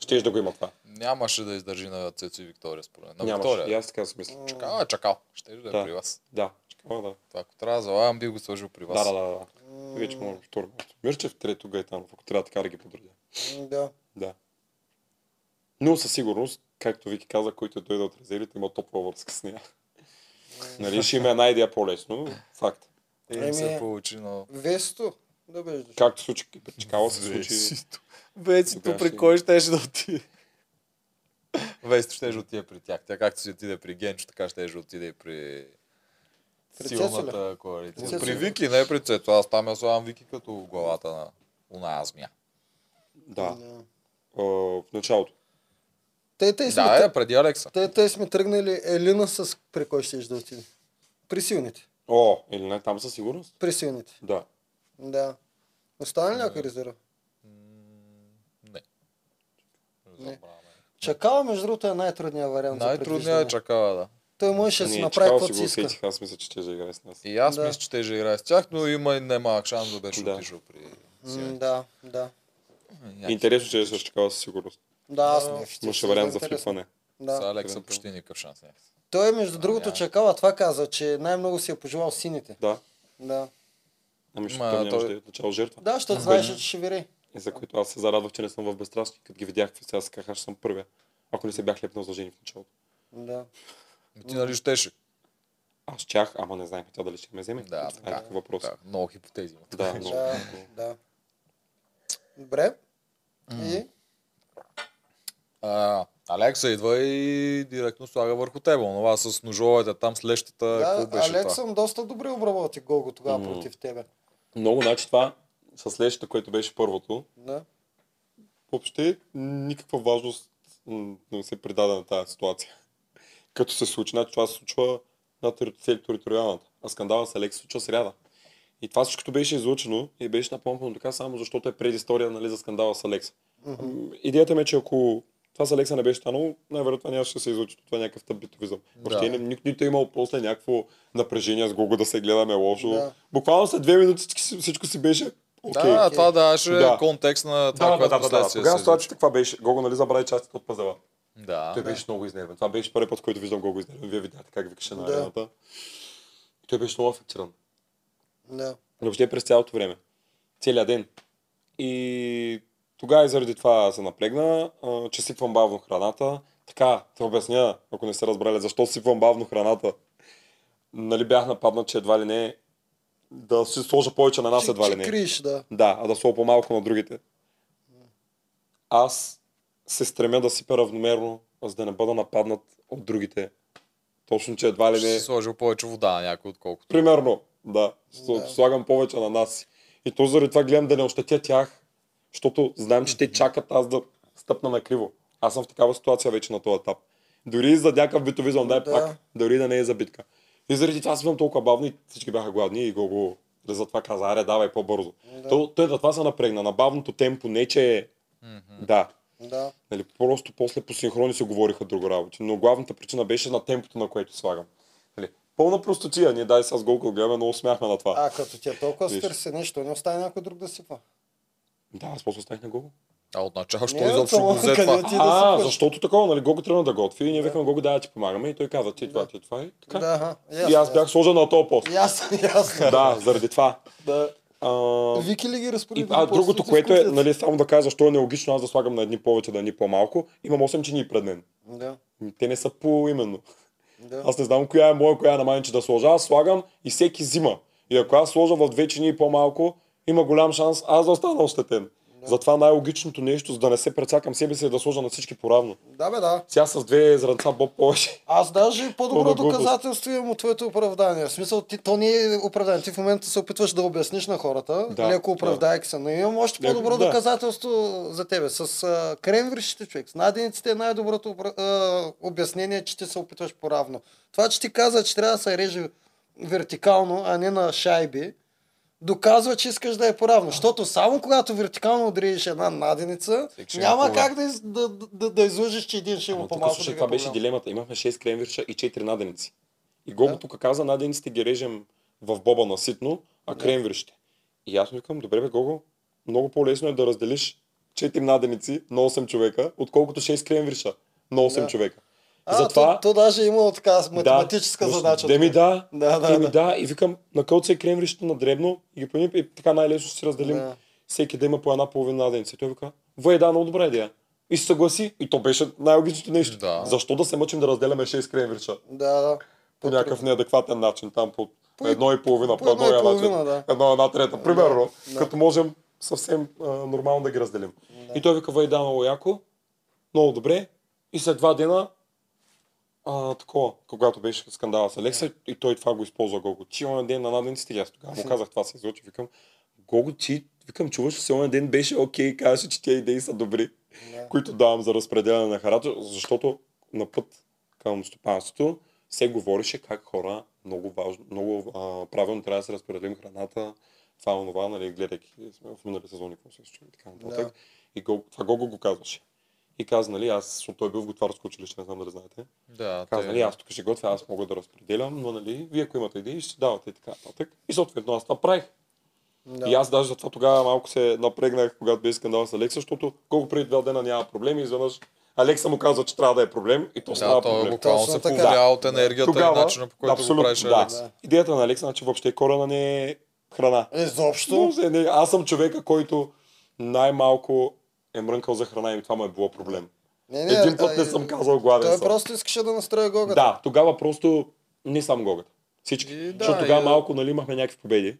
Щеш да го има това. Нямаше да издържи на Цецо и Виктория, според мен. На Нямаш. И Виктория. аз така си мисля. Чакала е Чакал. Ще да е Да. при вас. Да. Чакала, да. Това, ако трябва да залагам, би го сложил при вас. Да, да, да, да. Вече може второ. място. Мирчев, трето Гайтанов, ако трябва така да ги подредя. М, Да. Да. Но със сигурност, както Вики каза, който дойде от резервите, има топла връзка с нея. нали, ще има една идея по-лесно. Факт. И не се Еми- получи, но... Весто, да беше дошъл. Както случи при Чикала, се случи. Вецито Тогава при ще- кой щеше да отиде? Весто щеше да отиде при тях. Тя както си отиде при Генчо, така щеше да отиде и при При Цецо силната коалиция. Цецо При ли? Вики, не при Цецо. Аз там я слагам Вики като в главата на уная змия. Да. А, в началото. Те, те, сме, Да, тръг- е, преди Алекса. те, те сме тръгнали Елина с при кой ще да отиде. При силните. О, или не, там със сигурност. При силните. Да. Да. Остана ли някой резерва? Не. Не. Забравяме. Чакала, между другото, е най-трудният вариант. за Най-трудният е предвиждане. чакава, да. Той можеше да си Не, направи Чикала каквото си си го иска. усетих, аз мисля, че ще играе с нас. И аз Да. мисля, че те ще играе с тях, но има и немалък шанс да беше Да. отишъл при М, Силен. Да, да. Някакви Интересно, че е ще чакава със сигурност. Да, аз не. ще Имаше ще вариант за бъде интересно. флипване. С Да. Алекса Евентуално. почти никакъв шанс няма. Той, между другото, няма. чакала, това каза, че най-много си е пожелал сините. Да. Да. Ами ще Ма, там нямаш той- да е начало жертва. Да, защото знаеше, че ще вири. И за което аз се зарадвах, че не съм в безстрастни. Като ги видях, сега си казах, аз ще съм първия. Ако не се бях лепнал за жени в началото. Да. Ми Ти нали щеше? Аз щях, ама не знаех тя дали ще ме вземе. Да, това да. е такъв въпрос. Да, много хипотези има. Да, но... Да, да. Добре. И А, Алекса идва и директно слага върху теб. Онова с ножовете там, с лещата, да, какво беше Алекс това? съм доста добре обработи Голго тогава М. против тебе. Много, значи това с лещата, което беше първото, Да. въобще никаква важност м, не се придаде на тази ситуация. Като се случи, значи това се случва на тери- цели териториалната. А скандала с Алекс се случва сряда. И това всичкото беше излучено и беше напомпано така само защото е предистория нали, за скандала с Алекс. М, Идеята ми е, че ако това с Алекса не беше станало, най-вероятно нямаше да се излучи. Това е някакъв тъп битовизъм. Въобще Да. да. нито нито е имало после някакво напрежение с Гого да се гледаме лошо. Да. Да. Буквално след две минути всички- всичко си беше окей. Да, това даваше Да. контекст на това, Да, да, което да, да, да. последствие Тогава се случи. ситуацията каква беше? Гого нали забрави частите от пазела. Да. Той беше много изнервен. Това беше първият път, който виждам Гого изнервен. Вие видяхте как викаше на Да. арената. И Той беше много афектиран. Да. Въобще през цялото време. Целият ден. И тогава и заради това се напрегна, а, че сипвам бавно храната. Така, те обясня, ако не сте разбрали, защо сипвам бавно храната. Нали бях нападнат, че едва ли не да си сложа повече на нас Че- едва ли че не. Криш, да. Да, а да слова по-малко на другите. Аз се стремя да сипя равномерно, за да не бъда нападнат от другите. Точно, че едва ли Ще не... си сложил повече вода на някой, отколкото. Примерно, да. Да. е. да. Слагам повече на нас. И то заради това гледам да не ощетя тях, защото знам, че те чакат аз да стъпна на криво. Аз съм в такава ситуация вече на този етап. Дори и за някакъв битовизъм, дай Да. да. е пак, дори да не е за битка. И заради това свивам толкова бавно и всички бяха гладни и го го. Да затова каза, аре, давай по-бързо. Да. Да. То, той за това се напрегна. На бавното темпо, не че е... Мгм. Да. Да. Нали, просто после по синхрони се говориха друго работи. Но главната причина беше на темпото, на което слагам. Нали, пълна простотия. Ние дай сега с голко гледаме, много смяхме на това. А като ти е толкова Виж. стърси нещо, не остане някой друг да сипа. Да, аз просто останах на Гого. А отначало, що Не, изобщо само го взе къде това? ти- да а, сипаш. защото такова, нали, Гого трябва да готви. И ние Да. викаме Гого, да, ти помагаме. И той каза, ти това, Да. ти това. И, така. Да, аха, и аз бях сложен на този пост. Ясно, ясно. да, заради това. да. А, Вики ли ги разпореди? И, а после другото, ти което е, скутят? нали, само да кажа, защо е нелогично аз да слагам на едни повече, на едни по-малко, имам 8 чини пред мен. Да, Те не са по-именно. да. Аз не знам коя е моя, коя е на майче да сложа. Аз слагам и всеки взима. И ако аз сложа в две чини и по-малко, има голям шанс аз да остана ощетен. Да. Затова най-логичното нещо, за да не се прецакам себе си, е да сложа на всички поравно. Да, бе, да. Сега с две зранца Боб повече. Аз даже и по-добро Пълна глупост. доказателство имам от твоето оправдание. В смисъл, ти, то не е оправдание. Ти в момента се опитваш да обясниш на хората, Да, леко оправдайки се, но имам още Леко, по-добро да. доказателство за тебе. С а, кремвришите човек, с надениците е най-доброто опра- а, обяснение, че ти се опитваш поравно. Това, че ти каза, че трябва да се реже вертикално, а не на шайби, доказва, че искаш да е поравно. Защото само когато вертикално отрежеш една наденица, Всеки ще има няма по-голям. как да, из- да, да, да, да излъжеш, че един ще има Ама тук, по-малко. слушай, другия това беше по-голям. дилемата. Имахме 6 кремвирша и 4 наденици. И Гого Да. тук каза, надениците ги режем в боба на ситно, а Да. кремвирще. И аз му викам, добре бе, Гого, много по-лесно е да разделиш 4 наденици на 8 човека, отколкото 6 кремвирша на 8 Да. човека. А, Затова- то, то даже е имало така математическа да, задача. Деми да, Да, да, деми да. да. И викам, на кълца и кремврището на дребно и ги пълним и така най-лесно ще си разделим Да. всеки да има по една половина наденица. И той вика, ве да, много добра идея. И се съгласи. И то беше най-логичното нещо. Да. Защо да се мъчим да разделяме 6 кремврича Да, да. по някакъв неадекватен начин, там по, По- едно и половина, по по, едно и едно и половина, начин, да. едно една трета, примерно, да. като можем съвсем а, нормално да ги разделим. Да. И той вика, вей, да, много яко, много добре. И след два дена, а, такова, когато беше скандала с Алекса, и той това го използва Гого. Ти онен ден на надениците, и аз тогава му казах това се излъчи, викам, Гого, ти, викам, чуваш ли се, онен ден беше окей, каже, че тия идеи са добри Да. които давам за разпределяне на харата, защото на път към стопанството се говореше как хора много, важно, много а, правилно трябва да се разпределим храната, това онова, нали, гледайки сме в минали сезони, какво се случва и така нататък. Да. И го, това Гого го казваше. И каза, нали, аз, защото той бил в готварско училище, не знам дали знаете. Да, Каза, нали, те... аз тук ще готвя, аз мога да разпределям, но нали, вие ако имате идеи, ще давате и така нататък. И съответно аз това правих. Да. И аз даже затова тогава малко се напрегнах, когато беше скандал с Алекса, защото колко преди два дена няма проблеми, изведнъж Алекса му казва, че трябва да е проблем и то става Да, той е проблем. буквално Точно се така. повлия от енергията и начина по който го абсолютно, правиш да. Алекс. Да. Идеята на Алекса, значи въобще корена не е храна. Изобщо. Но, се, не, аз съм човека, който най-малко е мрънкал за храна и това му е било проблем. Не, Един път а, не и- съм казал гладен Той съм. просто искаше да настроя Гога. Да, тогава просто не само Гогата. Всички. И да, Защото тогава и- малко нали, имахме някакви победи.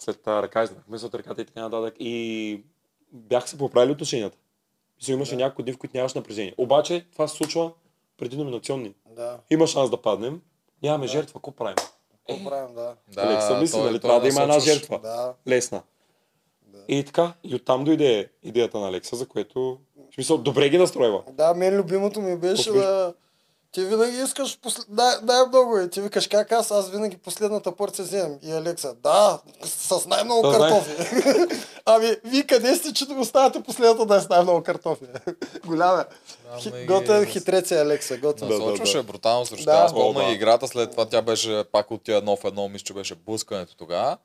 След тази ръка изнахме след ръката и така нататък. И бях се поправили отношенията. Мисля, имаше Да. няколко дни, в които нямаше напрежение. Обаче това се случва преди номинационни. Да. Има шанс да паднем, нямаме Да. жертва, какво правим? Какво правим, да. Да, Алекса мисли, той- нали, той трябва да има една насочваш- жертва. Да. Лесна. Да. И така, и оттам дойде идеята на Алекса, за което... В смисъл, добре ги настройва. Да, мен любимото ми беше Послуш- да... Ти винаги искаш посл... най- най-много и ти викаш как аз, аз винаги последната порция вземам. И Алекса, да, с с най-много Да, знае. картофи. ами, вие къде сте, че оставате последната да е с най-много картофи? Голяме. Да, ама и- Готен хитрец е Алекса, готен. Да, да, Насочваше да. е брутално срещу Да. да. Аз О, помня да. играта, след това тя беше пак от тия едно в едно, мисля, че беше блъскането тогава.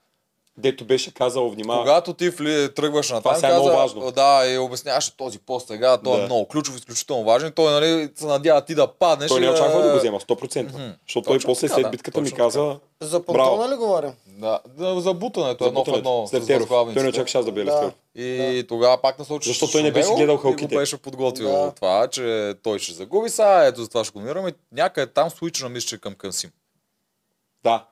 Дето беше казал, внимавай. Когато ти вли, тръгваш на Това там, сега е много каза, важно. да, и обясняваш този пост сега, той е Да. много ключов, изключително важен. Той нали, се надява ти да паднеш. Той не и очаква да го взема, 100%. Мгм. Защото той Точно после така, да. след битката ми Точно каза, За Браво. понтона ли говорим? Да, да, за бутането, за едно в едно. бутането, с след Теров. Той не възглавниците. очакваше аз да бия Да. Лефтеров. И тогава пак насочи. Защото той не беше гледал И хълките. го беше подготвил да. Да. това, че той ще загуби сега, е, ето за това ще го минираме. Някъде там случайно мисля, че е към Кансим. Да,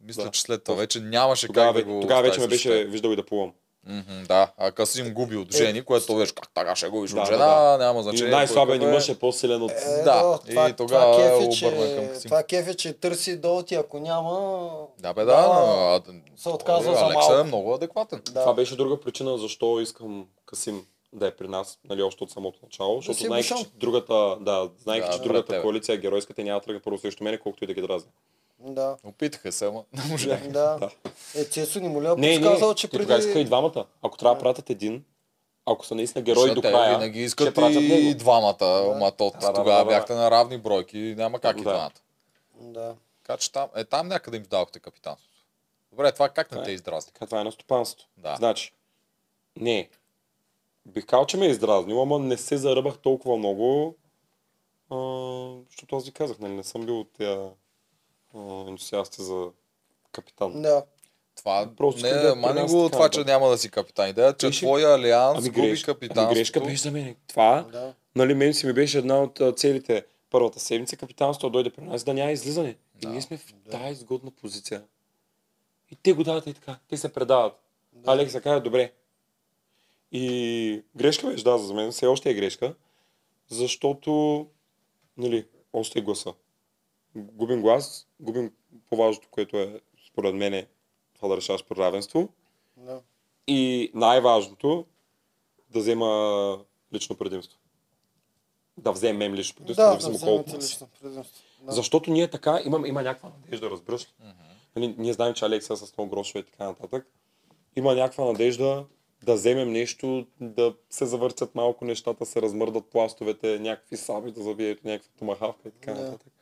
Мисля, Да. че след това вече нямаше тогава, как ве- да го тогава вече остави ме също. беше виждал и да плувам. Мгм, да, а Касим губи от жени, което виж как така ще губиш Е, Да, от да, жена, да. няма И значение. най-слабен кой ни е. мъж е по-силен от... Е, Да, да, и това, тогава това, кеф е, обърна към че, Касим. това кеф е, че търси долти, ако няма... Да, бе, да, но... а, се отказва за Алекса е малко. много адекватен. Да. Това беше друга причина, защо искам Касим да е при нас, нали, още от самото начало, защото си е знаех, че бушон. другата, да, знаех, Да, че да, другата тебе. коалиция геройската няма да тръгне първо срещу мене, колкото и да ги дразня. Да. Опитаха се, ама не можа. Да. Е, Цесо ни моля, Не, не, подсказал, че ти тогава иска и преди... двамата. Ако трябва да пратят един, ако са наистина герои Защото до те края, винаги ще искат пратят и него. двамата, ама то да, да, тогава да, да. бяхте на равни бройки, няма как и Да. двамата. Да. Така че там, е, там някъде им давахте капитанството. Добре, това как не Е. те издразни? Така, това е на стопанство. Да. Значи, не. Бих казал, че ме е издразнил, ама не се заръбах толкова много, а, защото аз ви казах, нали, не съм бил от тия а, ентусиасти за капитан. Да. Това Просто не, искам да мани пренася го така това, че нататък. няма да си капитан. Идея, че Беше- твоя алианс Ами губи грешка, ами грешка капитанството. беше за мен. Това, Да. нали, мен си ми беше една от а, целите. Първата седмица капитанството дойде при нас да няма излизане. Да. Да. Ние сме в тази изгодна позиция. И те го дават и така. Те се предават. Да. Да. Алекса каза, добре. И грешка беше, да, за мен все още е грешка, защото, нали, още е гласа. Губим глас, губим по-важното, което е, според мен, е това да решаваш при равенство. Да. И най-важното, да взема лично предимство. Да вземем лично предимство, Да, да, да взема вземете колко нас. лично предимство. Да. Защото ние така, имам, има някаква надежда, разбираш. ли? Нали, ние знаем, че Алекса с много грошове и така нататък. Има някаква надежда да вземем нещо, да се завъртят малко нещата, се размърдат пластовете, някакви саби да завият, някаква томахавка и така Да. нататък.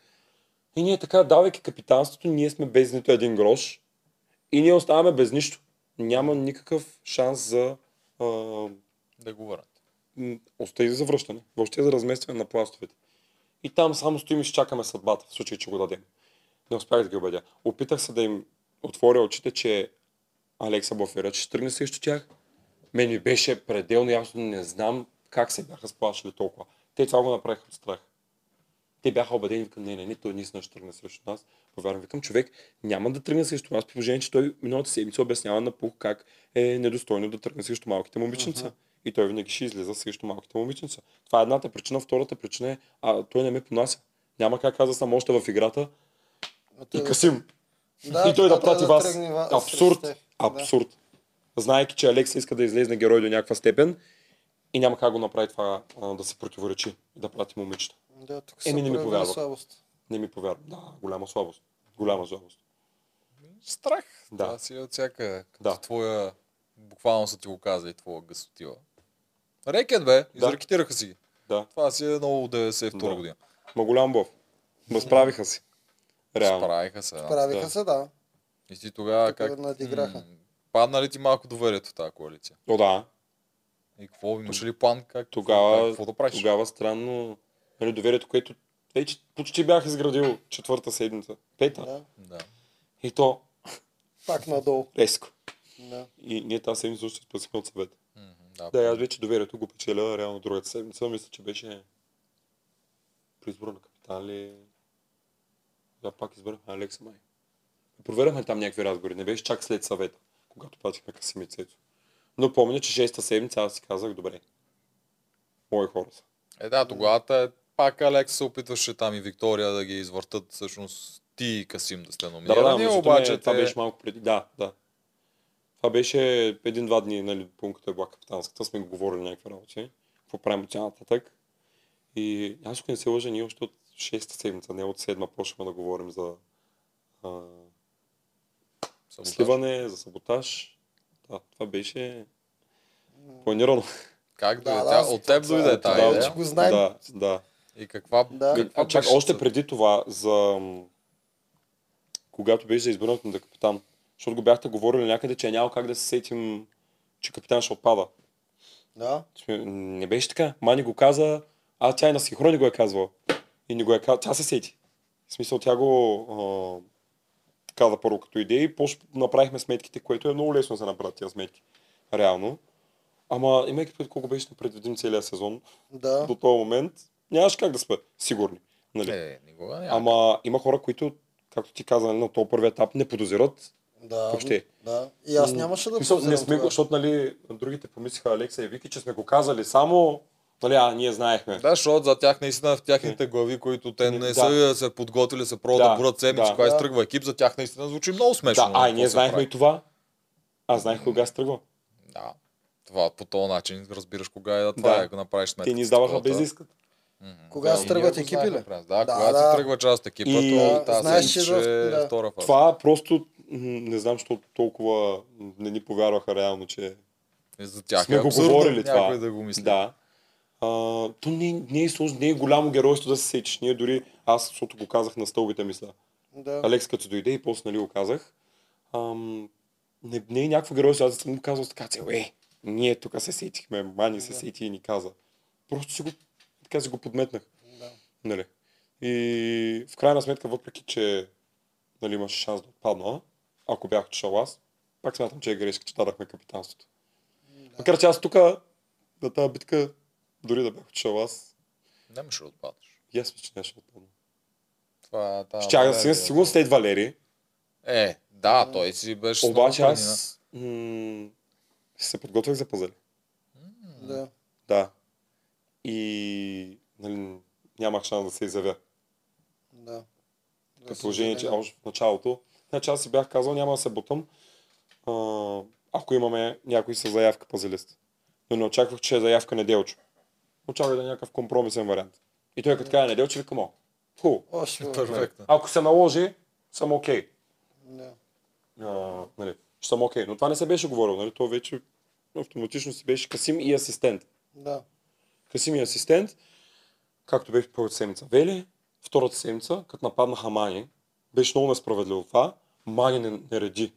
И ние така, давайки капитанството, ние сме без нито един грош и ние оставаме без нищо. Няма никакъв шанс за а, Да го върнат. м, остави за връщане, въобще за разместване на пластовете. И там само стоим и ще чакаме съдбата, в случай, че го дадем. Не успях да ги убедя. Опитах се да им отворя очите, че Алекса Бофера ще тръгне срещу тях. Мен ми беше пределно ясно, не знам как се бяха сплашили толкова. Те това го направиха от страх. Те бяха убедени, викам, не, не, не, той наистина ще тръгне срещу нас. Повярвам, викам, човек няма да тръгне срещу нас, при положение, че той миналата седмица обяснява на Пух как е недостойно да тръгне срещу малките момиченца. И той винаги ще излиза срещу малките момиченца. Това е едната причина. Втората причина е, а той не ме понася. Няма как аз да съм още в играта. Отива- И Касим, Да, и той трябва да прати вас. тръгне ва- срещу Абсурд. тях. Абсурд. Знаейки, че Алекса иска да излезе на герой до някаква степен и няма как го направи това а, да се противоречи и да прати момичета. Да, да тук се Еми, Е, не ми прояви повярва. слабост. Не ми повярвам. Да, голяма слабост. Голяма слабост. Страх. Да. Това си е от всяка. Да. Да. Твоя, буквално са ти го казали, твоя гъсотила. Рекет бе, изрекетираха си ги. Да. Това си е много 92 Да. година. Ма голям бов. Ма справиха си. Реално. Справиха се. Да. Правиха Да. се, да. И ти тогава Тук как... надиграха. м, Падна ли ти малко доверието в тази коалиция? О, да. И какво? Имаш ли план как Тогава, какво да правиш? тогава странно нали, доверието, което вече почти бях изградил четвърта седмица. Пета. Да. Да. И то Пак надолу. резко. Да. И ние тази седмица още спасихме от съвет. Мгм, Да, и аз вече доверието го печеля реално другата седмица. Мисля, че беше при избора на капитан ли. Да, пак избрахме Алекса Май. Проверяхме там някакви разговори. Не беше чак след съвета, когато пратихме Касимицето. Но помня, че шеста седмица аз си казах, добре, мои хора са. Е, да, тогава те- пак Алекс се опитваше там и Виктория да ги извъртат всъщност ти и Касим да сте Да, да, да, номинирани, между обаче обаче, това беше малко преди. Да, да. Това беше един-два дни, нали, пункта е била капитанската, сме го говорили някакви работи. Какво правим от тя нататък. И аз ако не се лъжа, ние още от 6-та седмица, не от 7-ма почваме да говорим за а, саботаж. сливане, за саботаж. Да, това беше планирано. Как Да, дойде да, е тя? аз- От теб това- дойде това- тази да, идея? го знаем. Да, да. И каква... Да. каква А, чак, беше още целта? преди това, за... м, когато беше за избирането на капитан, Защото го бяхте говорили някъде, че е няма как да се сетим, че капитан ще отпада. Да. В смисъл, Не беше така. Мани го каза, а тя и на синхрони го е казвала. И не го е казала, тя се сети. В смисъл, тя го а, каза първо като идея и после направихме сметките, което е много лесно да се направят тия сметки. Реално. Ама, имайки пред колко беше непредвидим целият сезон, Да. до този момент нямаше как да сме сигурни. Нали? Е, Не, никога няма. Ама има хора, които, както ти каза, нали, на този първи етап не подозират. Да. Въобще. Да. И аз М, нямаше да в смисъл, не подозирам сме го, тогава. защото нали, другите помислиха Алекса и Вики, че сме го казали само, нали, а, ние знаехме. Да, защото за тях наистина в тяхните глави, които те не Да. са се подготвили, са пробват да, Да, да бурят седмици, да. кога Да. изтръгва екип, за тях наистина звучи много смешно. нали, Да, а, и какво ние се знаехме прави. и това. Аз знаех кога се тръгва. Да. Това по този начин разбираш кога е да това Да. да. е, ако направиш сметка. Те ни с издаваха такова, без да. искат. М, Кога да, се и тръгват ние го екипи ли? знаехме, през- Да, Да, когато да. се тръгва част от екипа, И- то тази Знаеш, седмица че в- ще е да. втора фаза. Това просто, м, не знам, защото толкова м, не ни повярваха реално, че Е, За тях сме е го абсурдно говорили това. някой да го мисли. Да. А, то не, не е сложно, не е голямо геройство да се сечеш. Ние дори, аз, защото го казах на стълбите, мисля. Да. Алекс като дойде и после нали го казах. Ам, не, не е някакво геройство, аз съм му казал с така цел, е, ние тук се сетихме, Мани се сети и ни каза. Просто си го, така си го подметнах. Да. Нали. И в крайна сметка, въпреки че нали, имаше шанс да отпадна, ако бях отишъл аз, пак смятам, че е грешка, че дадахме капитанството. Макар че аз тук, на тази битка, дори да бях отишъл аз, Не ми ще отпадаш. и аз мисля, че нямаше да отпадна. Това, та, Щях да Валерия, си сигурно след Валери, Е, да, той си беше... с много Обаче хранина. аз м- се подготвях за пазари. Да. Да. И нали, нямах шанс да се изявя. Да. При положение, че още в началото. Значи аз си бях казал, няма да се бутам, а, ако имаме някой с заявка пазалист. Но не очаквах, че е заявка неделчо. Очаквах да е някакъв компромисен вариант. И той като каза неделчо, викам, о, хубаво. Още. Първо. Перфектно. Ако се наложи, съм окей. Да. а, нали, ще съм окей. Но това не се беше говорило, нали? То вече автоматично си беше Касим и асистент. Да. Касим и е асистент, както беше първата седмица Вели, втората седмица, като нападнаха Мани, беше много несправедливо това. Мани не, не реди.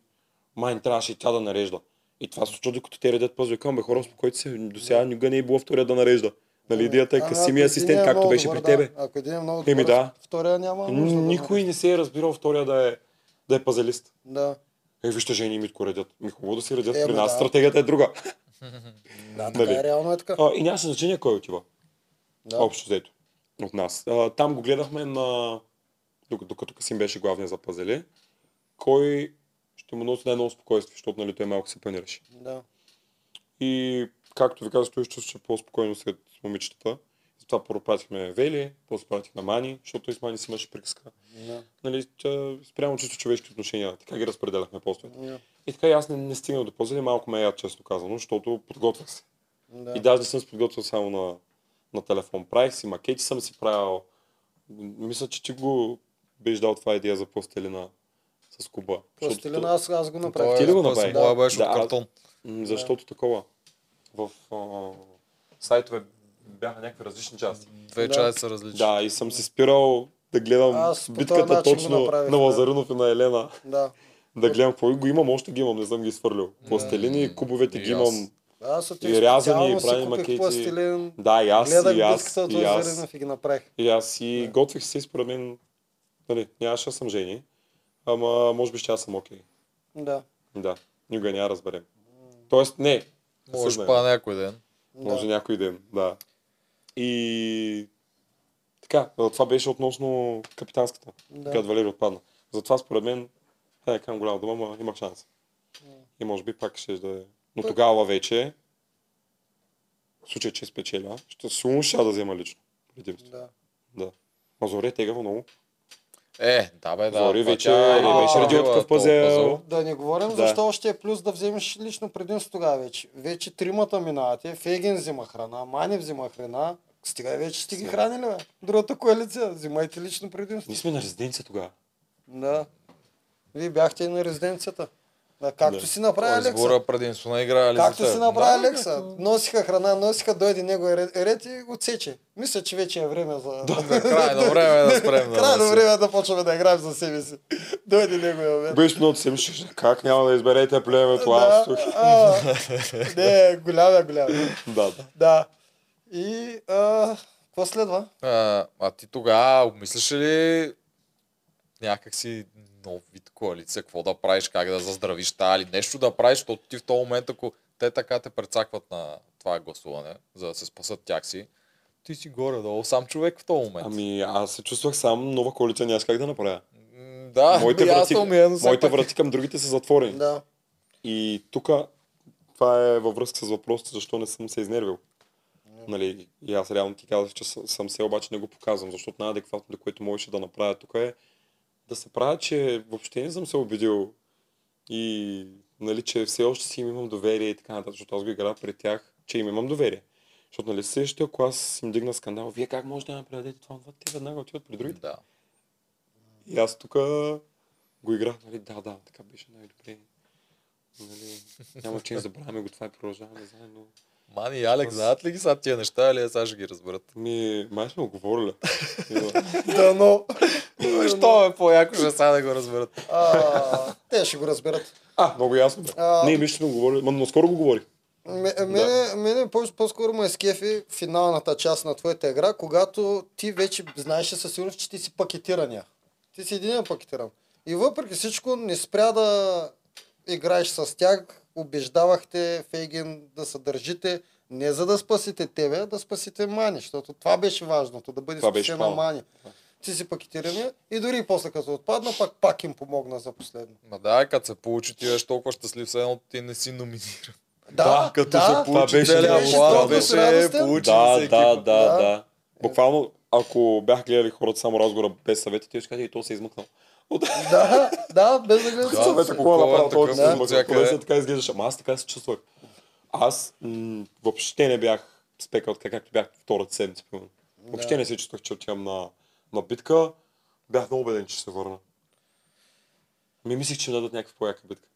Мани трябваше и тя да нарежда. И това се случва, докато те редят пъзли към бе хора, спокойно се до сега никога не е било втория да нарежда. Нали, идеята е Ами, Касим ако и един асистент, е както много беше добър, при да. тебе. Ако един е много добър, Еми, да. втория няма нужда да Никой бъде. не се е разбирал втория да е, да е пазелист. Да. Е, вижте, жени и Митко редят. Ми хубаво да си редят. Е, При бе, нас да. стратегията е друга. Да, Нали? така е, реално е така. А, и нямаше значение кой отива. Да. Общо взето. От нас. А, там го гледахме на... Докато, докато Касим беше главния за пазели. Кой ще му носи най-много спокойствие, защото нали, той малко се панираше. Да. И както ви казах, той ще чувстваше по-спокойно сред момичетата. Затова първо пратихме Вели, после пратихме Мани, защото и с Мани си имаше приказка. Да. Нали, тя, спрямо чисто човешки отношения, така ги разпределяхме постовете. Да. И така и аз не, не стигнах до пазели, малко ме яд, честно казано, защото подготвях се. Да. И даже не съм се подготвил само на, на телефон. Правих си макети, съм си правил. М, Мисля, че ти го беше дал това идея за пластелина с куба. Защото Пластилина, то- аз, аз го направих. Той Ти ли го е- направи? Моя беше Да, от аз- картон. м, Защото такова. В а, сайтове бяха някакви различни части. Две Да. чая са различни. Да, и съм си спирал да гледам Аз по този битката начин го точно направих, на да. Лазаринов и на Елена. Да. Да гледам какво го имам, още ги имам, не съм ги свърлил. Пластелини и кубовете и ги аз. имам. Аз И отих рязани, специално и си правим купих макети. Пластилин. Да, и аз, Гледах и аз, битката от и аз. Лазаринов и ги направих. И аз си готвих се, и според мен, нали, нямаше да съм жени, ама може би ще аз съм окей. Да. Да, никога няма да разберем. Тоест, не. Може Съзнаем. па някой ден. Може да. някой ден, да. И така, а, това беше относно капитанската, Да. да. когато Валери отпадна. Затова според мен, е не да кажам голяма дума, ама имах шанс. И може би пак ще да е. Но Пък- тогава вече, в случай, че спечеля, ще сумно ще да взема лично предимство. Да. Да. Мазоре е тегаво много. Е, да бе, да. Зори това вече тя е не беше направила редил такъв толкова пъзел. зор. Да не говорим Да. защо още е плюс да вземеш лично предимство тогава вече. Вече тримата минавате, Фегин взима храна, Мани взима храна, стига вече сте ги Да. хранили, бе. Другата коалиция, взимайте лично предимство. Ние сме на резиденция тогава. Да. Вие бяхте и на резиденцията. Да, както Да. е си направи Той Алекса. сбора предимство на игра Алекса. Както си направи Да, Алекса. като- Носиха храна, носиха, дойде него ред, ред и го отсече. Мисля, че вече е време за... Да, крайно време е да спрем. да Крайно се- време е да почваме да играем за себе си. Дойде неговия момент. Беше много семшиш. Как няма да изберете племето? Аз тук. а, не, голяма, голяма. Да, да. Да. И а, какво следва? А, а ти тогава обмисляш ли някакси нов вид коалиция, какво да правиш, как да заздравиш та или нещо да правиш, защото ти в този момент, ако те така те прецакват на това гласуване, за да се спасат тях си, ти си горе-долу сам човек в този момент. Ами аз се чувствах сам нова коалиция, няма как да направя. М, Да, и Моите Ами, аз врати, съм умия, но все моите пак- врати към другите са затворени. Да. И тук това е във връзка с въпроса, защо не съм се изнервил. Нали, и аз реално ти казах, че съ- съм се, обаче не го показвам, защото най-адекватното, което можеше да направя тук е да се правя, че въобще не съм се убедил и нали, че все още си им имам доверие и така нататък, защото аз го играя при тях, че им имам доверие. Защото нали се ще, ако аз им дигна скандал, вие как може да ме предадете това, това, те веднага отиват при другите. Да. И аз тук го играх, нали, да, да, така беше най-добре. Нали, няма че не забравяме го, това и продължаваме заедно. Мани и Алекс, знаят ли ги сега тия неща, или е сега ще ги разберат? Ми, май сме го говорили. Да, но... Що е по-яко, ще сега да го разберат. А, те ще го разберат. а, много ясно бе. А. Не, ми ще сме го говорили, ма, но скоро го говорих. Ме- Мене, мене по- по-скоро ме скефи финалната част на твоята игра, когато ти вече знаеш със сигурност, че ти си пакетирания. Ти си един пакетиран. И въпреки всичко не спря да играеш с тях, убеждавахте Фейген да се държите, не за да спасите тебе, а да спасите Мани, защото това беше важното, да бъде Това беше спасена плана. Мани. Ти си пакетирания и дори после като отпадна, пак пак им помогна за последно. Ма да, като се получи, ти беше толкова щастлив, все едно ти не си номиниран. Да, като се Това Получи беше целия много план, сладко, беше беше радостен. получи Да, да, да, Да. да. Буквално, ако бях гледали хората само разговора без съвети, те ще кажат, и то се е измъкнал. От Да, да, без да Да, гледам. съвета, се какво е такова, направил такъв този да, от измъкнал, всякъде. поне се така изглеждаш. Ама аз така се чувствах. Аз м- въобще не бях спекал така, както бях втората седмица. примерно. Въобще не се чувствах, че отивам на, на битка. Бях много убеден, че ще се върна. Ми мислих, че ми дадат някаква по-яка битка.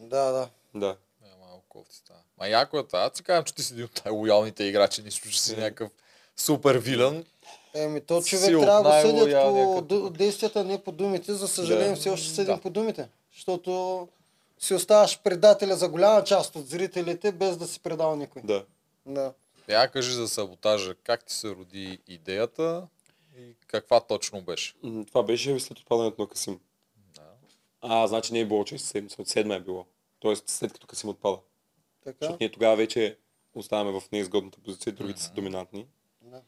Да, да. Да. Е, малко кофти става. Ма яко е това. Аз ти казвам, че ти си един от най-лоялните играчи, нищо, че си Е. някакъв супер вилен. Еми, то човек Сил, трябва да го съдят най-лоялния по като- ду- действията, не по думите. За съжаление, Да. все още съдим Да. по думите. Защото си оставаш предателя за голяма част от зрителите, без да си предал никой. Да. Да. Я Е, кажи за саботажа. Как ти се роди идеята и каква точно беше? М, Това беше след отпадането на Касим. Да. А, значи не е било чест седмица, от седма е било. Тоест след като Касим отпада. Така. Защото ние тогава вече оставаме в неизгодната позиция, другите са доминантни. Да.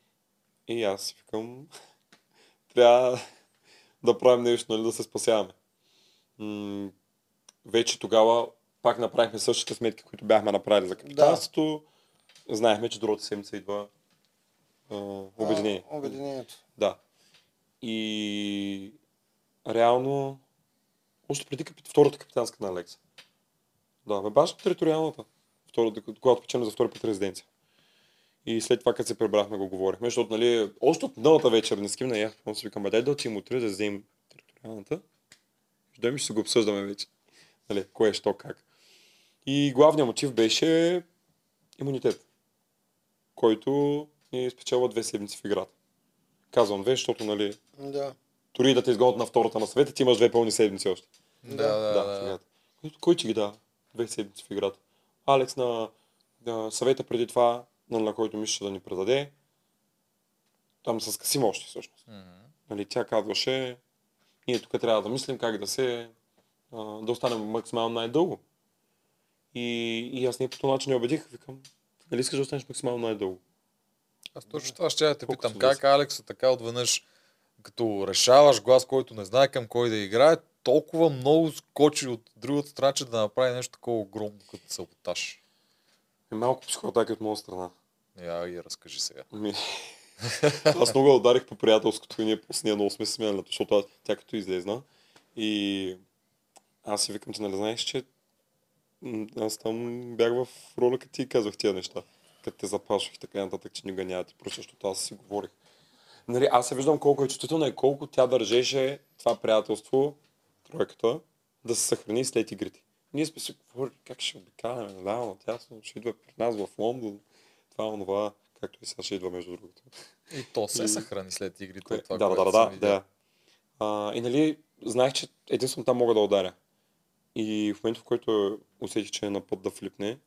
И аз си викам, трябва да правим нещо, нали, да се спасяваме. М- вече тогава пак направихме същите сметки, които бяхме направили за капитанството. Знаехме, че другата седмица идва а, обединение. А, Обединението. Да. И реално, още преди капит... втората капитанска на Алекса. Да, бе баш териториалната. Втората, когато печем за втори път резиденция. И след това, като се прибрахме, го говорихме, защото, нали, още от миналата вечер не скимна и аз му си викам, бе, дай да отидем утре да вземем териториалната. Ще дойдем и ще си го обсъждаме вече. Нали, кое, що, как. И главният мотив беше имунитет, който ни спечелва две седмици в играта. Казвам две, защото, нали, Да. дори и да те изгонят на втората на съвета, ти имаш две пълни седмици още. Да, да, Да, в да. играта. Кой, кой ти ги дава? Две седмици в играта. Алекс на, на съвета преди това, нали, на, на който мисля да ни предаде, там с Касим още всъщност. Мгм. Нали, тя казваше, ние тук трябва да мислим как да се, а, да останем максимално най-дълго. И, и аз не по този начин не убедих, викам, нали искаш да останеш максимално най-дълго? Аз точно това ще я те Колко питам. са Как близки? Алекса така отведнъж, като решаваш глас, който не знае към кой да играе, толкова много скочи от другата страна, че да направи нещо такова огромно като саботаж. Е малко психотаки от моя страна. Я и разкажи сега. Ми... аз много я ударих по приятелското и ние с нея много сме се смяли, защото аз, тя като излезна и аз си викам, че нали знаеш, че м, аз там бях в роля, като ти и казвах тия неща, като те заплашвах и така нататък, че никога няма да ти проща, защото аз си говорих. Нали, аз се виждам колко е чувствителна и колко тя държеше това приятелство, тройката, да се съхрани след игрите. ние сме си говорили как ще обикаляме надално, тясно, ще идва при нас в Лондон, това, е онова, както и сега ще идва между другото. И то се И- съхрани след игрите. Кое- от това, да, да, което да, съм да, видял. да. А, и нали, знаех, че единствено там мога да ударя. И в момента, в който усетих, че е на път да флипне,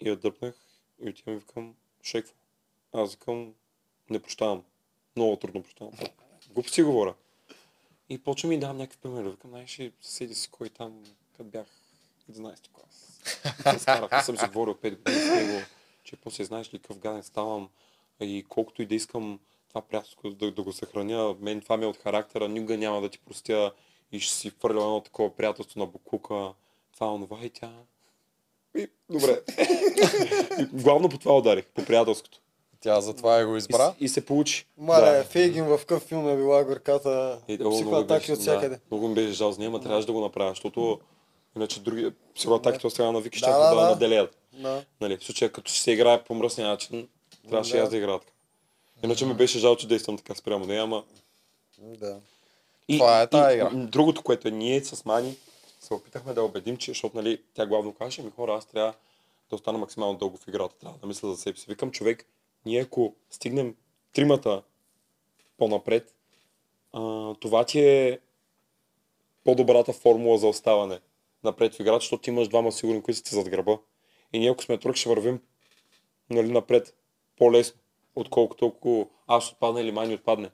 и я дръпнах, и отивам и викам, шеква. Аз викам, не прощавам. Много трудно прощавам. Глупости говоря. И почвам и давам някакви примери. Викам, знаеш, ли, съседи си, кой там, къде бях 11 клас. Се Скарах, не съм си говорил 5 години с него, че после знаеш ли какъв гаден ставам. И колкото и да искам това приятелство да, да го съхраня, мен това ми е от характера, никога няма да ти простя и ще си хвърля едно такова приятелство на Букука. Това, е онова и тя. И, добре. и, главно по това ударих, по приятелското. Тя затова я го И, избра. с- и се получи. Мале, Фейгин в какъв филм е била горката, Е, о, много психоатаки беше- от всякъде. Да, много ми беше жал с нея, ама трябваше да го направя, защото иначе други психоатаките от страна на Вики Да, ще да, да, да, да. наделят. Да. Нали, в случая, като ще се играе по мръсния начин, трябваше Да. и аз да играя така. Иначе ми беше жал, че действам така спрямо нея, ама... Да. И, Това е тая игра. м, Другото, което е, ние с Мани се опитахме да я убедим, че, защото нали, тя главно каже, ми хора, аз трябва да остана максимално дълго в играта, трябва да мисля за себе си. Викам, човек, ние ако стигнем тримата по-напред, а, това ти е по-добрата формула за оставане напред в играта, защото ти имаш двама сигурни, които сте зад гърба. И ние ако сме тръг, ще вървим нали, напред по-лесно, отколкото ако аз отпадна или Мани отпадне.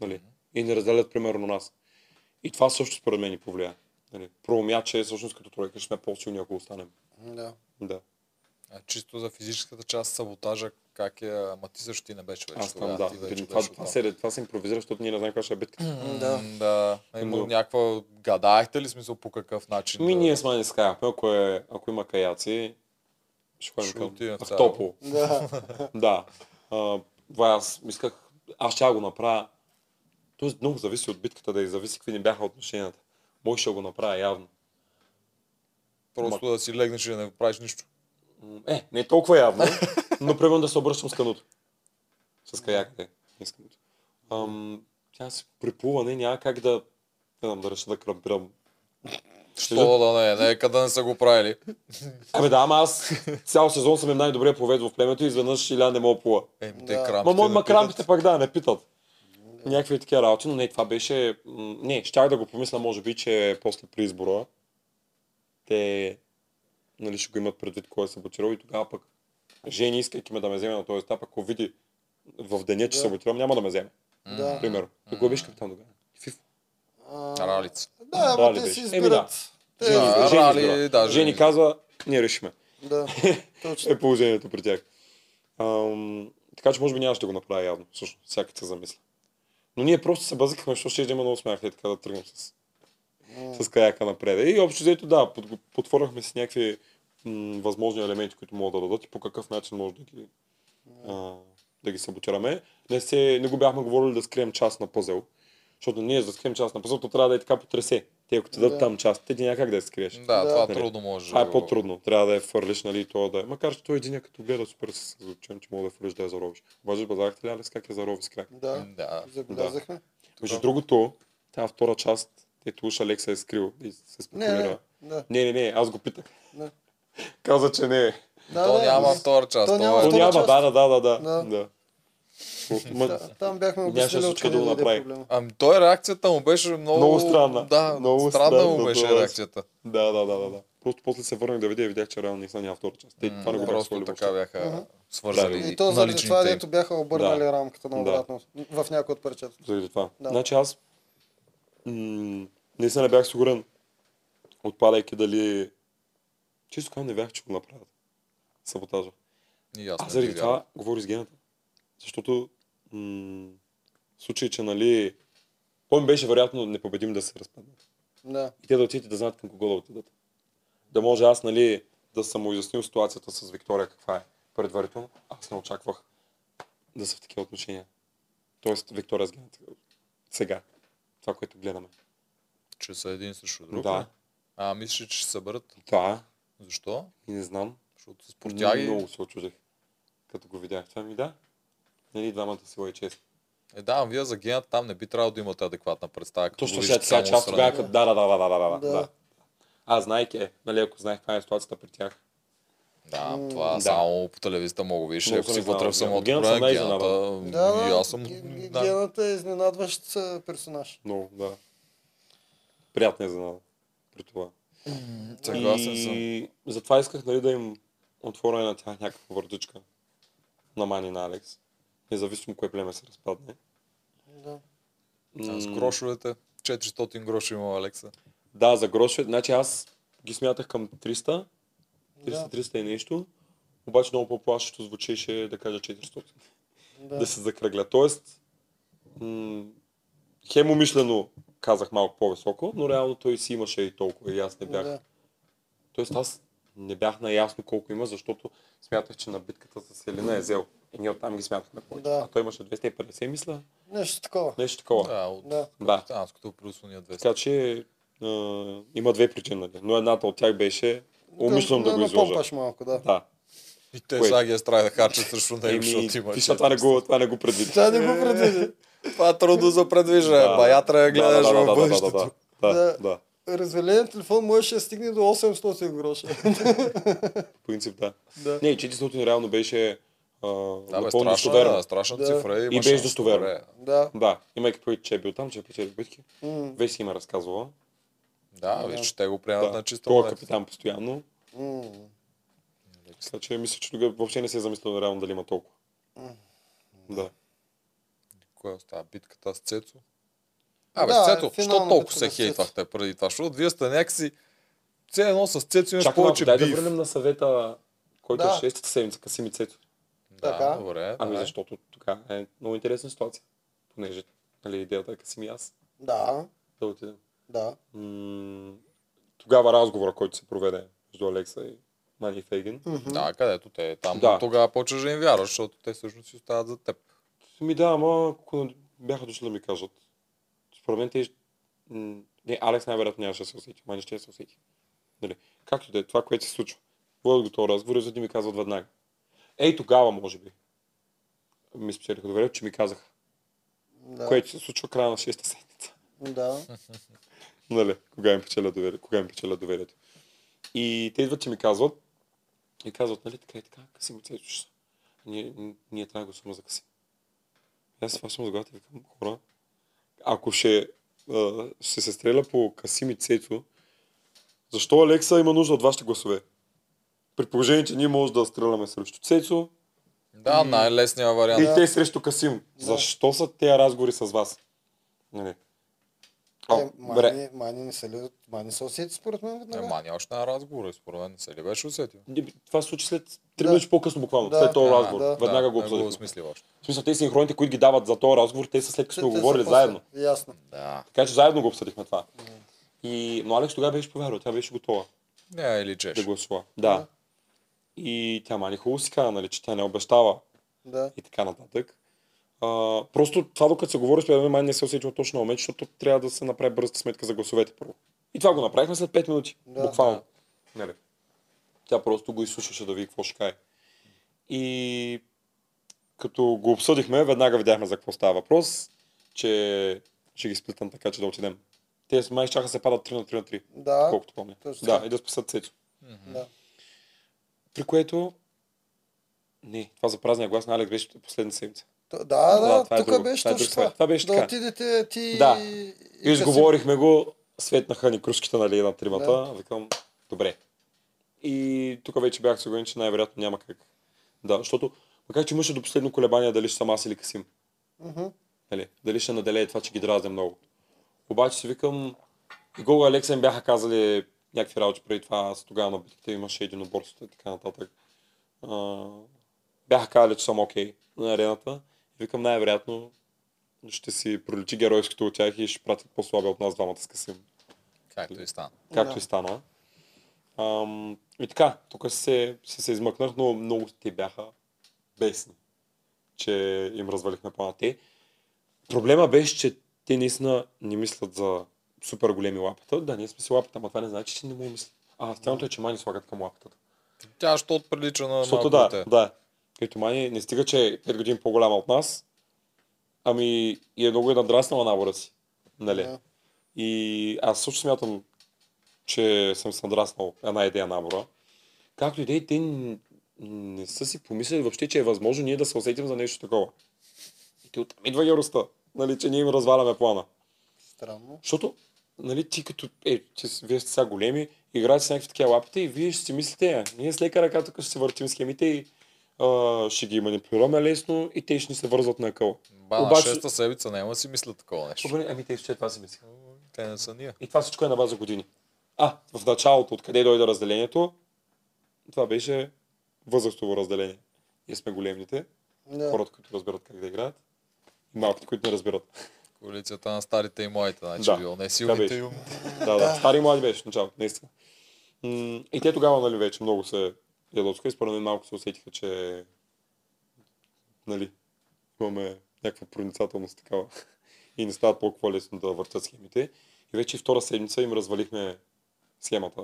Нали? И не разделят примерно нас. И това също според мен ни повлия. Нали? Проумя, че всъщност като тройка ще сме по-силни, ако останем. Да. Да. А чисто за физическата част, саботажа, как е, ама ти също ти не беше вече. Аз там, тогава, да. ти вече това, беше това, оттам. се, това се импровизира, защото ние не знаем каква ще е битка. М, Да. да. А Има Но- някаква... Гадаехте ли смисъл по какъв начин? Ми да- Ами, ние с Мани скаяхме, ако, е, ако има каяци, ще ходим Ще към отидем в тази. Ахтопол. Да. Да. А, това аз исках, аз ще я го направя. Тоест много зависи от битката, да е и зависи какви ни бяха отношенията. Може ще го направя явно. Просто да си легнеш и да не правиш нищо. М, Е, не е толкова явно, но примерно да се обръщам с кануто. С каяк, не. Не с кануто. Ам, тя с приплуване няма как да... Не знам, да реша да крампирам. Що да не е? Нека да не са го правили. Абе да, ама аз цял сезон съм им най-добрия пловец в племето и изведнъж Иля не мога да плува. Еми, те Да. крампите Ма, ма, не ма питат. крампите пак да, не питат. Някакви такива работи, но не, това беше... м, Не, щях да го помисля, може би, че после при избора те нали, ще го имат предвид кой е саботирал и тогава пък Жени, искайки ме да ме вземе на този етап, ако види в деня, че Да. саботирам, няма да ме вземе. да. Примерно. Тук го беше капитан тогава. Фифо. А, Ралица. Да, ама Рали те беше. си Еми да. избират. Те, Жени, Да, Жени, Рали, избра. да, Жени. Жени казва, ние решиме. да, точно. Е положението при тях. Ам, така че може би нямаше да го направя явно, също, всяка се замисля. Но ние просто се базикахме, защото ще да има много смях и така да тръгнем с, с каяка напред. И общо взето да, под, подфорахме си някакви м, възможни елементи, които могат да дадат и по какъв начин може да ги, а, да ги саботираме. Не, се, не го бяхме говорили да скрием част на пъзел, защото ние за да скрием част на пъзел, то трябва да е така потресе. Те ако ти дадат Да. там част, те ти няма как да я скриеш. Да, Да. това Нали. трудно може. Това да е го- по-трудно. Трябва да е фърлиш, нали, и то да е. Макар че той един, като гледа супер с звучен, че мога да фърлиш да я заровиш. Обаче базарахте ли, Алекс, как я зарови с крак? Да, Да. забелязахме. Между другото, тази втора част, ето уж Алекса е скрил и се Не, не, спекулира. да. Не, не, не, аз го питах. Да. Каза, че не е. Да, то да, няма да. втора част. то няма е- То втора няма, част. да, да, да, да, Да. да. да. Ма- Да, Там бяхме Нямаше обяснили да се от случва къде да го да е направи. проблема. Ами той реакцията му беше много... Много странна. Да, Много странна му странна, беше това е. реакцията. Да, да, да, да, да. Просто после се върнах да видя и видях, че реално наистина няма втора част. Те, това не го бяха Просто сложили така въобще. бяха Мгм. свързали И то заради наличните това, им. дето бяха обърнали Да. рамката на Да. обратно. В някои от парчета. Заради това. Да. Значи аз м- наистина не бях сигурен, отпадайки дали... Често казвам, не бях, че го направят. Саботажа. И аз Аз не заради видях. това говори с гената. Защото м- в случай, че нали... Той ми беше вероятно непобедим да се разпаднат. Да. И те да отидат и да знаят към кого да отидат. Да може аз, нали, да съм му изяснил ситуацията с Виктория каква е предварително. Аз не очаквах да са в такива отношения. Тоест, Виктория с гената. Сега. Това, което гледаме. Че са един срещу друг. Да. ли? А, мислиш, че ще се съберат. Да, Защо? и не знам. Защото с портяги... Много се очудих, като го видях. Това ми да. Нали, двамата сила и чест. Е, да, ама вие за генът там не би трябвало да имате адекватна представа. като Точно го ще виждате така, само че аз отстрани. тогава като... Да, да, да, да, да, да, Да. да. А, знайки, е, нали, ако знаех каква е ситуацията при тях. Да, М, това да. само по телевизията мога виж, Много ако си съм вътре в изненадан. самото Гената съм време, най-изненадан. гената, Да, Ами, и да, аз съм... ге- ге- Да. Гената е изненадващ а, персонаж. Много, да. Приятна е за нас при това. Съгласен съм. и затова исках нали, да им отворя на тях някаква вратичка на Мани и на Алекс. Независимо кое племе се разпадне. Да. А С М, грошовете, 400 гроша има Алекса. Да, за гроше. Значи аз ги смятах към 300, 300, Да, 300 и нещо. Обаче много по-плашещо звучеше да кажа 400. Да, да. се закръгля. Тоест, м- хем умишлено казах малко по-високо, но реално той си имаше и толкова и аз не бях. Да. Тоест аз не бях наясно колко има, защото смятах, че на битката с Елина е взел. И ние оттам ги смятахме повече. Да. А той имаше 250, мисля. Нещо такова. Нещо такова. Да. Да, от Да. да. британското плюс уния 200. Така че а, има две причини. нали. Но едната от тях беше умишлено да, Да, го изложа. напомпаш малко, да. Да. И те Кое? сега ги е страх да харчат срещу него, Еми, защото има ти сега това не 400. го, това не го предвиди. Тя не го предвиди. Това е трудно за предвиждане. Да. Бая трябва да гледаш в да, да, да, да, да, бъдещето. да, да, Да. да. Разваленият телефон можеше да стигне до 800 гроша. По принцип да. да. Не, 400 реално беше а, Да, бе, напълно страшна, достоверно. да, страшна Да. цифра. И има беше шанс, достоверно. добре. Да. Да, имайки предвид, че е бил там, че е печелил битки. М, Веси има разказвала. Да, Да. виж, че те го приемат на Да. чисто. Той е монет. капитан постоянно. м. Така че мисля, че тогава въобще не се е замислил реално дали има толкова. М. Да. Кое остава? е Битката с Цецо? Абе, Да, с Цецо, финална що битка толкова с се Цецо. хейтвахте преди това? Защото вие сте някакси... Все едно с Ами, Цецо имаш Чакай малко, повече дай да биф. върнем на съвета, който Да. е шестата седмица, Касими Цецо. Да, Така. добре. Ами да. защото така е много интересна ситуация. Понеже нали, идеята е Касими и аз Да, да отидем. да. М, тогава разговора, който се проведе между Алекса и Мани и Фейгин, Мгм. Да, където те е там. Да. Да. Тогава почваш да им вярваш, защото те всъщност си остават за теб. Ми да, ама ако бяха дошли да ми кажат. Според мен те... м, Не, Алекс най-вероятно нямаше да се усети. Мани ще се усети. Нали? Както да е, това, което се случва. Водят го този разговор, за да ми казват веднага. Ей, тогава, може би. Ми спечелиха доверие, че ми казаха. Да. Което се случва края на 6-та седмица. Да. Нали, кога им печеля доверие, кога им печеля доверието. И те идват, че ми казват, и казват, нали, така и така, къси му цето ще са. Ние, н- ние трябва да гласуваме за къси. И Аз фащам с главата и викам, хора, ако ще, а, ще се стреля по Касим и Цецо, защо Алекса има нужда от вашите гласове? При положение, че ние можем да стреляме срещу Цецо Да, И- най-лесният вариант. и те срещу Касим. Да. Защо са тези разговори с вас? Нали. А, Е, бре, мани, мани не се ли, мани се усети според мен веднага. Е, мани още на разговора, и според мен не се ли беше усетил? Не, Това се случи след 3 Да. минути по-късно буквално, Да. след този Да, разговор. да. Веднага го не го обсъдихме. осмисли още. В смисъл, те синхроните, които ги дават за този разговор, те са след като Те- сме го те са говорили после. заедно. Ясно. Да. Така че заедно го обсъдихме това. И... Но Алекс тогава беше повярвал, тя беше готова Не, или чеш. да гласува. Да. Да. И тя мани хубаво си каза, нали, че тя не обещава Да. и така нататък. А, просто това, докато се говори, според мен май не се усетило точно на момент, защото трябва да се направи бързата сметка за гласовете първо. И това го направихме след 5 минути. Да, буквално. Нали? Тя просто го изслушаше да види какво ще кае. И като го обсъдихме, веднага видяхме за какво става въпрос, че ще ги сплитам така, че да отидем. Те с май ще се падат 3 на 3 на 3, Да. колкото помня. точно Да, така. и да спасат Цецо. Да. При което... Не, това за празния глас на Алекс беше последната седмица. То- Да, Да, да, това е тук друго. беше Това е друг точно свят. Това беше да така. отидете ти Да. и... И изговорихме го, светнаха ни кружките нали, на тримата. Да. Викам, добре. И тук вече бях сигурен, че най-вероятно няма как. Да, защото, макар че имаше до последно колебание дали ще съм аз или Касим. Мгм. Нали, дали ще наделее това, че ги дразня много. Обаче си викам, и Гого и Алекса им бяха казали някакви работи преди това, аз тогава на битките имаше единоборството и така нататък. А, бяха казали, че съм окей на арената. И викам, най-вероятно ще си проличи геройското от тях и ще пратят по-слаби от нас двамата с Касим. Както и стана. Както Да. и стана. Ам, и така, тук се, се, се измъкнах, но много те бяха бесни, че им развалихме плана. Те. Проблема беше, че те наистина не мислят за супер големи лапата. Да, ние сме си лапата, ама това не значи, че не му мислят. А, странното е, че мани слагат към лапата. Тя ще прилича на Защото малко е да, дете. да. Като мани не стига, че е 5 години по-голяма от нас, ами нали? и е много и надраснала набора си. Нали? Да. И аз също смятам, че съм се надраснал една идея набора. Както и да е, те н- не са си помислили въобще, че е възможно ние да се усетим за нещо такова. И те оттам идва яростта, нали, че ние им разваляме плана. Странно. Защото, нали, ти като, е, че с- вие сте сега големи, играете с някакви такива лапите и вие ще си мислите, е, ние с лека ръка тук ще се въртим схемите и а, ще ги манипулираме лесно и те ще ни се вързват на къл. Ба, на Обаче- шеста седмица няма да си мислят такова нещо. Ами те ще това си мислиха. Те не са ние. И това всичко е на база години. А, в началото, откъде дойде разделението, това беше възрастово разделение. Ние сме големите, Да. хората, които разбират как да играят, и малките, които не разбират. Коалицията на старите и моите, значи Да. било не Така силните беше. и умните. да, да, стари и млади беше в началото, наистина. М, И те тогава, нали, вече много се ядоска и според мен малко се усетиха, че нали, имаме някаква проницателност такава и не става толкова лесно да въртят схемите. И вече втора седмица им развалихме схемата.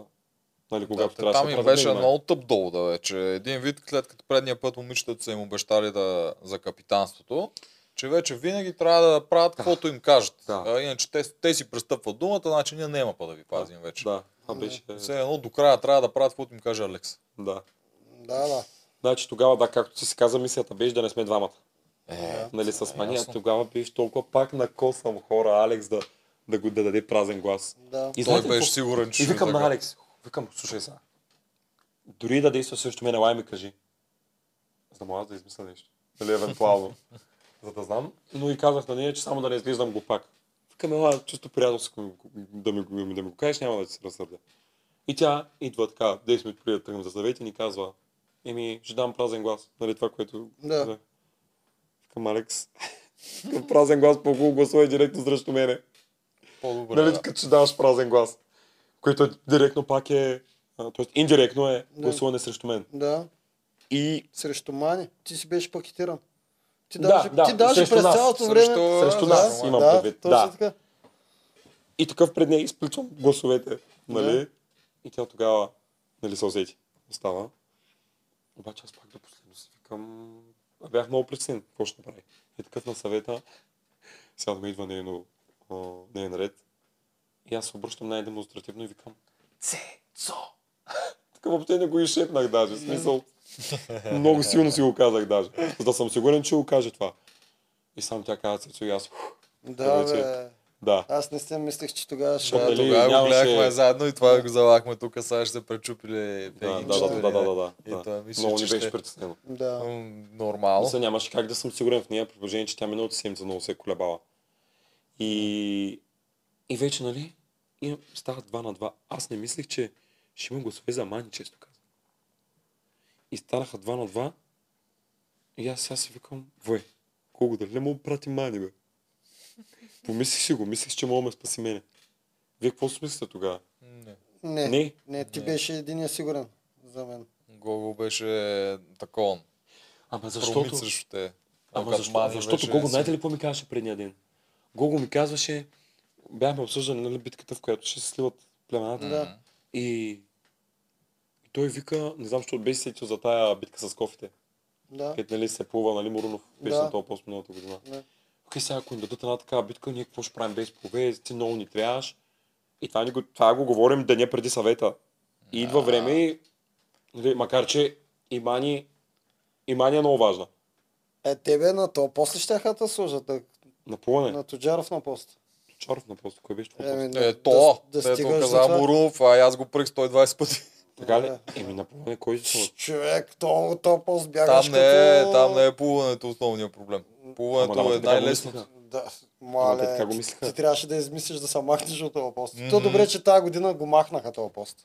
Нали, Да, когато те, трябваше там да им правят беше ден, нали. много тъп долу да вече. Един вид, след като предния път момичетата са им обещали да, за капитанството, че вече винаги трябва да правят каквото им кажат. Да. А, иначе те, те си престъпват думата, значи ние няма па да ви пазим вече. Да, това беше. Все едно до края трябва да правят каквото им каже Алекс. Да. Да, да. Значи тогава, да, както ти си каза, мисията беше да не сме двамата. Е, нали, с мания. ясно. Тогава беше толкова пак на косъм хора, Алекс да, да го да даде празен глас. Да. той И знаете ли беше какво? сигурен, че И викам нали, ще на така. Алекс, викам, слушай сега. Дори да действа срещу мен, лай ми кажи. За да мога аз да измисля нещо. Или евентуално. за да знам. Но и казах на нея, че само да не изглеждам глупак. Викам, ела, чисто приятелско ми го- да ми, го- да ми го кажеш, няма да ти се разсърдя. И тя идва така, 10 минути преди да тръгнем за съвет и ни казва, еми, ще дам празен глас. Нали това, което... Да. казах. Викам, Алекс, към празен глас по Google гласува директно срещу мене. По-добре. Нали, да. като ще даваш празен глас. Което е директно пак е, а, т.е. индиректно е Да. гласуване срещу мен. Да. И Срещу Мани. Ти си беше пакетиран. Ти Да, даже, да, ти даже срещу през нас. цялото Срещу- време... срещу Да, нас имам да, предвид, Точно да. така. И такъв пред нея изпличам гласовете, нали? Да. И тя тогава, нали, се усети. Остава. Обаче аз пак до последно си викам... а, Бях много притеснен, какво ще направи. И такъв на съвета, сега да ми идва нейно, а, нейн ред. И аз се обръщам най-демонстративно и викам, Цецо! Така въобще не го изшепнах даже, в смисъл. Много силно си го казах даже, за да съм сигурен, че го каже това. И сам тя каза Цецо и аз, «Ух, Да, вече- бе. да. Аз наистина мислех, че тогава ще... Да, Нали, тогава го нямаше- гледахме заедно и това го завахме тук, сега ще се пречупили Да, Пеги да, да, да, да, да, да. И той мисли, Много че ни беше ще- е притеснено. Да. М, Нормално. Мисля, нямаше как да съм сигурен в нея, при положение, че тя миналата седмица много се е колебала. И, и вече, нали, и става 2 на 2. Аз не мислех, че ще има гласове за мани, често казвам. И станаха 2 на 2. И аз сега си викам, вой, колко дали не мога да прати мани, бе? Помислих си го, мислих, че мога да ме спаси мене. Вие какво си мислите тогава? Не. Не. Не, Не, ти Не. беше единия сигурен за мен. Гого беше такон. ама Промит защото... срещу те. Ама Докато защо, Мани защото беше Гого, си- знаете ли какво ми казваше предния ден? Гого ми казваше, бяхме обсъждали нали, битката, в която ще се сливат племената. М. Да. И... и той вика, не знам, защо беше сетил за тая битка с кофите. Да. Където нали, се плува, нали, Мурунов беше Да. на този пост миналата година. Да. Окей, сега ако ни дадат една такава битка, ние какво ще правим без пове, ти много ни трябваш. И това, ни го, това го говорим деня преди съвета. И идва Да. време и... Нали, макар, че и Мани, и Мани е много важна. Е, тебе на то после щяха да служат. Да, На плуване. на Тоджаров на пост. Чаров на просто, кой беше това? Еми, да- Е, да- то! да Ето стигаш до каза това. Мурунов, а аз го пръх 120 пъти. Така ли? Да. Еми, напомня, кой ще съм. Човек, то, то пост бягаш Там не, е, като... там не е плуването основния проблем. Ама, Плуването да, е ама така го най-лесното. мислеха. Да, Ама те мале, така го ти, мислеха. ти трябваше да измислиш да се махнеш от този пост. Мгм. То добре, че тази година го махнаха този пост.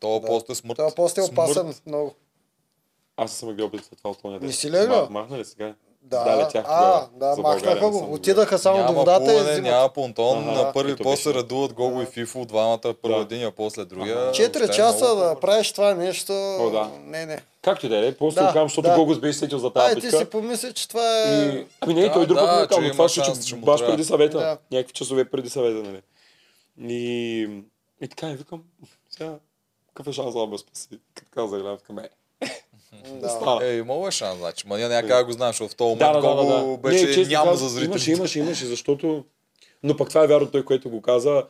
Това Да. пост е смърт. Този пост е Смърт. опасен много. Аз не съм я гледал преди това от този ден. Не си ли е я гледал? Ма- Махна ли сега? Да, да, летях а, тогава да, за махнаха България, не съм го. го Отидаха само няма до водата и плуване, взимат. няма понтон. Ага. на първи Ето пост се беше. радуват Гого и Да. Фифо, двамата първо Да. един, а после другия. Ага. Четири Въобще е часа много да добър. правиш това нещо. О, да. Не, не. Както и да е, де, просто Да, го казвам, защото да. Гого се беше сетил за тази Ай, Е, ти битка. си помисли, че това е... И... Ами не, Да, той друг път да, ми е че казал, има това ще шанс, че му баш трябва. преди съвета, Да. някакви часове преди съвета, нали. И, и така, и викам, сега, какъв е шанс да ме спаси? Като каза, гледам, към е. Да. Не става. Е, имало е шанс, значи. Ма ние някак го знаем, защото в този Е. Да, момент да, да, Гого да, да. беше честно няма казвам, за Имаше, зрителите. имаше, имаше, защото... Но пък това е вярно, той, което го каза,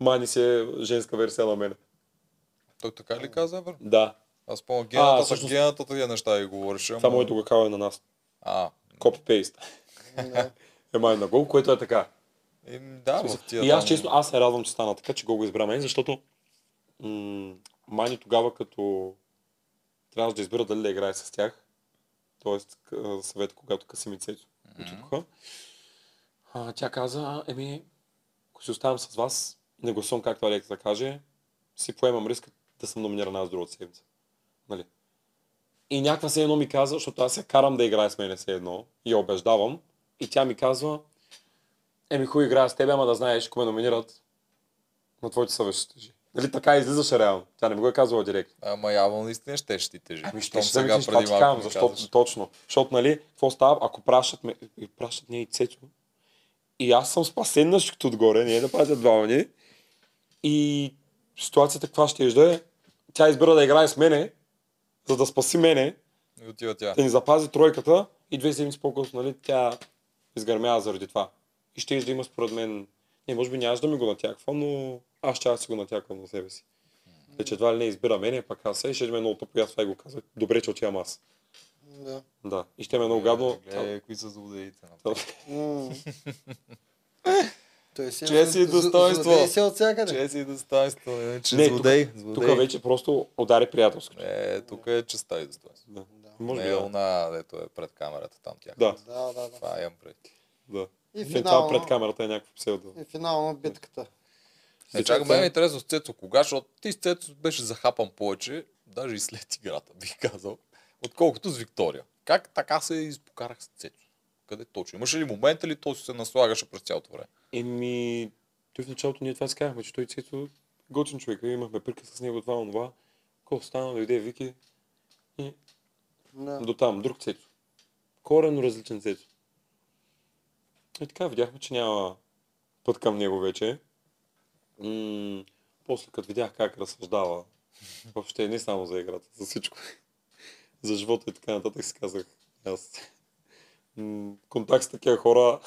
мани се женска версия на мен. Той така ли каза, бе? Да. Аз помня гената, а, всъщност- гената тия неща ги говореше. Ама... Това моето го кава е на нас. А, Копипейст. Да. Ема е на гол, което е така. и, да, в тия И аз там- честно, аз се радвам, че стана така, че гол го избра мен, защото м- Мани тогава като трябваше да избира дали да играе с тях, т.е. съвет, когато Касими Цецо отидоха, а, тя каза, «А, еми, ако си оставам с вас, не гласувам както Алекса каже, си поемам риска да съм номинирана аз другата седмица. Нали? И някаква се едно ми каза, защото аз я карам да играе с мене все едно и я убеждавам. И тя ми казва, еми хубаво играя с теб, ама да знаеш, ако ме номинират, на твоите съвест ще тежи. Нали така излизаше реално. Тя не ми го е казвала директно. Ама явно наистина ще ще ти тежи. Ами ще Щом ще сега преди малко казвам, ми защото, казваш. Точно. Защото, нали, какво става, ако пращат, ме, и пращат ние и Цецо, и аз съм спасен на всичкото отгоре, ние да пазят двама ни. И ситуацията каква ще да е, тя избира да играе с мене, за да спаси мене, И отива тя. да ни запази тройката и две седмици по-късно, нали, тя изгърмява заради това. И ще да има според мен, не, може би нямаш да ми го натяквам, но аз ще да си го натяквам на себе си. Е, че едва ли не избира мене, пак аз се, и ще ме е много тъпо, и аз това и го казах. Добре, че отивам аз. да. Да. И ще ме е много гадно. Гледай, кои са злодеите. нали? направо. Е, М. Той си е Чест и зл- достойнство. злодей си е от всякъде. Чест и достоинство. Иначе Не, злодей. Тук злодей. вече просто удари приятелско. Е, тук е честа и достоинство. Да. Да. Може би. Не е Да. она, дето е пред камерата там тя. Да. Да, да, да. Това имам пред. да. И Е, Това финално, пред камерата е някакво псевдо. и финално битката. Е, чакай, мен ми е интересно с Цецо кога, защото ти с Цецо беше захапан повече, даже и след играта, бих казал, отколкото с Виктория. Как така се изпокарах с Цецо? Къде точно? Имаше ли момент или то се наслагаше през цялото време? Еми, той в началото ние това си казахме, че той Цецо готин човек. Ние Имахме приказка с него това онова. Колко стана, дойде Вики. И Да. до там, друг Цецо. Коренно различен Цецо. И така, видяхме, че няма път към него вече. М- после като видях как разсъждава, въобще не само за играта, за всичко, за живота и така нататък, си казах, аз м- контакт с такива хора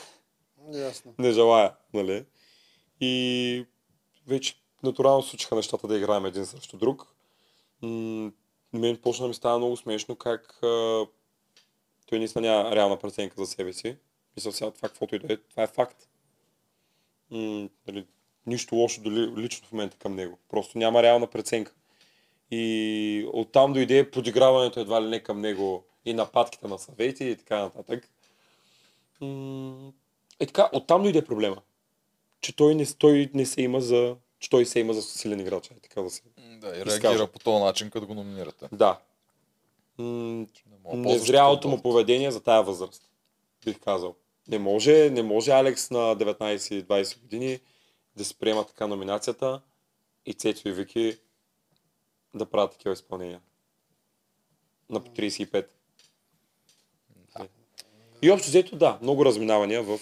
Ясно. не желая, нали? И вече натурално се случиха нещата да играем един срещу друг. М, Мен почна да ми става много смешно как а, той наистина няма реална преценка за себе си. Мисля сега това каквото и да е, това е факт. М, нали, нищо лошо доли, лично в момента към него. Просто няма реална преценка. И оттам дойде подиграването едва ли не към него и нападките на съвети и така нататък. М, е така, оттам дойде проблема. Че той не, той не се има за... Че той се има за силен играч. Е така да се. Да, и Изкажа. реагира по този начин, като го номинирате. Да. М- Не мога да ползваш незрялото такъв му поведение за тая възраст. Бих казал. Не може, не може Алекс на 19-20 години да си приема така номинацията и Цецо и Вики да правят такива изпълнения. На по 35. Да. И общо взето да, много разминавания в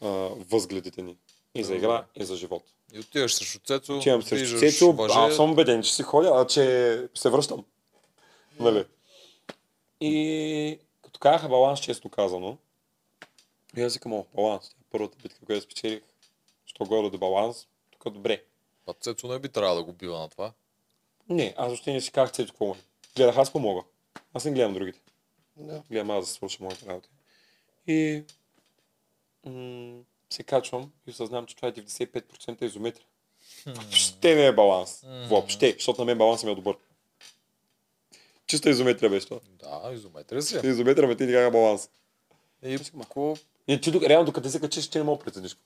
а, възгледите ни. И за игра, и за живот. И отиваш срещу Цецо, Отивам срещу виждаш Цецо, въже, аз съм убеден, че си ходя, а че се връщам. Нали? И като казаха баланс, честно казано, и аз викам, о, баланс. Първата битка, която спечелих, що горе до баланс, тук добре. А Цецо не би трябвало да го бива на това. Не, аз още не си казах Цецо какво му е. Гледах аз какво мога. Аз не гледам другите. Да. Гледам аз да свърша моите работи. И м- се качвам и осъзнавам, че това е 95% изометрия. Въобще не е баланс. Въобще, защото на мен балансът ми е добър. Чиста изометрия беше това. Да, изометрия си. е. Изометрия ме ти никакъв баланс. И Е, Чакай малко. ако И ти, док- реално, докато се качиш, ти не мога да прецениш.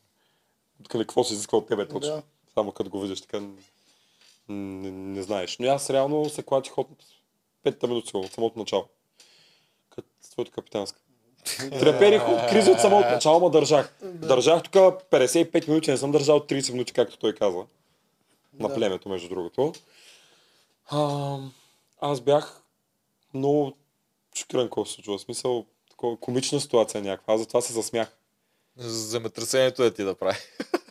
Къде, какво се изисква от тебе точно. Да. Само като го видиш, така н- не, не, знаеш. Но аз реално се клачих от петата минути сигурно, от самото начало. Като с твоето капитанска. Треперих от криза от самото начало, ма държах. Държах тук 55 минути, не съм държал 30 минути, както той каза. На Да. племето, между другото. А, аз бях много шокиран какво се случва. В смисъл, такова комична ситуация някаква. Аз затова се засмях. земетресението е ти да прави.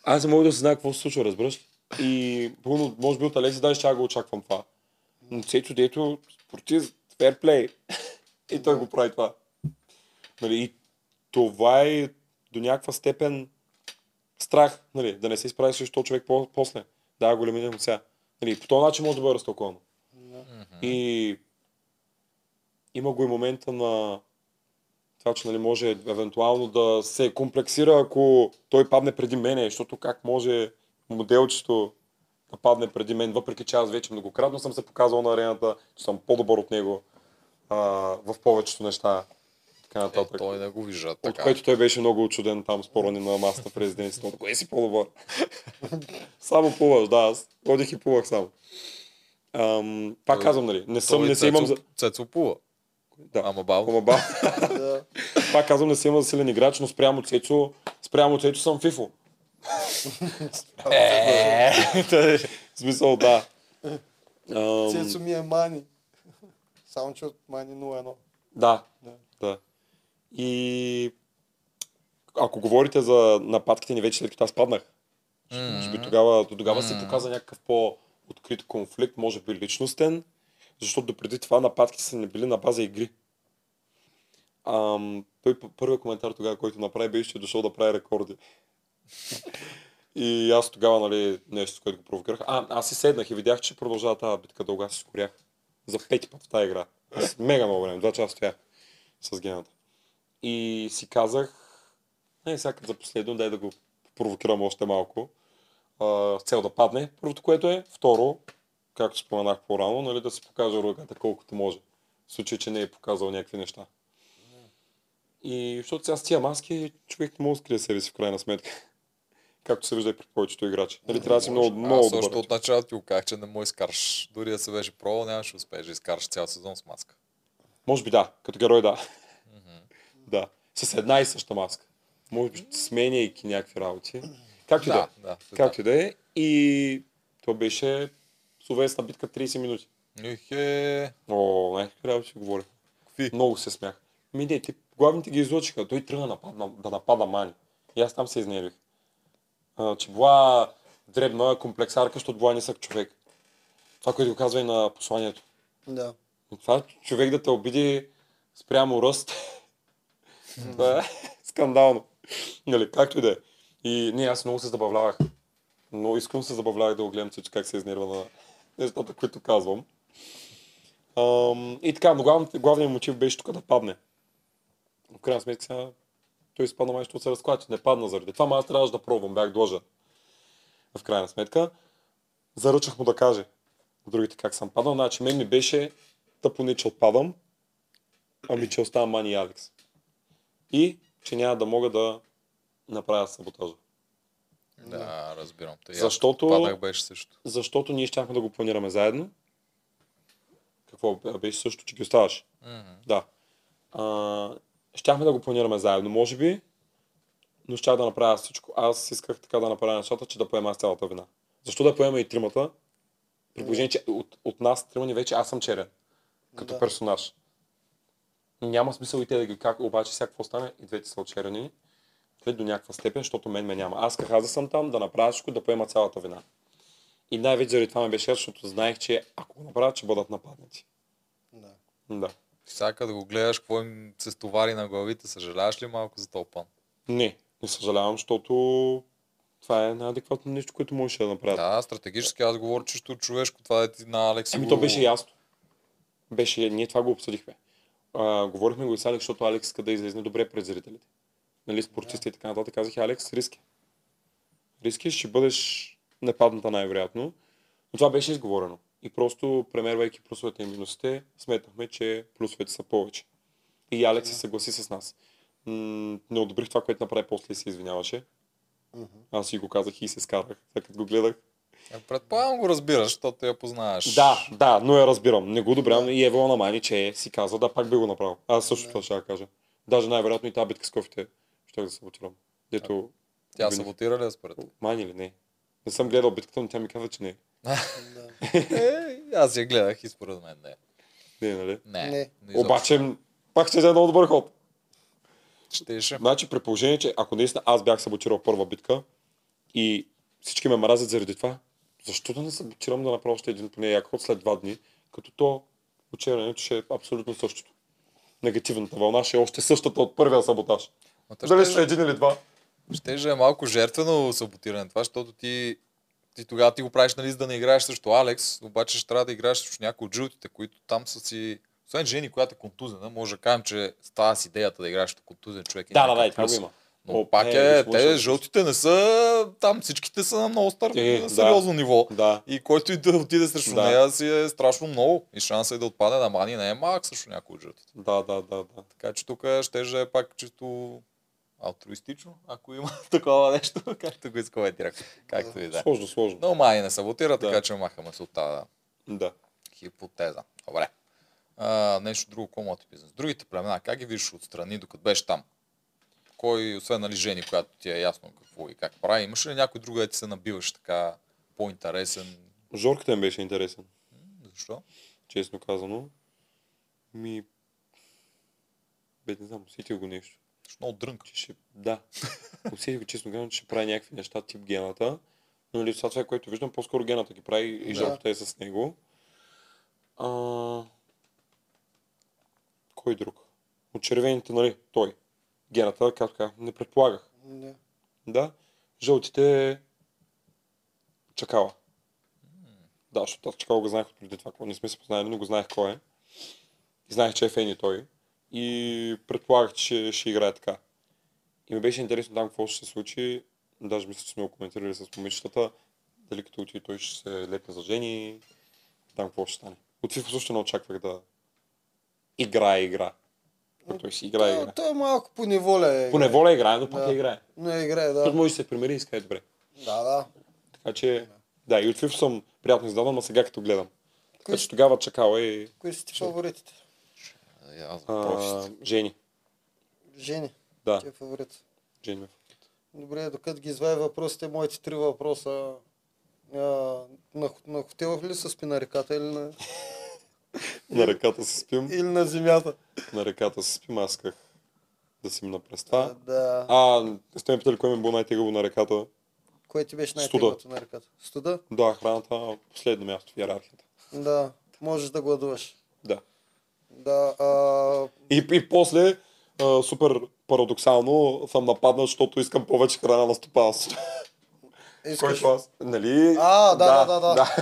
Аз не мога да се знае какво се случва, разбираш. ли? И пълно, може би от Алекси даже ще го очаквам това. Но Цецо дето спортист, ферплей. и той го прави това. Нали, и това е до някаква степен страх, нали, да не се изправи срещу този човек по- после. Да, големина му сега. Нали, по този начин може да бъде разтълковано. Да. И има го и момента на това, че нали, може евентуално да се комплексира, ако той падне преди мене, защото как може моделчето да падне преди мен, въпреки че аз вече многократно съм се показал на арената, че съм по-добър от него а, в повечето неща. Така Е, нататък. той не го вижда От така. което той беше много очуден там споране на масата през денството. Кое си по-добър? само плуваш, да, аз ходих и плувах само. Ам, пак Той- казвам, нали, не съм, Той е не се имам за... Цецо- Цецо плува. Да. Ама бавно. Ама ба, да. пак казвам, не съм имам засилен играч, но спрямо Цецо, спрямо Цецо съм фифо. Е, В смисъл, да. Ам, Цецо ми е мани. Само че от мани 0-1. Да. Да. да. И ако говорите за нападките ни вече след като аз паднах, Може би тогава, до тогава се Мгм. показа някакъв по-открит конфликт, може би личностен, защото преди това нападките са не били на база игри. Ам, той п- първият коментар тогава, който направи, беше, че е дошъл да прави рекорди. и аз тогава, нали, нещо, с което го провокирах. А, аз си седнах и видях, че продължава тази битка дълга, аз си скорях. За пети път в тази игра. Аз мега много време, два часа стоях с гената. И си казах, не, сега като за последно, дай да го провокирам още малко а, с цел да падне. Първото, което е. Второ, както споменах по-рано, нали, да се покаже ръката колкото може. В случай, че не е показал някакви неща. И защото сега с тия маски човек не може да скрие себе си в крайна сметка. Както се вижда и при повечето играчи. Нали, трябва да си много, много Аз още добър. от началото ти го казах, че не му изкараш. Дори да се беше пробвал, нямаше да успееш да изкараш цял сезон с маска. Може би да, като герой да. да. С една и съща маска. Може би сменяйки някакви работи. Както и да. да. Както и да е. И то беше словесна битка 30 минути. Ихе, О, не, трябва да си говоря. Какви? Много се смях. Ми не, те, главните ги излъчиха. Той тръгна да нападна, да напада Мани. И аз там се изнервих. А, че била дребна комплексарка, защото била нисък човек. Това, което го казва и на посланието. Да. И Това човек да те обиди спрямо ръст, това е скандално. Нали, както и да е. И не, аз много се забавлявах. Но искрено се забавлявах да го гледам, че как се изнерва на нещата, които казвам. Ам, и така, но главният, главният мотив беше тук да падне. В крайна сметка сега той изпадна май, защото се разклати. Не падна заради това, ама аз трябваше да пробвам, бях длъжен. В крайна сметка, заръчах му да каже другите как съм падал. Значи, мен ми беше тъпо не, че отпадам, ами че оставам Мани и Алекс. И че няма да мога да направя саботажа. да, разбирам. Те, Защото- Падах беше също. Защото ние щяхме да го планираме заедно. Какво беше също, че ги оставаш? Мгм. Да. А, щяхме да го планираме заедно, може би, но щях да направя всичко. Аз исках така да направя нещата, че да поема аз цялата вина. Защо да поема и тримата? При положение, че от, от нас трима ни вече аз съм черен. Като Да. персонаж. Няма смисъл и те да ги как, обаче сега какво стане и двете са очерени. Две до някаква степен, защото мен ме няма. Аз исках аз да съм там, да направя всичко, да поема цялата вина. И най-вече заради това ме беше, яд, защото знаех, че ако го направя, ще бъдат нападнати. да. Да. Всяка да го гледаш, какво им се стовари на главите, съжаляваш ли малко за топан? Не, не съжалявам, защото това е най-адекватно нещо, което можеш да направя. Да, Да, стратегически аз говоря чисто човешко, това е ти на Алекс. Еми, го- Ами то беше ясно. Беше, ние това го обсъдихме. А, говорихме го и с Алекс, защото Алекс иска да излезе добре пред зрителите. Нали, спортисти и така нататък. Казах, Алекс, риски. Риски ще бъдеш нападната най-вероятно. Но това беше изговорено. И просто, премервайки плюсовете и минусите, сметнахме, че плюсовете са повече. И Алекс се съгласи с нас. М, не одобрих това, което направи после и се извиняваше. Аз си го казах и се скарах, след като го гледах. Е, Предполагам го разбираш, защото я познаваш. Да, да, но я разбирам. Не го одобрявам и Евелона Мани, че си каза, да, пак би го направил. Аз също това ще я кажа. Даже най-вероятно и тази битка с кофите ще да саботирам. Дето, Тя Винаги. саботира ли я според теб? Мани ли не? Не съм гледал битката, но тя ми каза, че не. да. Е, аз я гледах и според мен не. Не, нали? Не. Не. но изобщо Обаче, пак ще взема много добър ход. Щеше. Значи, при положение, че ако наистина аз бях саботирал първа битка и всички ме мразят заради това, защо да не саботирам да направя още един поне як ход след два дни, като то учението ще е абсолютно същото. Негативната вълна ще е още същата от първия саботаж. Ма то Дали щеше- ще е един или два? Щеше да е малко жертвено саботиране това, защото ти, Ти тогава ти го правиш, нали, за да не играеш срещу Алекс, обаче ще трябва да играеш срещу някои от жилтите, които там са си... Освен Жени, която е контузена, може да кажем, че става с идеята да играеш като контузен човек. е Да, някакъв да, да, и това го плюс. има. Но О, пак не, е, слушай, те слушай. жълтите не са там, всичките са на много стар, Е, на да. сериозно ниво. Да. И който и да отиде срещу Да. нея си е страшно много. И шанса е да отпадне на мани не е малък срещу някой от жълтите. Да, да, да, да. Така че тук ще же е пак чисто алтруистично, ако има такова нещо, както го иска Ветирак. Както и да. е. Сложно, сложно. Но мани не саботира, Да. така че махаме се от тази Да. хипотеза. Добре. А, нещо друго, какво мога да ти бизнес? Другите племена, как ги виждаш отстрани, докато беше там? Кой, освен нали жени, която ти е ясно какво и как прави, имаш ли някой друг, да ти се набиваш така по-интересен? Жорката им беше интересен, Защо? честно казано. Ми... Бе, не знам, усетих го нещо. Защо много дрънка? че ще... Да. Усетих го честно казвам, че ще прави някакви неща тип гената. Но нали, това, това, което виждам, по-скоро гената ги прави и Да. жълтата е с него. А... Кой друг? От червените, нали? Той. Гената, както казах, не предполагах. Не. Да. Жълтите е... Чакала. Да, защото аз чакала го знаех от преди това. Не сме се познали, но го знаех кой е. И знаех, че е фен и той. И предполагах, че ще играе така. И ми беше интересно там какво ще се случи. Даже мисля, че сме го коментирали с момичетата. Дали като отиде той ще се лепне за жени. Там какво ще стане. От FIFA също не очаквах да играе игра. Но той си играе Той, игра. той е малко по неволя. е. По неволя играе, но пак Да. да. играе. Но е играе, Защото да. може да се примери и скай добре. Да, да. Така че, Значи, да, и от FIFA съм приятно издаван, а сега като гледам. Така Кои, че тогава чакала е кои са ти Ще- фаворитите? Е, Аз а, профист. Жени. Жени, Да, ти е фаворит. Жени. Добре, докато ги извади въпросите, моите три въпроса. А, на, на хотела ли са спи на реката или на, На ръката се спим, или на земята? на ръката се спим, аз исках да си мина през това. да. А, не сте ме питали кое ми е било най-тегаво на ръката. Кое ти беше Студа. най-тегото на реката? Студа? Да, храната, последно място в иерархията. Да, можеш да гладуваш. Да. Да, а, И, и после, а, супер парадоксално, съм нападнал, защото искам повече храна на стопанството. искаш... Който аз, е нали? А, да, да, да, да. да.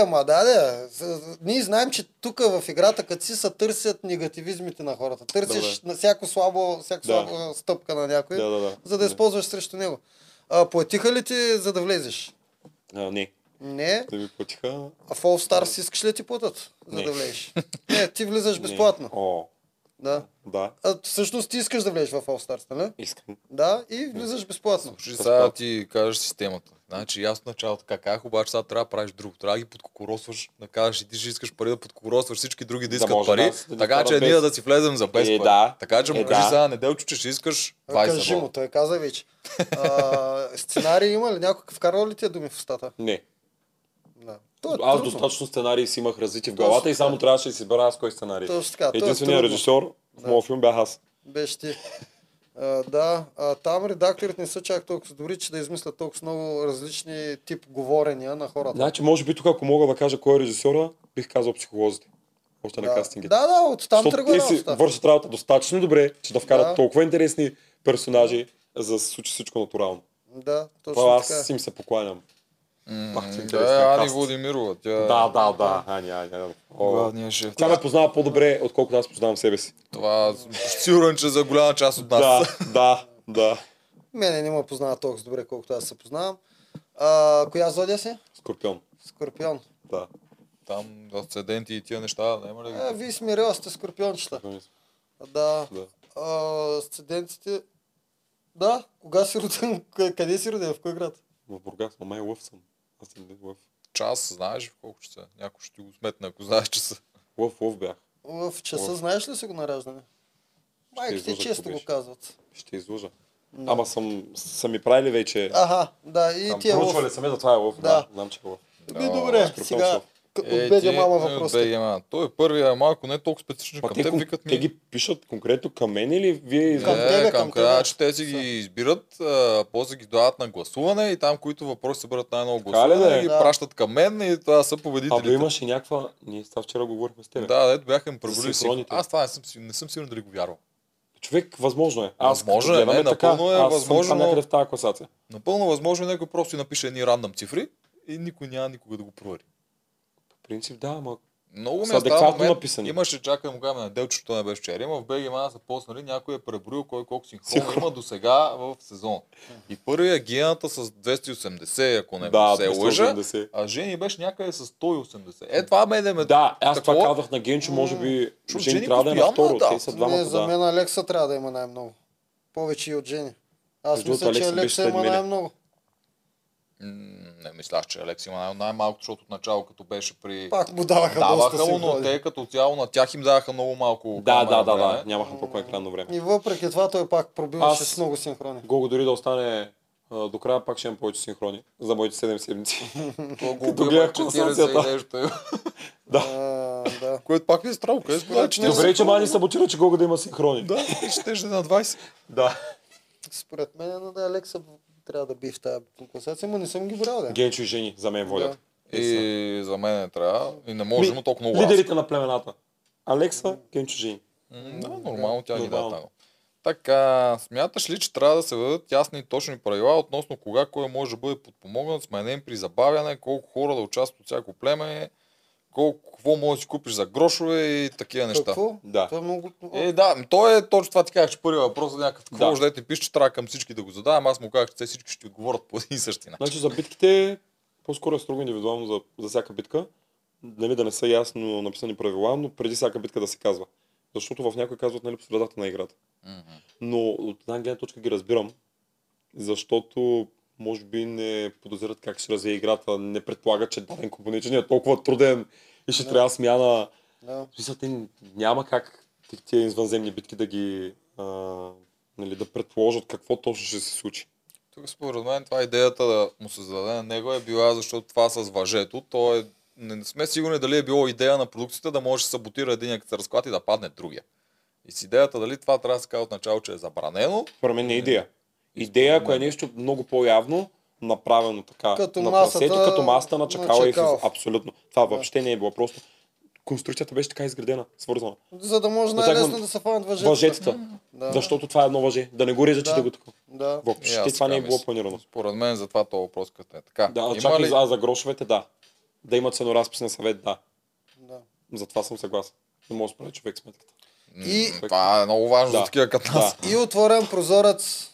Е, ма да, да. С- с- Ние знаем, че тук в играта, като си, се търсят негативизмите на хората. Търсиш Добре. на всяко слабо, всяко Да. слабо стъпка на някой, да, да, да. за да използваш срещу него. А, платиха ли ти, за да влезеш? А, не, Не. да ми платиха. А в All Stars искаш ли да ти платят, за Не. да влезеш? Не, ти влизаш Не. безплатно. О, Да. да, А, всъщност ти искаш да влезеш в All Stars, нали? искам. Да, и влизаш безплатно. Слушай, Какво? сега ти кажеш системата. Значи аз в началото така казах, обаче сега трябва да правиш друго. Трябва да ги подкокоросваш, да кажеш и ти ще искаш пари да подкокоросваш всички други да Да искат може пари, нас да ни така че вкарат ние без. да си влезем за без пари. Е, да. Така че му Е, кажи да. сега неделчо, че ще искаш Е, 20 Е, Кажи му, евро. той каза вече. А, сценарий има ли? Някой вкарва ли ти думи в устата? Не, Да. То е аз трудно. достатъчно сценарии си имах развити в Точно главата и само така. трябваше да си избера аз кой сценарий. Точно така. то е Единственият трудно. режисьор в Да. моят филм бях аз. Беше ти. А, да, а, там редакторите не са чак толкова добри, че да измислят толкова много различни тип говорения на хората. Значи, може би тук, ако мога да кажа кой е режисьора, бих казал психолозите. Още на да. кастингите. да, да, от там Защото тръгва те си работата. вършат работа достатъчно добре, че да вкарат Да. толкова интересни персонажи, за да се случи всичко натурално. Да, точно Това така. аз им се покланям. М, Пак ти Да, е интересен Ани каст. Владимирова. Тя е Да, да, да. Аня, Аня. Аня. О, главният шеф. Тя ме познава по-добре, отколкото аз познавам себе си. Това съм сигурен, че за голяма част от нас. Да, да, да. Мене не ме познава толкова добре, колкото аз се познавам. А, коя зодия си? Скорпион. Скорпион. Да. Там асценденти и тия неща, няма ли? ги? А, вие смирила Е, сте скорпиончета. Да. е- Да. А, студентите... Да, кога си роден? Къ- Къде си роден? В кой град? В Бургас, но май лъв съм. Аз съм бил лъв. Час, знаеш ли колко часа? Някой ще ти го сметне, ако знаеш часа. Лъв, лъв бях. В часа О. знаеш ли си го нараждане? Майките излъжа, често ако го беше. казват. Ще излъжа. Да. Ама съм, са ми правили вече. Аха, да, и Там ти е лъв. проучвали са ме, затова е лъв. Да. Да. Знам, че е лъв. Би, Да, добре, скорпион сега съм. к- от БГ мама Е, ти, въпросите. от БГ мама. Той е първия, е малко не е толкова специфичен. Па Към те, теб кон- викат те ми. е, ги пишат конкретно към мен или вие Не, Към излъжете? тебе, към към края, тебе. че те си ги избират, а, после ги дават на гласуване и там, които въпроси се бъдат най-много Така ли гласуване, да е? ги Да. пращат към мен и това са победителите. Абе имаше някаква... Ние това вчера го говорихме с теб. Да, ето бяха им преброили си. синхроните. Аз това не съм, си- не съм сигурен дали го вярвам. Човек, възможно е. Аз Възможно като е, гледаме не, напълно е аз съм възможно. там някъде в тази класация. Напълно възможно е някой просто си напише едни рандъм цифри и никой няма никога да го провери. По принцип, да, ама Много Са места в адекватно момент написани. Имаше чакай му кажем на Делчо, той не беше вчера. Има в БГ Мана са поснали, някой е преброил кой колко синхрон Синхрон. има до сега в сезон. И първия е гената с 280, ако не да, се 280. лъжа. А Жени беше някъде с 180. Е, това ме да ме... Да, аз това Такова- казах на Генчо, може би Чу, Жени Жени трябва да е на постоянно второ, е, да. те са Не, двамата, за да. мен Алекса трябва да има най-много. Повече и от Жени. Аз Между мисля, другото, че Алекса беше Алекса след има мене. най-много. М, Не мислях, че Алекс има най- най-малко, защото от начало като беше при... Пак му даваха, Даваха доста му, но синхрони. те като цяло на тях им даваха много малко. Да, да, камера да, да, време. нямаха толкова екранно време. И въпреки това той пак пробиваше Аз- с много синхрони. Гого дори да остане а, до края, пак ще имам повече синхрони за моите 7 седмици. Той го Като убива гледах 40 и класацията. нещо. Да. А, да. Което пак ми е странно, къде според Значи, 40? Добре, че мани саботира, че Гого да има синхрони. Да, ще ще на 20. Да. Според мен на да, Алекса трябва да би в тази класация, но не съм ги брал. Да. Генчо и Жени за мен водят. И за мен не трябва. И не може да Ми, има толкова много разлика. Лидерите на племената. Алекса, Генчо, Жени. М, Да, нормално тя ги дава Нормално. там. Така, смяташ ли, че трябва да се въдат ясни и точни правила относно кога кой може да бъде подпомогнат, сменен при забавяне, колко хора да участват от всяко племе, колко, какво можеш да си купиш за грошове и такива неща. Какво? Да. Това е много... Е, да, м, то е точно това ти казах, че първият въпрос е някакъв Да. какво, да. ти пише, че трябва към всички да го задавам. Аз му казах, че те всички ще отговорят по един и същи начин. Значи за битките по-скоро е строго индивидуално за, за всяка битка. Нали, да не са ясно написани правила, но преди всяка битка да се казва. Защото в някои казват нали, по средата на играта. Мгм. Но от една гледна точка ги разбирам, защото може би не подозират как ще развие играта, не предполагат, че даден компоничен е толкова труден и ще Да. трябва смяна. Да. В смисъл, те няма как т- тия извънземни битки да ги а, нали, да предположат какво точно ще се случи. Тук според мен това е идеята да му се зададе на него е била, защото това с въжето, то е, не сме сигурни дали е било идея на продукцията да може да саботира един като се разклати да падне другия. И с идеята дали това трябва да се казва от начало, че е забранено. Според мен не е идея. Идея, ако е нещо много по-явно, направено така. Като на масата трасето, като масата на на чакала и Чакалов. в... Абсолютно. Това въобще не е било. Просто конструкцията беше така изградена, свързана. За да може Отегнам най-лесно да се фанат въжетата. Въжетата. Да. Защото това е едно въже. Да не го режат, че Да. да го такова. Да. И Въобще аз това не е така било мисля. планирано. Според мен за това този въпрос като е така. Да, а Има чакай ли... за, за грошовете, да. Да има ценоразписен съвет, да. да. За това съм съгласен. Не може да спре човек сметката. М, И- Това е много важно Да. за такива като нас. Да. И отворен прозорец.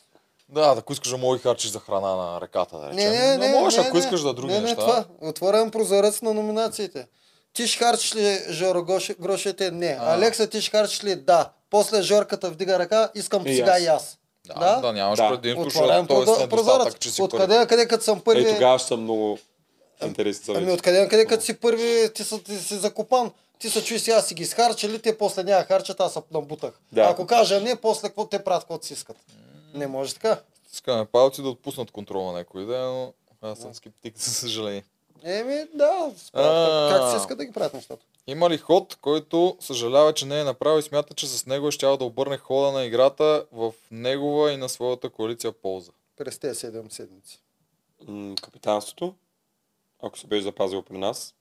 Да, ако искаш да можеш да харчиш за храна на реката, да речем. Не, не, не. не Значи, ами, можеш, не, ако не. искаш за други не, не, неща. Това. Отворен прозорец на номинациите. Ти ще харчиш ли Жоро Гоше- грошите? Не. А. Алекса, ти ще харчиш ли? Да. После Жорката вдига ръка, искам И сега аз. и аз. Да, Да. да, нямаш Да. предимство, Отворен защото той е с прозо- недостатък, че прозорец. си Откъде на къде, като съм първи? Е, тогава ще съм много интересен съвет. Ами откъде на къде, като си първи, ти, са, ти си закопан. Ти се чуй сега си ги изхарчили, те после няма харчат, аз се набутах. Да. Ако кажа не, после какво те правят, каквото си искат. Не може така. Искаме палци да отпуснат контрола на някой ден, но аз съм скептик, за съжаление. Еми, да, А. справят, как си иска да ги правят нещата. Има ли ход, който съжалява, че не е направил и смята, че с него е щял да обърне хода на играта в негова и на своята коалиция полза? През тези 7 седмици. М, Капитанството, ако се беше запазил при нас,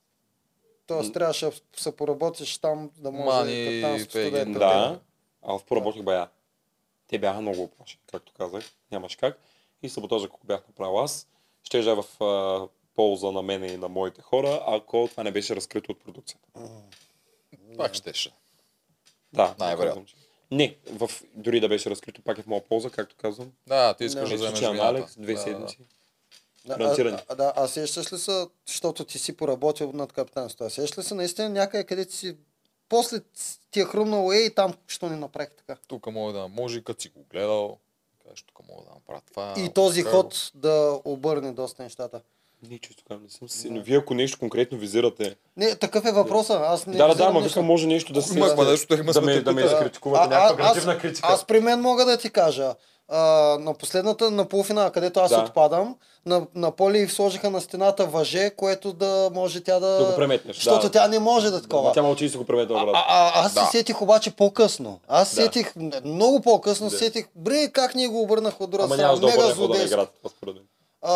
Тоест трябваше да се поработиш там, да може Мани, капитанството да е Пеген, при теб. Да, аз поработих бая. Те бяха много оплашени, както казах. Нямаш как. И саботажа, ако бях направил аз, ще е в а, полза на мене и на моите хора, ако това не беше разкрито от продукцията. е Пак щеше. Да, Най-вероятно. казвам, че- Не, в, дори да беше разкрито, пак е в моя полза, както казвам. Да, ти искаш Не, да Ето, вземеш че на вината. Алекс, две Да, да, да. седмици. Да, Гарантирани. А, а, да, а сещаш ли се, защото ти си поработил над капитанството, а сещаш ли се наистина някъде, където си после ти е хрумнало е и там, що не направих така. Тук мога да може, и като си го гледал, кажеш, тук мога да направя това. И този така го. ход да обърне доста нещата. Не, често казвам, не съм си. Да. Но вие ако нещо конкретно визирате. Не, такъв е въпроса. Аз не да, да, да, взимам ама нищо. викам, може нещо да се. Ма, ма, нещо, да има да ме, сметката. да ме Да. изкритикувате, А, някаква а, аз- градивна критика. Аз при мен мога да ти кажа. А, на последната, на полуфинала, където аз Да. отпадам, на, на Поли сложиха на стената въже, което да може тя да... Да го преметнеш, да. Защото тя не може да е такова. Тя мълчи и се го преведе А, обратно. а, аз Да. се сетих обаче по-късно. Аз Да. сетих м- много по-късно, Да. сетих, бре, как ние го обърнах от друга Ама нямаш да мега обърне хода на злодейско. играта, това според мен. А,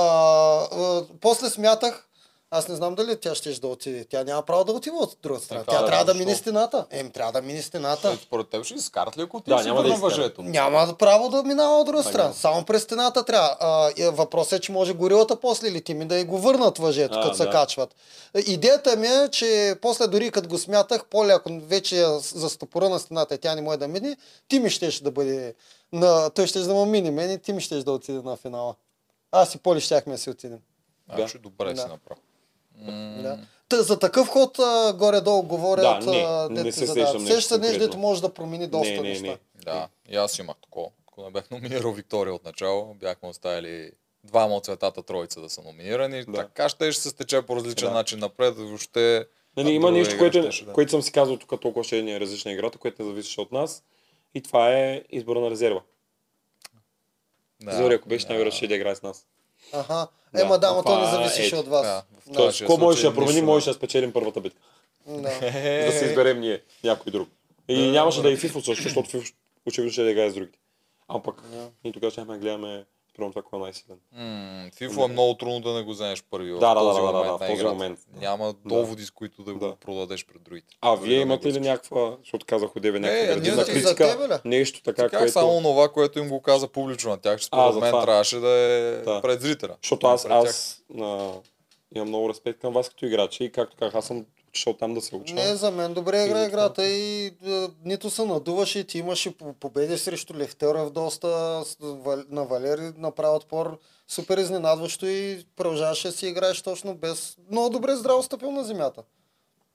а, после смятах, Аз не знам дали тя ще да отиде. Тя няма право да отива от другата страна. Така тя е, трябва да защо? мине стената. Ем, трябва да мине стената. Защото Според теб ще изкарат ли, ако ти Да, си няма да върна изкарат. въжето? Няма право да минава от друга Така. страна. Само през стената трябва. А, и въпросът е, че може горилата после лети ми да и го върнат въжето, А, като се да. качват. Идеята ми е, че после дори като го смятах, поле, ако вече е за стопора на стената и тя не може да мине, ти ми щеш да бъде. На... Той ще да му мине мен и ти ми щеш да отиде на финала. Аз и поле щяхме да си отидем. Значи добре Да. си направо. М, Да. Та, за такъв ход а, горе-долу говорят. Да, не, а, не дето се задават. сещам нещо Сеща нещо, конкретно. дето може да промени доста не, не, неща. не. Да, и аз имах такова. Ако не бях номинирал Виктория от начало, бяхме оставили двама от цветата троица да са номинирани. Да. Така ще, ще се стече по различен Да. начин напред. Въобще Нали, А, има друга нещо, игра което, щеше да. което съм си казал тук толкова ще ни е различна играта, което не зависеше от нас. И това е избора на резерва. Да, Зори, ако беше да. най-вероятно ще е да играе с нас. Аха. Да, Ема да, ма то не това е- зависеше от вас. Да, в Да. този Тоест, ще е кой случай можеше да промени, нищо, можеше да спечелим първата битка. Да. Е, да си изберем ние някой друг. И Да, нямаше да, да е да. и Фифо също, защото Фифо очевидно ще е да играе с другите. А пък ние тогава ще ме гледаме спрямо това, кой е най-силен. М, Фифо е много трудно да не го вземеш първи. в Да, да, този да, да, да, момент в на този играта. момент. Няма доводи, с които да го Да. продадеш пред другите. А Дори да вие не го имате ли искаш. някаква, защото казах одеве Е, някаква ние градивна за- и за тебе ли? критика, нещо така, Как което... е само това, което им го каза публично на тях, че А, според за мен това. трябваше да е Да. пред зрителя. Защото аз, Пред тях. аз а, имам много респект към вас като играчи и както казах, аз съм отишъл там да се уча. Не, за мен добре е игра И за това. играта и е, нито се надуваше, и ти имаше по- победи срещу Левтеров доста, с- Вал- на Валери направи отпор, супер изненадващо и продължаваше да си играеш точно без... Много добре здраво стъпил на земята.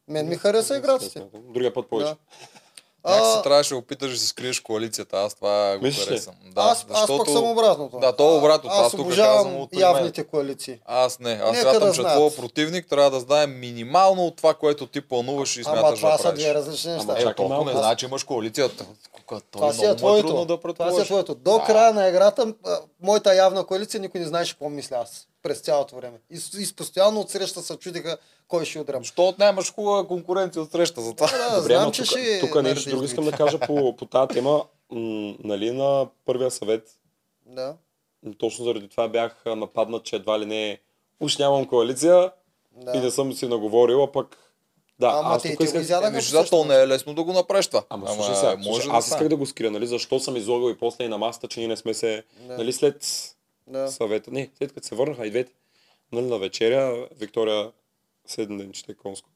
Мен ми хареса играта ти. Другия път повече. Да. Някак А, се трябваше да опиташ да си скриеш коалицията, аз това го Мислиш ли? харесвам. Да, аз, аз пък съм обратното. Да, то е обратното. Аз, Аз тук казвам обожавам от при мен. явните коалиции. Аз не, аз Нека смятам, да че знаят. твоя противник трябва да знае минимално от това, което ти плануваш и Ама смяташ това да са две правиш. различни Ама неща. Е, Чакай толкова малко, не аз- знае, че имаш коалицията. Тук, Това Той си е много е твоето. трудно да това си е предположиш. твоето. До Да. края на играта, а, моята явна коалиция, никой не знаеше какво мисля аз през цялото време. И, с- и с постоянно отсреща се чудиха кой ще удрям. Защо отнемаш хубава конкуренция от среща за това? Да, Добре, знам, ама че тук, ще... тук е нещо друго искам да кажа по, по тази тема. М, нали, на първия съвет Да. Точно заради това бях а, нападнат, че едва ли не уж нямам коалиция Да. и не съм си наговорил, а пък да, Ама аз те- тук те го исках... изяда- Изяда... Сядаха Виж, по да, то не е лесно да го направиш това. Ама, слушай сега, може слушай, да аз стане. исках да го скрия, нали, защо съм излагал и после и на масата, че ние не сме се, Да. нали, след Да. съвета, не, след като се върнаха и двете, нали, на вечеря, Виктория седненче е конско,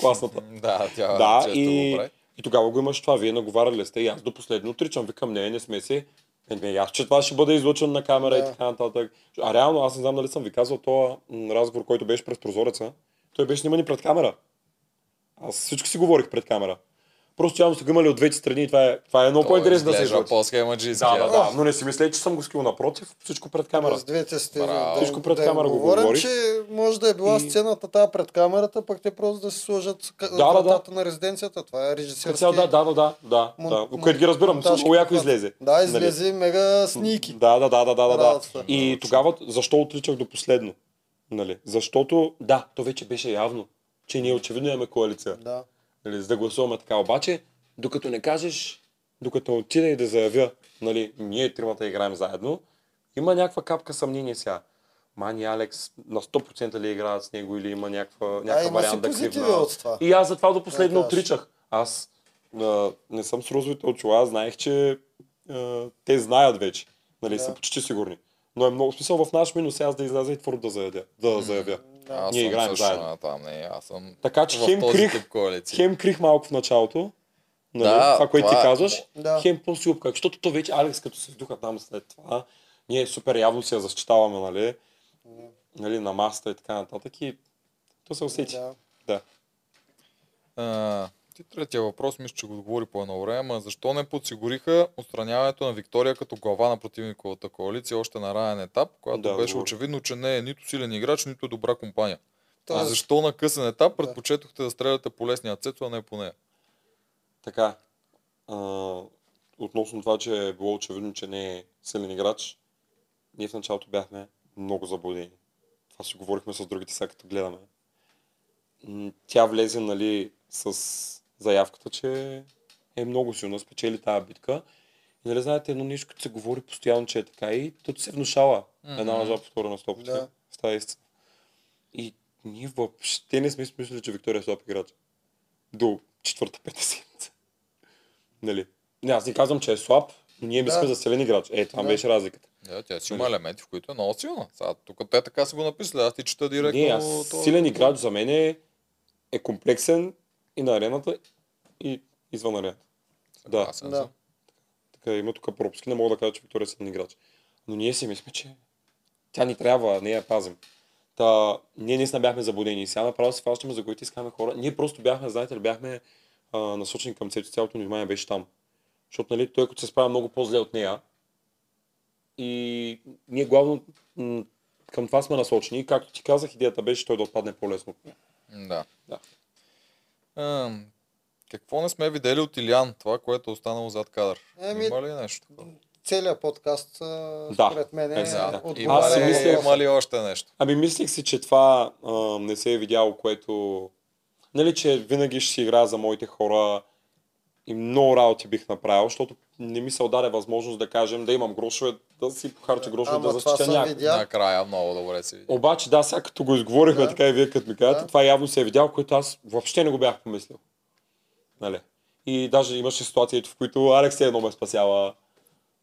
класната. Да, тя да, е често го и, прави. и тогава го имаш това, вие наговаряли ли сте и аз до последно отричам, викам, не, не сме си. Е, Не, аз, че това ще бъде излъчено на камера Да. и така нататък. А реално, аз не знам дали съм ви казал този м, разговор, който беше през прозореца. Той беше сниман и пред камера. Аз всички си говорих пред камера. Просто явно са го имали от двете страни и това е, това е много Той по-интересно да се изглежда излъчи. по-схемаджийския. Да, да, да, но не си мисля, че съм го скил напротив, всичко пред камера. С двете сте. Браво. Всичко пред им камера го говорим, говори. че може да е била И- сцената тази пред камерата, пък те просто да си сложат да, да, да. вратата на резиденцията. Това е Като режисерски. цяло, да, да, да, да, да, мон- да. Което ги разбирам, монтажки много яко похват. излезе. Да, Нали? излезе мега сники. Да, да, да, да, да, да, да. Радва се. И тогава, защо отричах до последно? Нали? Защото, да, то вече беше явно, че ние очевидно имаме коалиция. Да. Нали? За да гласуваме така. Обаче, докато не кажеш, докато не отида и да заявя, нали, ние тримата играем заедно, има някаква капка съмнение сега. Мани Алекс на 100% ли играят с него или има някаква, някаква има си вариант да позитиви кривна. от това. И аз затова до последно Да, да, аз- отричах. Аз а, не съм с розовите очила, аз знаех, че а, те знаят вече. Нали, Да. са почти сигурни. Но е много в смисъл в наш минус аз да изляза и твърдо да заявя. Да заявя. Аз Ние съм играем също заедно. на там, не, аз съм Така че в хем този крих, тип коалиция. Хем крих малко в началото. Нали? Да, Да, това, което ти това е- казваш. Да. Хем по-си обкак. Защото то вече Алекс, като се вдуха там след това, ние супер явно се я защитаваме, нали? нали на масата и така нататък. И то се усети. Да. Да. да. А, ти третия въпрос, мисля, че го отговори по едно време. а Защо не подсигуриха отстраняването на Виктория като глава на противниковата коалиция още на ранен етап, която Да, беше отговори. очевидно, че не е нито силен играч, нито е добра компания? Тоест- А защо на късен етап предпочетохте да стреляте по лесния цето, а не по нея? Така. А, относно това, че е било очевидно, че не е силен играч, ние в началото бяхме много заблудени. Това си говорихме с другите, сега като гледаме. М, Тя влезе, нали, с заявката, че е много силна, спечели тази битка. И, нали, знаете, едно нещо, като се говори постоянно, че е така и то ти се внушава. Една лъжа повтора на 100 пъти. Да. Да. Става истина. И ние въобще не сме си мислили, че Виктория е слаб играч. До четвърта, пета седмица. Нали? Не, аз не казвам, че е слаб, но ние мислим Да. за силен играч. Е, там Да. беше разликата. Да, тя си има елементи, в които е много силна. Сега, тук те така са го написали, аз ти чета директно. Не, аз то- силен играч за мен е, е комплексен и на арената, и извън арената. Да. Съгласен Да. съм. Така, има тук пропуски, не мога да кажа, че Виктория е силен играч. Но ние си мислим, че тя ни трябва, не я пазим. Та, ние наистина бяхме заблудени. И Сега направо се фащаме за които искаме хора. Ние просто бяхме, знаете ли, бяхме а, насочени към Цецо, цялото ни внимание беше там. Защото, нали, той като се справя много по-зле от нея. И ние главно м, към това сме насочени. И Както ти казах, идеята беше той да отпадне по-лесно от нея. Да. Да. Ам, какво не сме видели от Илян? Това, което е останало зад кадър. Еми, Има ли нещо? такова? Целият подкаст, а, да. според мен, Е, е да. Да. Има отговаря Има, Аз си ли- на мисля- въпроса. има ли още нещо? Ами мислих си, че това а, не се е видяло, което... Нали, че винаги ще си игра за моите хора и много работи бих направил, защото не ми се отдаде възможност да кажем да имам грошове, да си похарча грошове, Е, Ама да това защитя съм някой. видял. Я. Накрая много добре си видя. Обаче да, сега като го изговорихме, Да. така и вие като ми казвате, Да. това явно се е видяло, което аз въобще не го бях помислил. Нали? И даже имаше ситуации, в които Алекс едно ме спасява.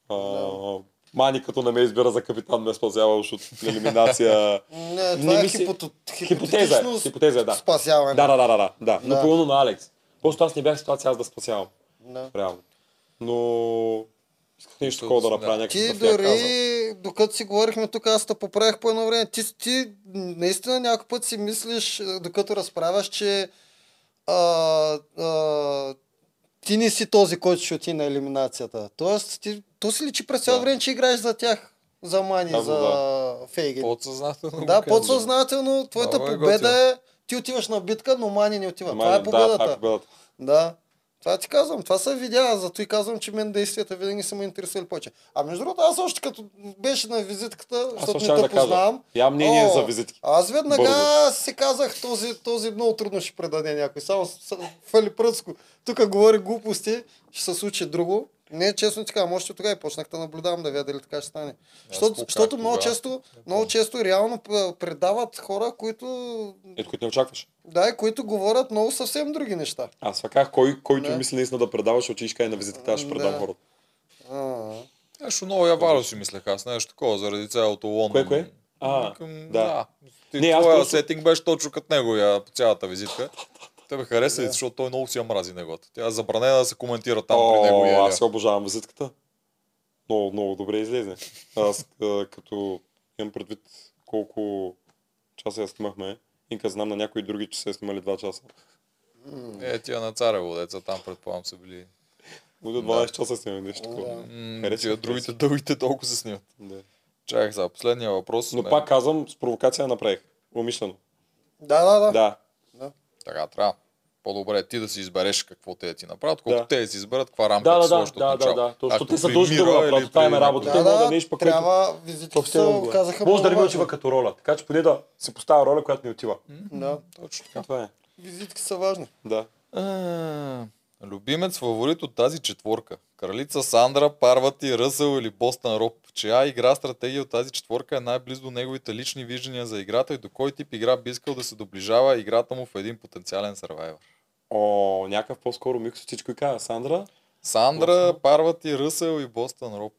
А, Мани като не ме избира за капитан, ме спасява уж от елиминация. Не, Не това е мисли- хипото... Хипотеза, е, хипотетично хипотеза, е, да. спасяване. Да, да, да, да, да, да. Да. Напълно на Алекс. Просто аз не бях в ситуация аз да спасявам, Да. реално. Но исках Защото нещо такова да си, направя да. някакъв Ти да я казвам. дори, докато си говорихме тук, аз те поправих по едно време. Ти, ти наистина някой път си мислиш, е, докато разправяш, че а, а, ти не си този, който ще отиде на елиминацията. Тоест, ти, то си личи през цяло Да. време, че играеш за тях, за Мани, Да, за Фейгин. Подсъзнателно го Да, казвам. подсъзнателно твоята Много е победа готино. е, ти отиваш на битка, но Мани не отива. това Мани, е победата. Да, това е победата. Да. Това ти казвам, това се видя, зато и казвам, че мен действията винаги са ме интересували повече. А между другото, аз още като беше на визитката, Аз защото ще не да те кажа. познавам, Я мнение О, за визитки. аз веднага Бързо. си казах, този, този много трудно ще предаде някой. Само с- с- фали пръцко. Тук говори глупости, ще се случи друго. Не, е честно ти казвам, още тогава и почнах да наблюдавам да видя дали така ще стане. Защото, спокак защото много, тогава. често, много често реално п- предават хора, които, Ето, които не очакваш. да, и които говорят много съвсем други неща. Аз сваках, кой, който Да. мисли наистина да предаваш, ще и на визитката, аз ще Да. предам хората. А. Нещо много яваро си мислех аз, нещо такова, заради цялото Лондон. Кое, кое? А, Към, да. да. Ти, Не, не, аз твоя просто- сетинг беше точно като неговия по цялата визитка. Те ме хареса, защото той много си я мрази негото. Тя е забранена да се коментира там О, при него. и еля. аз се обожавам визитката. Много, много добре излезе. Аз а, като имам предвид колко часа я снимахме, Инка знам на някои други, че са я снимали 2 часа. Е, тия на царево деца там предполагам са били. Може 12 часа снимаме нещо такова. М, Хареса, тия другите дългите толкова се снимат. Да. Чакай сега, последния въпрос. Но Не, пак казвам, с провокация я направих. Умишлено. Да, да, да. Да. Така трябва. По-добре е ти да си избереш какво те да ти направят, колко Да. те да си изберат, каква рамка Да, ти да, сложат да, от да, да, начало. да. Точно Както те са при длъжни да Мира го или направят. Това им е при работа. някой Те Да, могат да да, не еш пък, трябва визитките Въобще се не го е. оказаха Може да не ми много отива важни. като роля, така че поне да си поставя роля, която ми отива. Да, Точно така. Това е. визитки са важни. Да. А, Любимец фаворит от тази четворка. Кралица Сандра, Парвати, Ръсъл или Бостън Роб. Чия игра стратегия от тази четворка е най-близо до неговите лични виждания за играта и до кой тип игра би искал да се доближава играта му в един потенциален сървайвер? О, някакъв по-скоро микс от всичко и каза. Сандра, Сандра, Парвати, Ръсъл и Бостън Роб.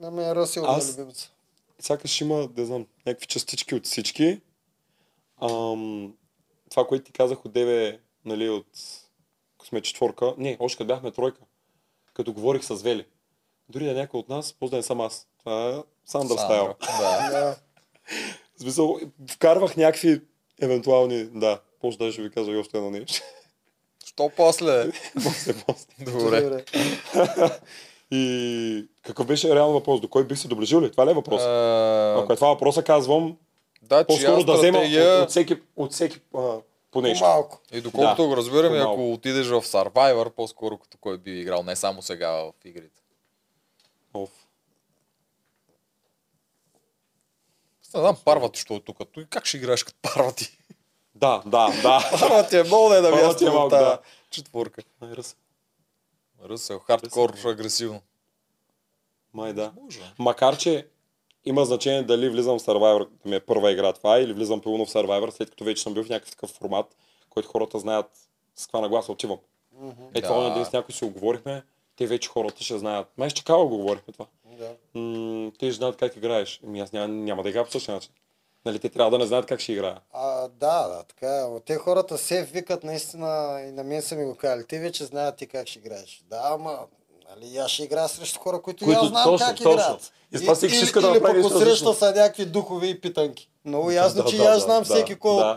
На мен е Ръсел ми е Аз- любимец. сякаш има, да знам, някакви частички от всички. Ам, това, което ти казах от деве, нали, от ако сме четворка, не, още като бяхме тройка, като говорих с Вели. Дори да е някой от нас, може да не съм аз. Това е Сандър стайл. Да. Да. В смисъл, вкарвах някакви евентуални, да, може да ще ви кажа и още едно нещо. Що после? После, после. Добре. Добре. И какъв беше реално въпрос? До кой бих се доближил ли? Това ли е въпрос? А, Ако е това въпроса, казвам, Да, чия по-скоро да взема от, стратегия... от всеки, от всеки а, по нещо. По-малко. И доколкото Да, го разбирам, и по-малко. ако отидеш в Survivor, по-скоро като кой би играл, не само сега в игрите. Оф. Аз Не знам парвати, що е тук. Той как ще играеш като парвати? Да, да, да. Парвати е много не на Парвати място е в малко, тази да. четворка. Май, раз. Ръсел, хардкор, е агресивно. Май е. да. Може. Макар, че има значение дали влизам в Survivor, да ми е първа игра това, или влизам пълно в Survivor, след като вече съм бил в някакъв такъв формат, който хората знаят с каква нагласа отивам. Е, това Да. да. ден с някой си оговорихме, те вече хората ще знаят. Май ще кава го говорихме това. Да. М- те ще знаят как играеш. Ами аз няма, няма да играя по същия начин. Нали, те трябва да не знаят как ще играя. А, да, да, така е. Ама Те хората се викат наистина и на мен са ми го казали. Те вече знаят ти как ще играеш. Да, ама нали, аз ще играя срещу хора, които, които я знам точно, как точно. играят. И с това всеки ще иска да или пък направи нещо различно. посреща са някакви духове и питанки. Много ясно, Да, че да, и аз да, знам да, всеки кой да.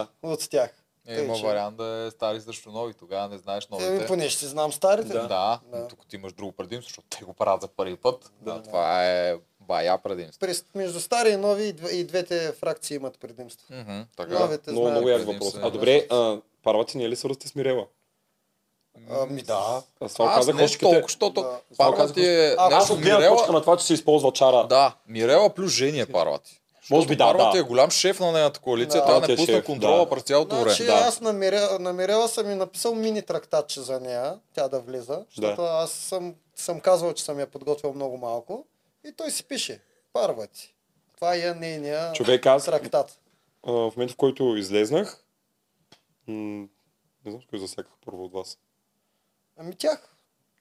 от, от тях. Е, Тъй, има че- вариант да е стари срещу нови, тогава не знаеш Еми, новите. поне ще знам старите. Да. Да, Да. но тук ти имаш друго предимство, защото те го правят за първи път. Да. Да, това е бая предимство. През, между стари и нови и, две- и двете фракции имат предимство. Мгм, така. Новите Много, знаят. много як Предимство въпрос. е А добре, а, първа ти не е ли свързате с Мирела? Ами да. Аз това Аз казах, не още като... толкова, защото Да. парва ти е... А, Аз нещо от гледна Мирела, точка на това, че се използва чара. Да, Мирела плюс жени е Парвати. Може би да, Парвати да. е голям шеф на нейната коалиция, Да. да, Да, тя тя е не пусна шеф, контрола да. през цялото време. Значи е, Да. аз намеря, намеряла съм и написал мини трактатче за нея, тя да влиза, защото да. аз съм, съм казвал, че съм я подготвил много малко и той си пише, парва ти. Това е нейния Човек, аз трактат. а, в момента, в който излезнах, м, не знам с кой засяках първо от вас. Ами тях.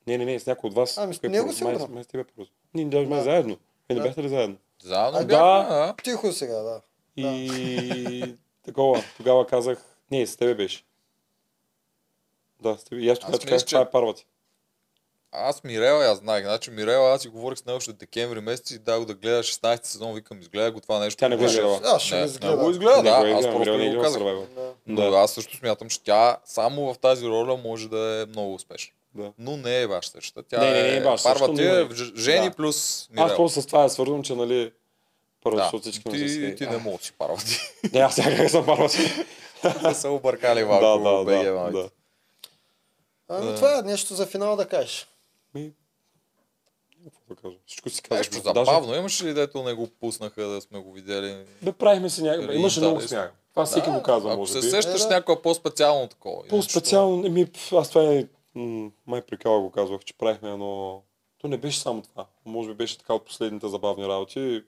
Не, не, не, с някой от вас. Ами с Кой е него първо? сигурно. Май, май с тебе първо. Ние даже май Да. заедно. Е, не Да. бяхте ли заедно? Заедно А, бяхме, да. Тихо сега, да. И такова. Тогава казах, не, с тебе беше. Да, с тебе. И аз тогава Аз ти мисля, казах, че- това е първа ти. Аз Мирела я знаех. Значи Мирела, аз си говорих с него още декември месец и дай го да гледа 16 сезон, викам, изгледай го това нещо. Тя не го е Беше- изгледа. Аз ще Не, го не го изгледам. изгледа, Не да. го е Аз играл, просто Мирела не е не го играл казах. Survivor. Да. Но Да. аз също смятам, че тя само в тази роля може да е много успешна. Да. Но не е баш същата. Тя Не, не, не е баш същата, Парва ти но е е- в ж- жени Да. плюс Мирела. Аз просто с това я свързвам, че нали... Първо, да. защото всички ме Ти, засея. ти не мога да си парва ти. Не, аз сега съм първа ти. да са объркали Да, малко да, БГ да, мамите. да. Ами Да. това е нещо за финал да кажеш. Ми, какво да кажа? Всичко си казах. Нещо забавно имаше ли, дето не го пуснаха да сме го видели? Бе, правихме се някакво. Или Имаше много интересно. смях. Това всеки го казва, Ако може се би. сещаш Е, да. някаква по-специално такова. иначе По-специално, ми, аз това е, м, май прикала го казвах, че правихме едно... То не беше само това. Може би беше така от последните забавни работи.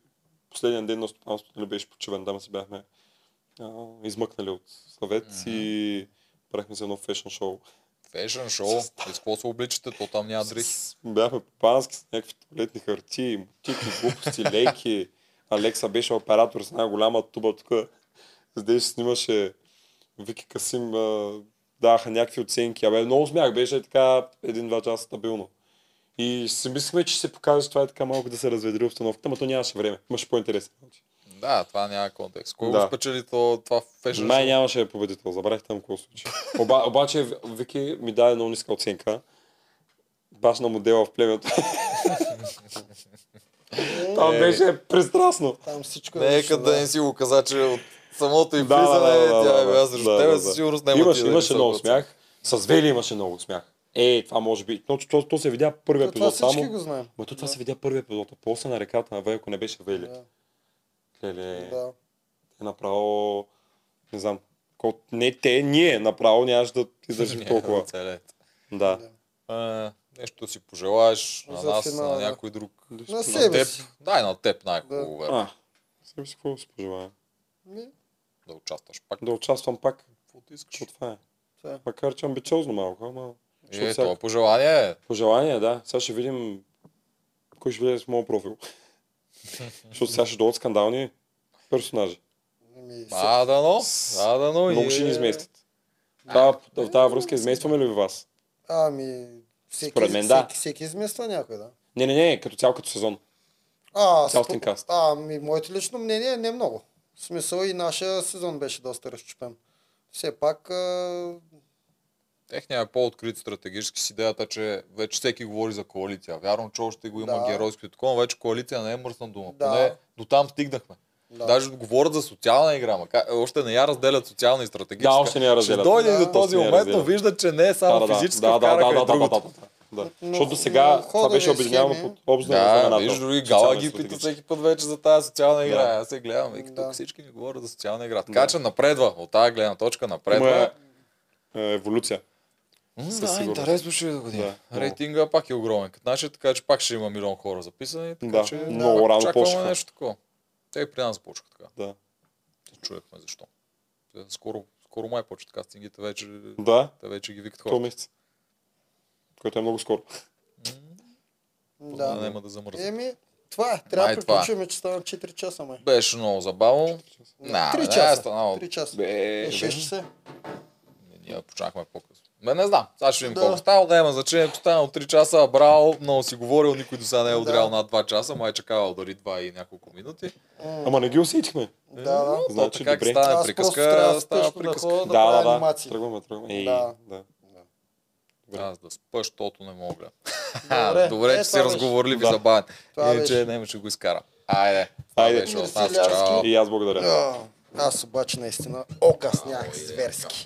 Последният ден на стопанството не беше почивен, там се бяхме а, измъкнали от съвет Мгм. и правихме се едно фешн шоу. Фешън шоу, с какво се обличате, то там няма дрехи. С- Бяхме пански с някакви туалетни хартии, мотики, глупости, лейки. Алекса беше оператор с една голяма туба тук. Здесь снимаше Вики Касим, а, даваха някакви оценки. Абе, много смях, беше така един-два часа стабилно. И си мислихме, че ще се покаже, че това е така малко да се разведри обстановката, но то нямаше време. Имаше по-интересни работи. Да, това няма контекст. Кой Да. го спечели то, това фешън Май шоу? нямаше да е победител, забравих там какво се случи. Оба, обаче В- Вики ми даде много ниска оценка. Баш на модела в племето. Там Е. беше пристрастно. Там всичко е Нека лично, да не си го каза, че от самото и Да, да, да, влизане, да, тя е да, била да, срещу да, тебе, да, със да. сигурност няма Имаше, ти да имаше е много висока смях. С Вели имаше много смях. Е, това може би. Но то, то, то се видя е първи То Това епизод всички го само. знаем. Ма то това Да. се видя първи епизод. а После на реката на Велко не беше Вели. Да. Леле, Да. е направо... Не знам. кол- Не те, ние направо нямаш да оценка. издържим Няма толкова. да целе. Да. Да. А, Нещо си пожелаеш на За нас, финала, на да. някой друг. На На себе теб. си. Дай на теб най-хубаво, верно. А, сега си какво си пожелая? Ми, Да участваш пак. Да участвам пак. Какво ти искаш? Защото това е. това е. Макар, че амбициозно малко, ама... защото Е, всяко- това пожелание е. Пожелания, да. Сега ще видим кой ще влезе в моят профил. Защото сега ще дойдат скандални персонажи. Ми, А, да но, а, да но. Много и- ще е. ни изместят. Та, в тази връзка изместваме ли ви вас? Ами, всеки, Според мен да. всеки, всеки измества някой, да. Не, не, не, като цял като сезон. А, Цял спо- тинкаст. а, ми, моето лично мнение е не много. В смисъл и нашия сезон беше доста разчупен. Все пак, а, Техния е по-открит стратегически с идеята, че вече всеки говори за коалиция. Вярно, че още го има Да. геройски и такова, но вече коалиция не е мръсна дума. Да. Поне до там стигнахме. да. Даже говорят за социална игра, макар, още не я разделят социална и стратегическа. Да, още не я разделят. Ще дойде Да. и до този Още не я момент, но разделят. виждат, че не е само да, да, физическа да, да, вкарка, да, е да, да, да, другото. да, да, да. Но- Защото до сега но това беше ходове обединявано схеми- под общо Да, знаменател. виж, дори Социална Гала ги стратегическа. пита всеки път вече за тази социална игра. Да. Аз се гледам, и като Да. тук всички ми говорят за социална игра. Така Да. е- че напредва, от тази гледна точка напредва. Има е, еволюция. М, Със Да, сигурност. интересно ще е да година. Да, Да, много. Рейтинга пак е огромен. Като нашия, така че пак ще има милион хора записани. Така, Да, че много рано чакваме почнаха. нещо такова. Те и при нас почнаха така. Да. Не Чуехме защо. Те Скоро, скоро май почват кастингите, вече, Да, те вече ги викат то хора. месец. Което е много скоро. Да. Да. Няма да замръзне. Еми, това е. Трябва Май да това е. приключваме, че стана 4 часа, май. Беше много забавно. Nah, Три не, не е часа. станало. 3 часа. Бе, Е, 6 часа. Ние- Ние почнахме по-късно. Ме не знам. Сега ще видим Да. колко става. Да значи, има значение. Постанал 3 часа, браво. Много си говорил. Никой до сега не е Да. удрял над 2 часа. Май е чакавал дори 2 и няколко минути. М, Ама не ги усетихме. Да, да. То Значи, така, добре. стане Аз просто трябва приказка, става спешно да приказка. ходя да, Да, да, правя да. анимации. Тръгваме, тръгваме. Ей, Да. да. Добре. Аз да спа, защото не мога. Добре. Добре, Добре Е, че си това беше. разговорлив и Да. забавен. Това Иначе беше. не ще го изкара. Айде. Това Айде. беше от нас. Мерси, Лярски. Чао. И аз благодаря. А, Аз обаче наистина окаснях зверски.